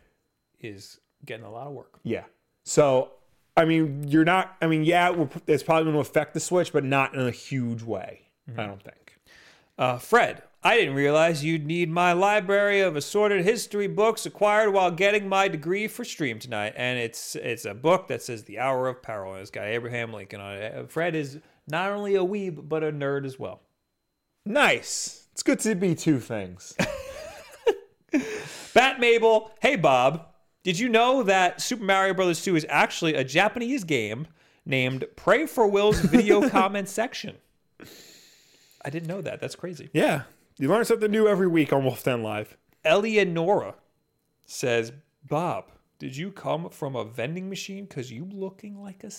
A: is getting a lot of work.
B: Yeah. So, I mean, you're not. I mean, yeah, we're, it's probably going to affect the Switch, but not in a huge way. I don't think.
A: Uh, Fred, I didn't realize you'd need my library of assorted history books acquired while getting my degree for stream tonight. And it's it's a book that says The Hour of Peril. And it's got Abraham Lincoln on it. Uh, Fred is not only a weeb, but a nerd as well.
B: Nice. It's good to be two things.
A: Bat Mabel, hey Bob, did you know that Super Mario Bros. 2 is actually a Japanese game named Pray for Will's video comment section? I didn't know that. That's crazy.
B: *laughs* yeah. You learn something new every week on Wolf Den Live.
A: Eleonora says, Bob, did you come from a vending machine? Because you looking like a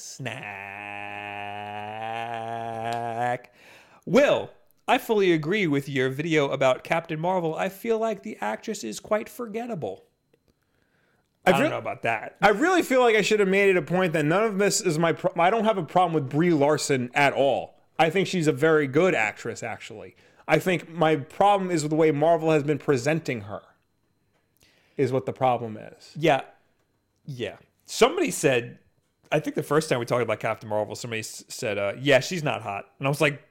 A: snack. Will, I fully agree with your video about Captain Marvel. I feel like the actress is quite forgettable. I,
B: re-
A: don't know about that.
B: I really feel like I should have made it a point that none of this is my. Pro- I don't have a problem with Brie Larson at all. I think she's a very good actress, actually. I think my problem is with the way Marvel has been presenting her. Is what the problem is.
A: Yeah. Yeah. Somebody said, I think the first time we talked about Captain Marvel, somebody s- said, uh, yeah, she's not hot. And I was like,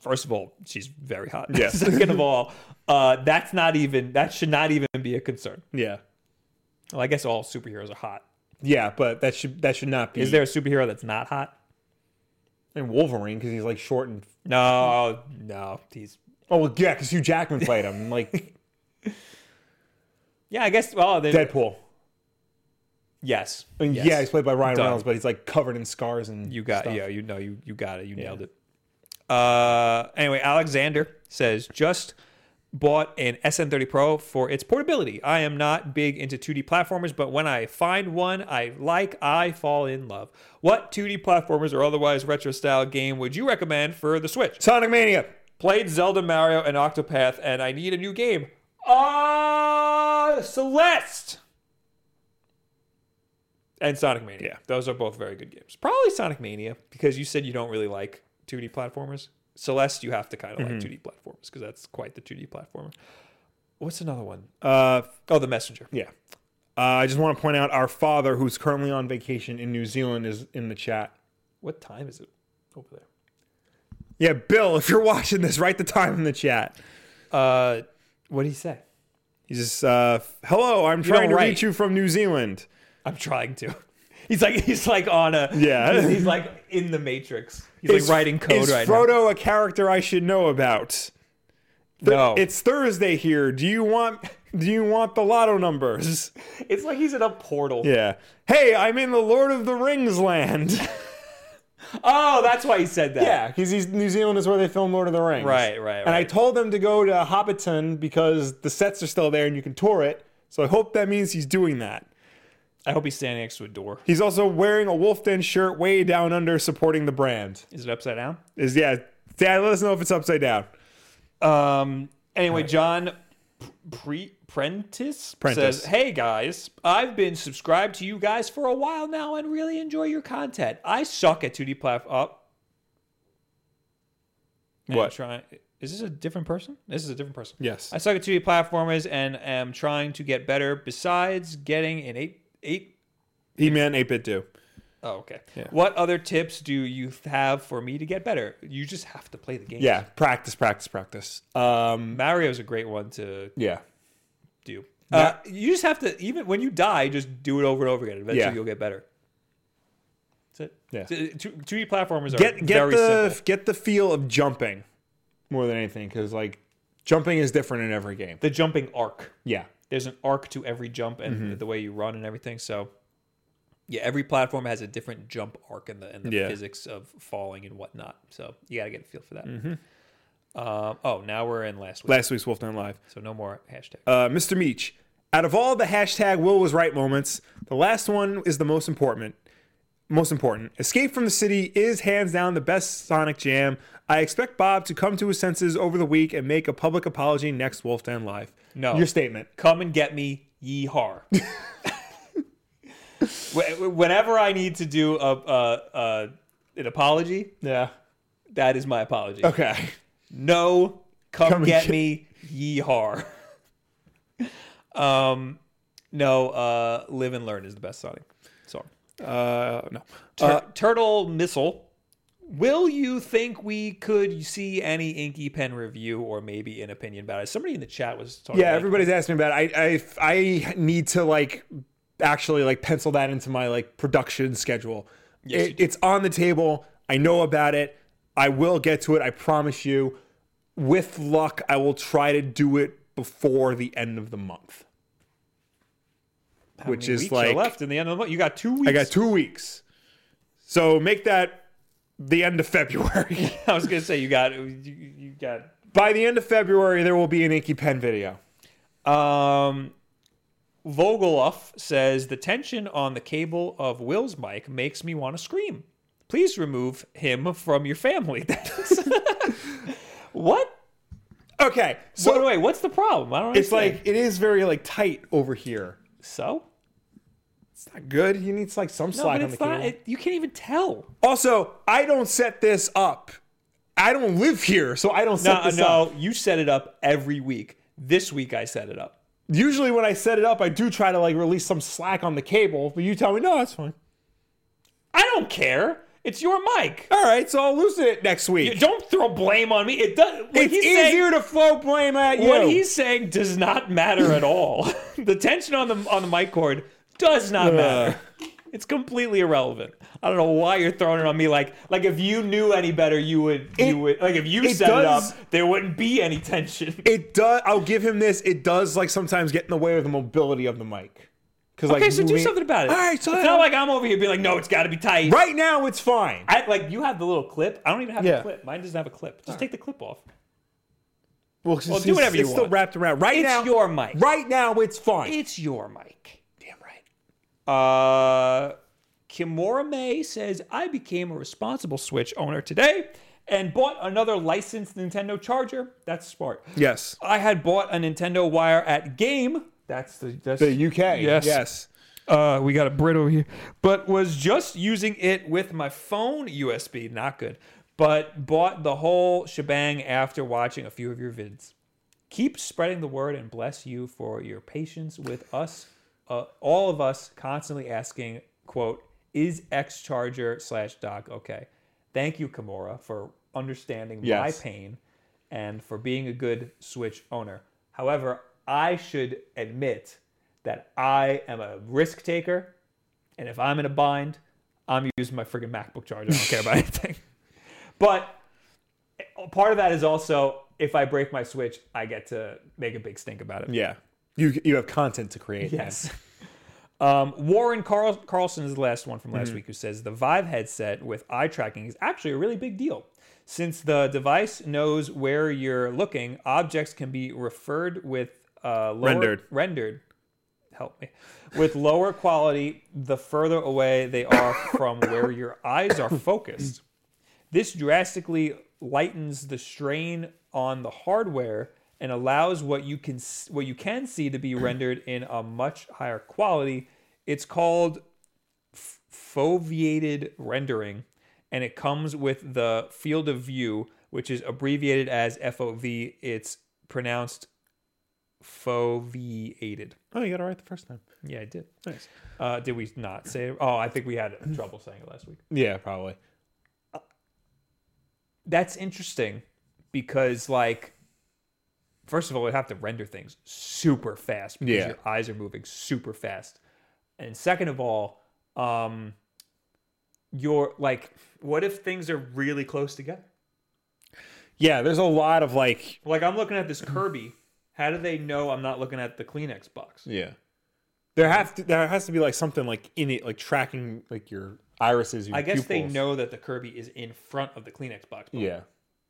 A: first of all, she's very hot.
B: Yeah.
A: *laughs* Second of all, uh, that's not even, that should not even be a concern.
B: Yeah.
A: Well, I guess all superheroes are hot.
B: Yeah, but that should that should not be.
A: Is there a superhero that's not hot?
B: and Wolverine because he's like short and
A: No, no. He's,
B: Oh well, yeah, because Hugh Jackman
A: *laughs*
B: played him, like
A: yeah, I guess, well, then,
B: Deadpool.
A: yes.
B: I mean,
A: yes.
B: Yeah, he's played by Ryan
A: Done.
B: Reynolds, but he's like covered in scars and
A: You got
B: stuff.
A: yeah, you know you you got it. You nailed it. Uh anyway, Alexander says just bought an SN30 Pro for its portability. I am not big into 2D platformers, but when I find one I like, I fall in love. What 2D platformers or otherwise retro style game would you recommend for the Switch?
B: Sonic Mania.
A: Played Zelda, Mario and Octopath and I need a new game. Ah, Celeste. And Sonic Mania.
B: Yeah.
A: Those are both very good games. Probably Sonic Mania because you said you don't really like 2D platformers. Celeste, you have to kind of
B: Mm-hmm.
A: like 2D platformers because that's quite the 2D platformer. What's another one?
B: Uh,
A: Oh, The Messenger.
B: yeah. Uh, I just want to point out our father, who's currently on vacation in New Zealand, is in the chat.
A: What time is it over there?
B: Yeah, Bill, if you're *laughs* watching this, write the time in the chat.
A: Uh, what did he say?
B: He's just, uh, hello, I'm trying to
A: write.
B: reach you from New Zealand.
A: I'm trying to. *laughs* He's like he's like on a
B: Yeah.
A: He's, he's like in the Matrix. He's like writing code
B: is
A: right now.
B: Frodo a character I should know about?
A: No.
B: It's Thursday here. Do you want
H: Do you want the lotto numbers?
A: It's like he's in a portal.
H: Yeah. Hey, I'm in the Lord of the Rings land.
A: Oh, that's why he said that.
B: *laughs* Yeah, because he's New Zealand is where they film Lord of the Rings.
A: Right, right,
B: And I
A: right.
B: told them to go to Hobbiton because the sets are still there and you can tour it. So I hope that means he's doing that.
A: I hope he's standing next to a door.
B: He's also wearing a Wolf Den shirt way down under, supporting the brand.
A: Is it upside down?
B: Is yeah, Dad, let us know if it's upside down.
A: Um. Anyway, John Pre Prentice,
B: Prentice.
A: says, "Hey guys, I've been subscribed to you guys for a while now and really enjoy your content. I suck at 2D platform up.
B: What?
A: Trying? Is this a different person? This is a different person.
B: Yes.
A: I suck at 2D platformers and am trying to get better. Besides getting an eight eight
B: He man, eight bit do.
A: Oh, okay. What other tips do you have for me to get better? You just have to play the game.
B: Yeah, practice, practice, practice. Um,
A: Mario's a great one to
B: yeah,
A: do. Uh, you just have to, even when you die, just do it over and over again. Eventually,
B: Yeah.
A: you'll get better. That's it.
B: Yeah.
A: T- Two two D platformers are
B: get get
A: very
B: the
A: simple.
B: get the feel of jumping more than anything because like jumping is different in every game.
A: The jumping arc.
B: Yeah,
A: There's an arc to every jump and
B: Mm-hmm.
A: the way you run and everything. So, yeah, every platform has a different jump arc and the and the
B: Yeah.
A: physics of falling and whatnot. So you got to get a feel for that.
B: Mm-hmm.
A: Um, oh, now we're in last week,
B: last week's Wolf Den Live.
A: so no more hashtag.
B: Uh, Mr. Meach, out of all the hashtag Will was right moments, the last one is the most important. Most important. Escape from the City is hands down the best Sonic Jam. I expect Bob to come to his senses over the week and make a public apology next Wolf Den Live.
A: No.
B: Your statement.
A: come and get me
B: *laughs*
A: yeehaw Wh- whenever i need to do a, a, a an apology
B: Yeah.
A: that is my apology
B: Okay.
A: no come,
B: and
A: get
B: get-
A: me yeehaw um no uh live and learn is the best sonic song
B: Uh, no.
A: Tur- turtle missile Will you think we could see any Inky Pen review or maybe an opinion about it? Somebody in the chat was talking.
B: Yeah,
A: about
B: everybody's asking about it. I, I I need to like actually like pencil that into my like production schedule. It- it's on the table. I know about it. I will get to it. I promise you. With luck, I will try to do it before the end of the month,
A: how
B: which
A: many
B: is
A: weeks are
B: like
A: left in the end of the month. You got two weeks.
B: I got two weeks. So make that the end of February. *laughs*
A: *laughs* I was gonna say you got you, you got.
B: By the end of February, there will be an Inky Pen video.
A: Um, Vogeloff says the tension on the cable of Will's mic makes me want to scream. Please remove him from your family. *laughs* That's- *laughs* what?
B: Okay, so
A: So wait, what's the problem? I don't.
B: it's
A: understand.
B: like it is very like tight over here.
A: so.
B: It's not good. You need like some
A: No,
B: slack
A: but
B: on the
A: it's not.
B: cable.
A: It, you can't even tell.
B: also, I don't set this up. I don't live here, so I don't set
A: No,
B: this
A: no,
B: up.
A: you set it up every week. This week I set it up.
B: Usually, when I set it up, I do try to like release some slack on the cable, but you tell me no, that's fine.
A: I don't care. It's your mic.
B: All right, so I'll loosen it next week.
A: Don't throw blame on me. It does. what
B: it's
A: he's saying-
B: easier to throw blame at you.
A: What he's saying does not matter at
B: *laughs*
A: all. *laughs* the tension on the on the mic cord does not matter. It's completely irrelevant. I don't know why you're throwing it on me. Like like if you knew any better, you would
B: It-
A: you would like if you
B: it
A: set
B: does-
A: it up, there wouldn't be any tension. *laughs*
B: it does. I'll give him this. It does like sometimes get in the way of the mobility of the mic. Because
A: okay, so do something about it.
B: All right, so
A: it's not like I'm over here being like, no, it's got to be tight.
B: right now it's fine.
A: I, like you have the little clip. I don't even have
B: Yeah.
A: the clip. Mine doesn't have a clip. Just take the clip off.
B: Well, do
A: do whatever you
B: It's still
A: want.
B: wrapped around. Right
A: It's
B: now,
A: your mic.
B: Right now, it's fine.
A: It's your mic.
B: Damn right.
A: Uh, Kimura May says, I became a responsible Switch owner today and bought another licensed Nintendo charger. That's smart.
B: Yes.
A: I had bought a Nintendo wire at Game. That's the that's
B: The UK.
A: Yes.
B: Yes.
A: Uh, we got a Brit over here, but was just using it with my phone USB. Not good. But bought the whole shebang after watching a few of your vids. Keep spreading the word and bless you for your patience with us, uh, all of us constantly asking, "quote Is X Charger slash Doc okay?" Thank you, Kimura, for understanding my
B: Yes.
A: pain and for being a good Switch owner. However, I should admit that I am a risk taker, and if I'm in a bind, I'm using my freaking MacBook charger. I don't care about anything. But part of that is also if I break my Switch, I get to make a big stink about it.
B: Yeah. you you have content to create. man.
A: *laughs* Yes. Um, Warren Carl- Carlson is the last one from last week who says the Vive headset with eye tracking is actually a really big deal. Since the device knows where you're looking, objects can be referred with uh, lower,
I: Rendered.
A: Rendered. Help me. With lower quality, the further away they are from where your eyes are focused. This drastically lightens the strain on the hardware and allows what you can s- what you can see to be rendered in a much higher quality. It's called f- foveated rendering, and it comes with the field of view, which is abbreviated as FOV. It's pronounced foveated.
B: Oh, you got it right the first time.
A: Yeah, I did.
B: Nice.
A: Uh, did we not say? Oh, I think we had trouble saying it last week.
B: Yeah, probably.
A: that's interesting because like first of all it'd have to render things super fast because
B: Yeah.
A: your eyes are moving super fast and second of all um you're like what if things are really close together
B: Yeah, there's a lot of like.
A: like i'm looking at this
B: Mm-hmm.
A: kirby how do they know i'm not looking at the kleenex box
B: Yeah. There have to there has to be like something like in it like tracking like your irises. Your
A: i guess they
B: pupils.
A: know that the kirby is in front of the kleenex box but-
B: Yeah.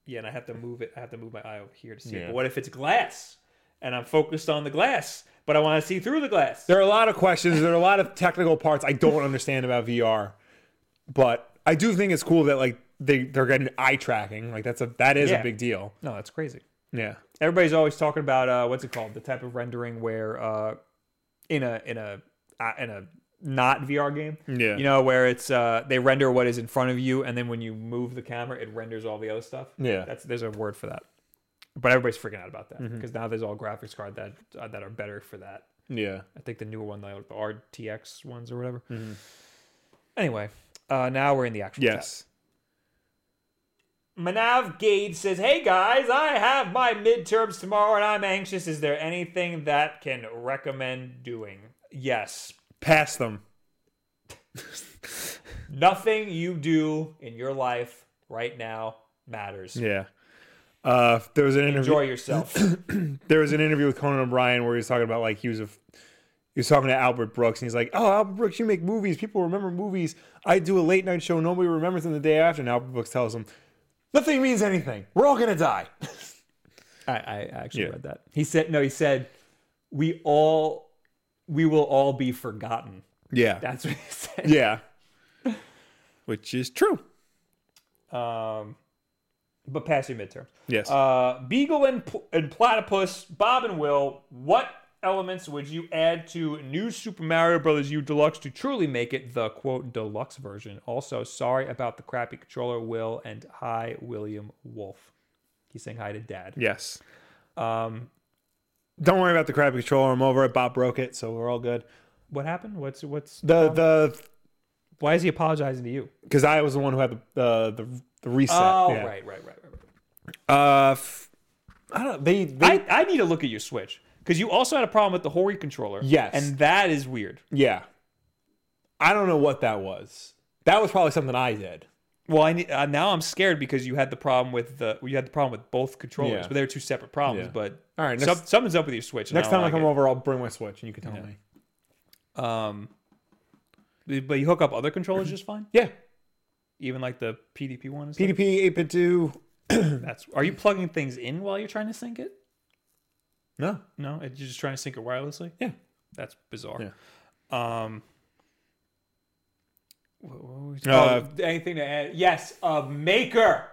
A: yeah and i have to move it i have to move my eye over here to see it
B: Yeah.
A: but what if it's glass and i'm focused on the glass but i want to see through the glass
B: There are a lot of questions. There are a lot of technical parts I don't understand about VR, but I do think it's cool that like they they're getting eye tracking. Like that's a that is
A: Yeah.
B: a big deal.
A: No, that's crazy.
B: Yeah.
A: Everybody's always talking about uh, what's it called? The type of rendering where uh, in a in a uh, in a not VR game,
I: Yeah.
A: you know, where it's uh, they render what is in front of you, and then when you move the camera, it renders all the other stuff.
B: Yeah. Mm-hmm.
A: that's there's a word for that, but everybody's freaking out about that because now there's all graphics card that uh, that are better for that.
B: Yeah.
A: I think the newer one, like the RTX ones or whatever. Anyway, uh, now we're in the actual chat.
B: Mm-hmm. Yes.
A: Manav Gage says, Hey guys, I have my midterms tomorrow and I'm anxious. Is there anything that can recommend doing? Yes.
B: Pass them.
A: Nothing you do in your life right now matters.
B: Yeah. Uh, there was an interview.
A: Enjoy yourself.
B: There was an interview with Conan O'Brien where he was talking about like he was a he was talking to Albert Brooks and he's like, "Oh, Albert Brooks, you make movies. People remember movies. I do a late night show. Nobody remembers them the day after." And Albert Brooks tells him, "Nothing means anything. We're all gonna die."
A: *clears throat* I, I actually
B: Yeah.
A: read that. He said, No, he said, We all, we will all be forgotten.
B: Yeah.
A: That's what he said.
B: *laughs* Yeah. Which is true.
A: Um, but pass your midterms.
B: Yes.
A: Uh, Beagle and, pl- and Platypus, Bob and Will, what elements would you add to New Super Mario Bros. U Deluxe to truly make it the quote deluxe version? Also, sorry about the crappy controller, Will, and hi, William Wolf. He's saying hi to Dad.
B: yes.
A: Um,
B: Don't worry about the crappy controller. I'm over it. Bob broke it, so we're all good.
A: what happened? What's what's?
B: The the
A: Why is he apologizing to you?
B: because I was the one who had the uh, the the reset.
A: Oh,
B: yeah.
A: right, right, right, right. right.
B: Uh, f- I don't. They, they
A: I, I need to look at your Switch because you also had a problem with the Hori controller.
B: Yes.
A: and that is weird.
B: yeah. I don't know what that was. That was probably something I did.
A: Well, I need, uh, now I'm scared because you had the problem with the you had the problem with both controllers,
B: Yeah.
A: but they were two separate problems.
B: Yeah.
A: But
B: All right,
A: some,
B: next-
A: something's up with your Switch. and
B: Next time I
A: don't
B: come
A: like
B: over, I'll bring my Switch and you can tell me.
A: it. um, but you hook up other controllers just fine,
B: Yeah.
A: even like the PDP one. And stuff?
B: PDP eight bit two.
A: That's are you plugging things in while you're trying to sync it?
B: No.
A: No, you're just trying to sync it wirelessly.
B: Yeah.
A: That's bizarre.
B: Yeah.
A: Um, what, what were we talking-
B: Uh,
A: oh, anything to add? Yes, a maker,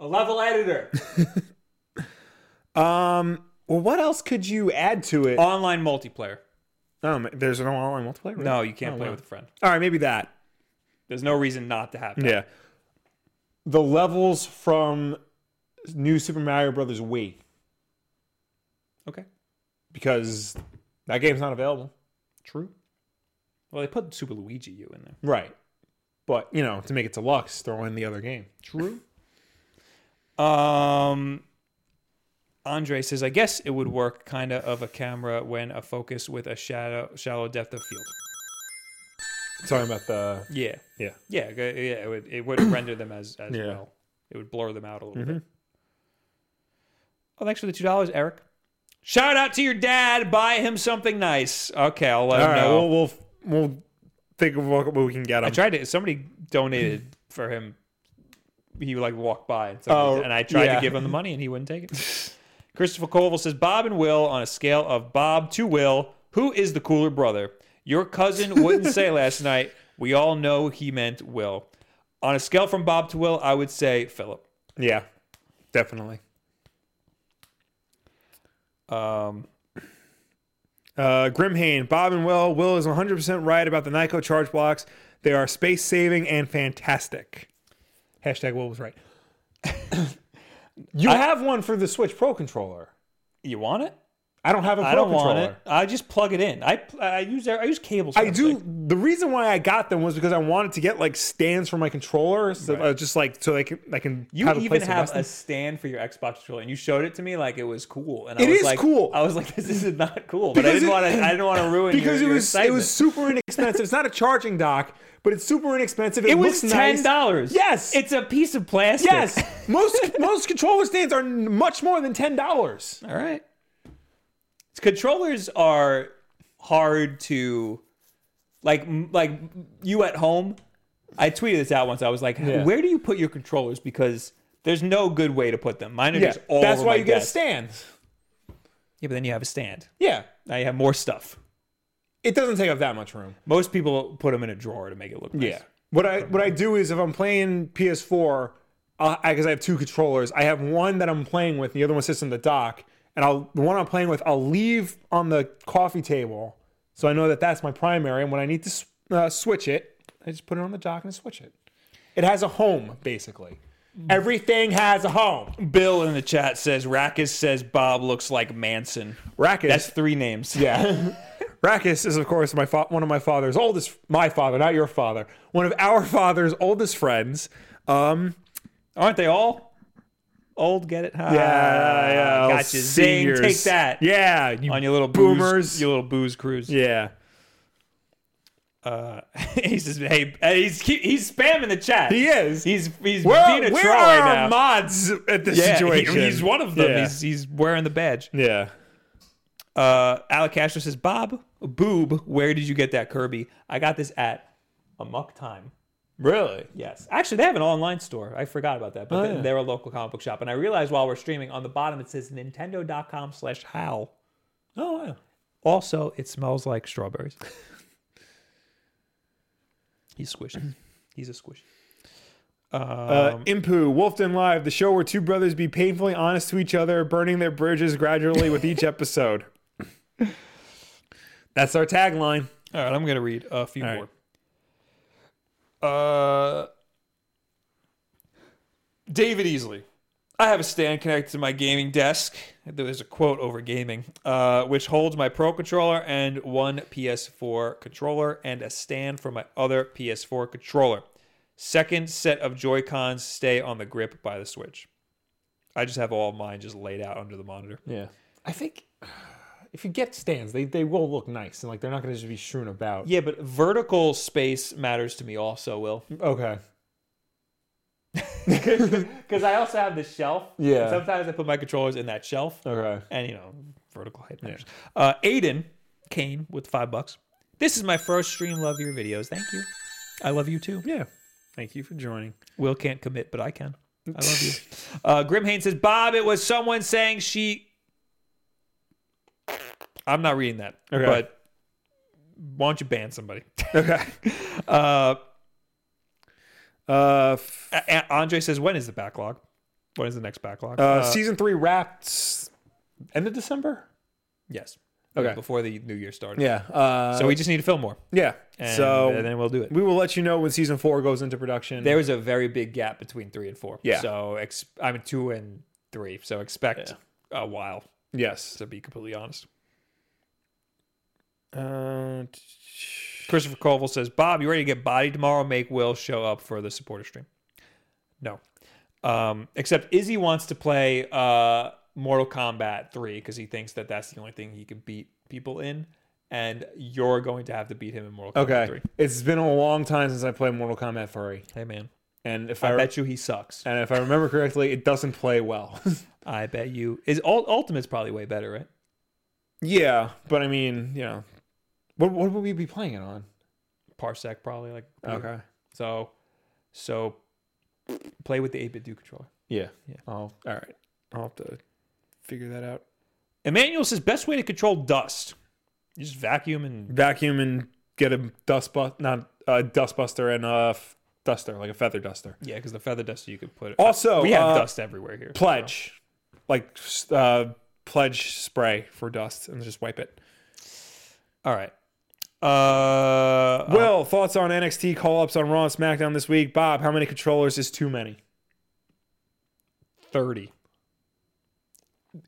A: a level
B: *laughs*
A: editor,
B: Um. Well, what else could you add to it?
A: online multiplayer.
B: Um, there's no online multiplayer. really?
A: No, you can't
B: Oh,
A: play
B: wow.
A: with a friend.
B: All right, maybe that.
A: There's no reason not to have that.
B: Yeah. The levels from New Super Mario Brothers Wii
A: Okay.
B: because that game's not available.
A: True. Well, they put Super Luigi U in there.
B: Right. But, you know, to make it deluxe, throw in the other game.
A: True. *laughs* um Andre says, I guess it would work kind of of a camera when a focus with a shadow shallow depth of field.
B: Talking about the
A: Yeah.
B: Yeah.
A: Yeah, g- yeah, it would it would *coughs* render them as as
B: Yeah. Mm-hmm.
A: well. It would blur them out a little bit. Oh, thanks for the two dollars, Eric. Shout out to your dad. Buy him something nice. Okay, I'll let
B: All
A: him
B: right,
A: know.
B: we'll we'll we'll think of what what we can get
A: I
B: him.
A: tried to. Somebody donated for him. He like walked by, and, somebody-
C: Oh,
A: and I tried
C: yeah.
A: to give him the money, and he wouldn't take it. Christopher Colville says Bob and Will on a scale of Bob to Will, who is the cooler brother? Your cousin wouldn't say last night. We all know he meant Will. On a scale from Bob to Will, I would say Philip.
B: Yeah, definitely.
A: Um,
B: Uh, Grimhane, Bob and Will. Will is 100% right about the Nyko charge blocks. They are space saving and fantastic. Hashtag Will was right.
C: *coughs* You have one for the Switch Pro controller.
A: you want it?
C: I don't have a Pro
A: I don't
C: controller.
A: want it. I just plug it in. I I use I use cables. for
C: I do.
A: everything.
C: The reason why I got them was because I wanted to get like stands for my controller, so, uh, just like so they can I can.
A: You
C: have a
A: even
C: place to
A: have
C: rest them.
A: a stand for your Xbox controller, and you showed it to me like it was cool. And I
C: It
A: was
C: is
A: like,
C: cool.
A: I was like, *laughs* this is not cool, but I
C: Because
A: didn't
C: it-
A: want to. I didn't want to ruin
C: because
A: your,
C: it
A: your
C: was it
A: excitement.
C: was super inexpensive. it's not a charging dock, but it's super inexpensive. It,
A: It was
C: looks
A: ten
C: Nice.
A: dollars.
C: Yes.
A: it's a piece of plastic.
C: Yes, most most controller stands are n- much more than ten dollars.
A: *laughs* All right. Controllers are hard to, like, m- like you at home. I tweeted this out once. I was like, where do you put your controllers? Because there's no good way to put them. Mine are just all.
C: that's
A: over
C: why
A: my
C: you get a
A: desk.
C: stand.
A: Yeah, but then you have a stand.
C: Yeah,
A: Now you have more stuff.
C: it doesn't take up that much room.
A: Most people put them in a drawer to make it look nice. Yeah.
C: What I what I do is if I'm playing PS4, because uh, I, 'cause I have two controllers, I have one that I'm playing with, and the other one sits in the dock. And I'll the one I'm playing with, I'll leave on the coffee table, so I know that that's my primary. And when I need to s- uh, switch it, I just put it on the dock and I switch it. It has a home basically. Everything has a home.
A: Bill in the chat says Rackus says Bob looks like Manson.
C: Racket.
A: That's three names.
C: *laughs* Yeah. *laughs* Rackus is, of course, my fa- one of my father's oldest, my father, not your father, one of our father's oldest friends. Um,
A: Aren't they all? Old, get it? Ah,
C: yeah, yeah,
A: Gotcha. Zing,
C: seniors.
A: take that.
C: Yeah, you,
A: On your little
C: Boomers.
A: Booze, your little booze cruise.
C: yeah.
A: Uh, *laughs* he's just, hey, uh, he's keep- he's spamming the chat.
C: He is.
A: He's he's
C: Where,
A: being a
C: where
A: troll
C: are
A: right
C: our
A: now.
C: mods at this
A: yeah, he-
C: situation?
A: he's one of them.
C: Yeah.
A: He's he's wearing the badge.
C: yeah.
A: Uh, Alec Castro says, Bob, boob, where did you get that Kirby? I got this at Amok Time.
C: Really?
A: Yes. Actually, they have an online store. I forgot about that, but they- they're a local comic book shop. And I realized while we're streaming, on the bottom it says nintendo.com slash how.
C: Oh, wow.
A: Also, it smells like strawberries. He's squishy. He's a squishy.
B: Uh,
C: Um,
B: Impu, Wolfden Live, the show where two brothers be painfully honest to each other, burning their bridges gradually with each episode. *laughs* That's our tagline.
A: All right, I'm going to read a few
B: All
A: more. Uh, David Easley. I have a stand connected to my gaming desk. There was a quote over gaming, uh, which holds my Pro controller and one PS4 controller, and a stand for my other PS4 controller. Second set of Joy Cons stay on the grip by the Switch. I just have all of mine just laid out under the monitor.
C: Yeah. I think if you get stands, they, they will look nice and like they're not going to just be strewn about.
A: Yeah, but vertical space matters to me also, Will.
C: Okay.
A: *laughs* Because I also have the shelf.
C: Yeah.
A: And sometimes I put my controllers in that shelf,
C: Okay.
A: and you know, vertical height matters. Uh, Aiden Kane with five bucks. This is my first stream. Love your videos. Thank you. I love you too.
B: Yeah. Thank you for joining.
A: Will can't commit, but I can. I love you. Uh, Grimhane says, Bob, it was someone saying she. I'm not reading that.
B: Okay.
A: But why don't you ban somebody?
B: *laughs* Okay.
A: Uh,
B: Uh, f-
A: A- A- Andre says, when is the backlog? When is the next backlog?
B: uh, season three wrapped s- end of December.
A: yes.
B: okay.
A: Before the new year started.
B: Yeah. Uh,
A: So we just need to film more.
B: yeah.
A: And
B: so
A: then we'll do it.
B: we will let you know when season four goes into production.
A: There was a very big gap between three and four.
B: Yeah.
A: So ex- I mean two and three. So expect a while.
B: yes.
A: To be completely honest,
B: Uh,
A: Christopher Colville says, "Bob, you ready to get body tomorrow? Make Will show up for the supporter stream." No. Um, except Izzy wants to play uh, Mortal Kombat three because he thinks that that's the only thing he can beat people in, and you're going to have to beat him in Mortal Kombat
B: okay.
A: three.
B: It's been a long time since I played Mortal Kombat 3,
A: Hey man,
B: and if I,
A: I bet you he sucks.
B: and if I remember correctly, it doesn't play well. *laughs*
A: I bet you is Ul- Ultimate's probably way better, right?
B: Yeah, but I mean, you know, what what would we be playing it on?
A: Parsec probably like
B: Okay.
A: so so play with the 8-bit Duke controller.
B: Yeah.
A: Yeah.
B: Oh, all right. I'll have to figure that out.
A: Emmanuel says best way to control dust. You just vacuum and
B: Vacuum and get a dust bu- not a dust buster and a f- duster, like a feather duster.
A: yeah, because the feather duster you could put. it.
B: Also,
A: we have
B: uh,
A: dust everywhere here.
B: pledge, like s- uh, pledge spray for dust, and just wipe it.
A: All right. Uh,
B: Will thoughts on NXT call ups on Raw and SmackDown this week? Bob, how many controllers is too many?
A: uh, thirty.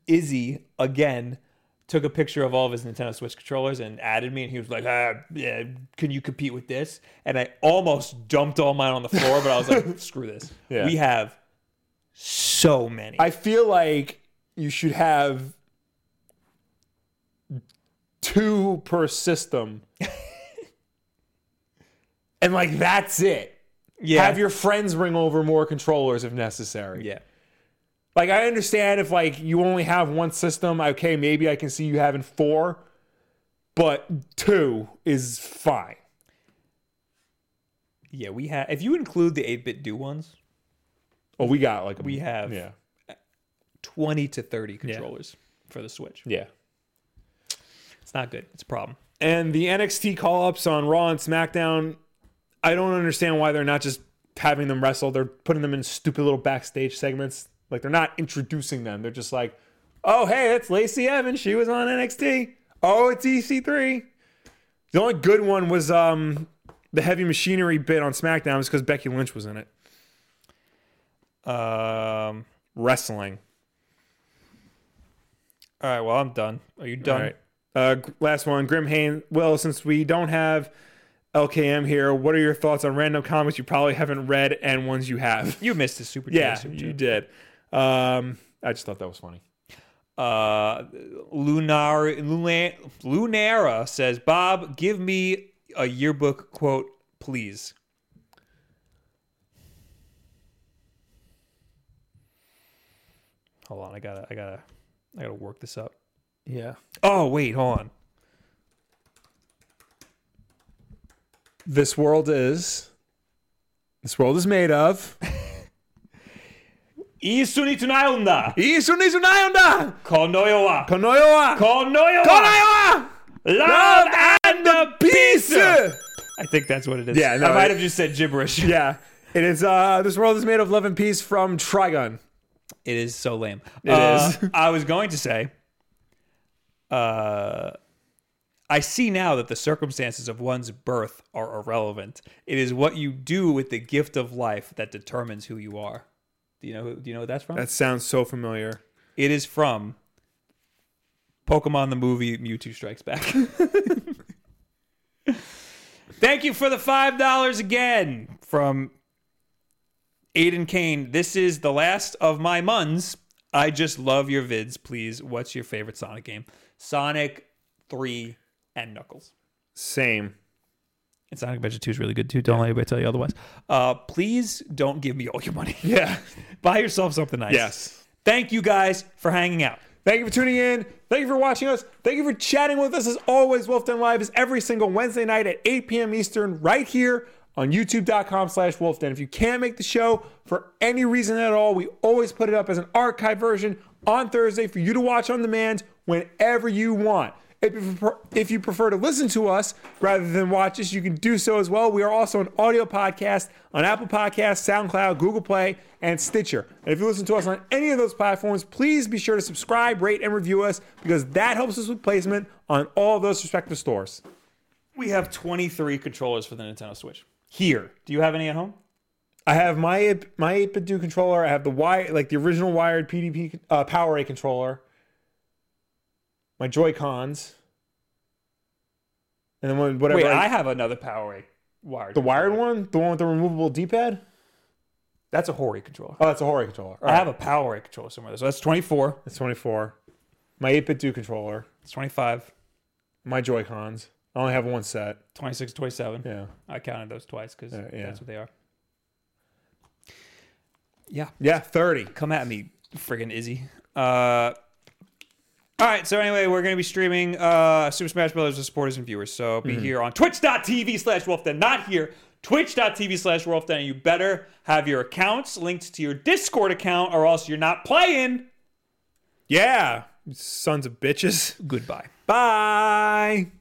A: Izzy again took a picture of all of his Nintendo Switch controllers and added me, and he was like, ah, yeah, "Can you compete with this?" And I almost dumped all mine on the floor, but I was like, *laughs* "Screw this!
B: Yeah.
A: We have so many."
C: I feel like you should have
B: Two per *laughs* system.
C: and like that's it.
A: yeah,
C: Have your friends bring over more controllers if necessary.
A: yeah,
C: Like I understand if like you only have one system, okay, maybe I can see you having four, but two is fine.
A: yeah. We have. If you include the eight bit do ones,
C: Oh, we got like a,
A: we have
C: yeah
A: twenty to thirty controllers for the Switch.
C: yeah.
A: It's not good. It's a problem.
B: And the NXT call ups on Raw and SmackDown, I don't understand why they're not just having them wrestle. They're putting them in stupid little backstage segments. Like they're not introducing them. They're just like, oh, hey, it's Lacey Evans. She was on NXT. Oh, it's EC3. The only good one was um, the heavy machinery bit on SmackDown was because Becky Lynch was in it.
A: Um.
B: Wrestling.
A: All right. Well, I'm done. Are you
B: All
A: done?
B: right. Uh, g- last one, Grim Hain. Well, since we don't have LKM here, what are your thoughts on random comics you probably haven't read and ones you have?
A: You missed the super. Junior
B: Yeah,
A: Super
B: you did. Um, I just thought that was funny.
A: Uh, Lunar Luna- Lunara says, "Bob, give me a yearbook quote, please." Hold on, I gotta, I gotta, I gotta work this up.
B: Yeah.
A: Oh wait, hold on.
B: This world is. This world is made of.
A: Isuni tunaunda,
B: Isunizunayonda!
A: konoyo wa,
B: Konoyoa!
A: konoyo wa,
B: Konoyoa!
A: love and the peace.
B: Peace!
A: I think that's what it is.
B: Yeah, no,
A: I might
B: it-
A: have just said gibberish.
B: Yeah. It is, uh, this world is made of love and peace from Trigun.
A: It is so lame. It
B: It
A: is. *laughs*
B: is.
A: I was going to say, uh, I see now that the circumstances of one's birth are irrelevant. It is what you do with the gift of life that determines who you are. Do you know? who- Do you know what that's from?
B: That sounds so familiar.
A: it is from Pokemon the movie Mewtwo Strikes Back. *laughs* Thank you for the five dollars again from Aiden Kane. This is the last of my muns. I just love your vids. Please, what's your favorite Sonic game? Sonic Three and Knuckles.
B: Same.
A: And Sonic Adventure Two is really good too. Don't let anybody tell you otherwise. Uh, please don't give me all your *laughs* money.
B: Yeah.
A: Buy yourself something nice.
B: Yes.
A: Thank you guys for hanging out.
B: Thank you for tuning in. Thank you for watching us. Thank you for chatting with us. As always, Wolf Den Live is every single Wednesday night at 8 p.m. Eastern right here on youtube.com slash wolfden. If you can't make the show for any reason at all, we always put it up as an archive version on Thursday for you to watch on demand whenever you want. If you, prefer, if you prefer to listen to us rather than watch us, you can do so as well. We are also an audio podcast on Apple Podcasts, SoundCloud, Google Play, and Stitcher. And if you listen to us on any of those platforms, please be sure to subscribe, rate, and review us because that helps us with placement on all those respective stores.
A: We have 23 controllers for the Nintendo Switch. Here. Do you have any at home?
B: I have my my 8-bit do controller. I have the wire, like the original wired PDP uh, Power A controller. My Joy Cons, and then when- whatever.
A: Wait,
B: I-
A: I have another Powerade wired.
B: The wired one? The one with the removable D pad?
A: That's a Hori controller.
B: Oh, that's a Hori controller. All
A: I
B: right.
A: have a Powerade controller somewhere. So that's 24.
B: That's 24. My 8 bit do controller.
A: That's 25,
B: My Joy Cons. I only have one set.
A: 26, 27.
B: Yeah.
A: I counted those twice because
B: Uh, yeah.
A: that's what they are. Yeah.
B: Yeah, 30.
A: Come at me, friggin' Izzy. Uh, All right, so anyway, we're going to be streaming uh, Super Smash Bros. to supporters and viewers. So be here on twitch.tv slash wolfden. Not here, twitch.tv slash wolfden. And you better have your accounts linked to your Discord account or else you're not playing.
B: Yeah. Sons of bitches.
A: Goodbye.
B: Bye.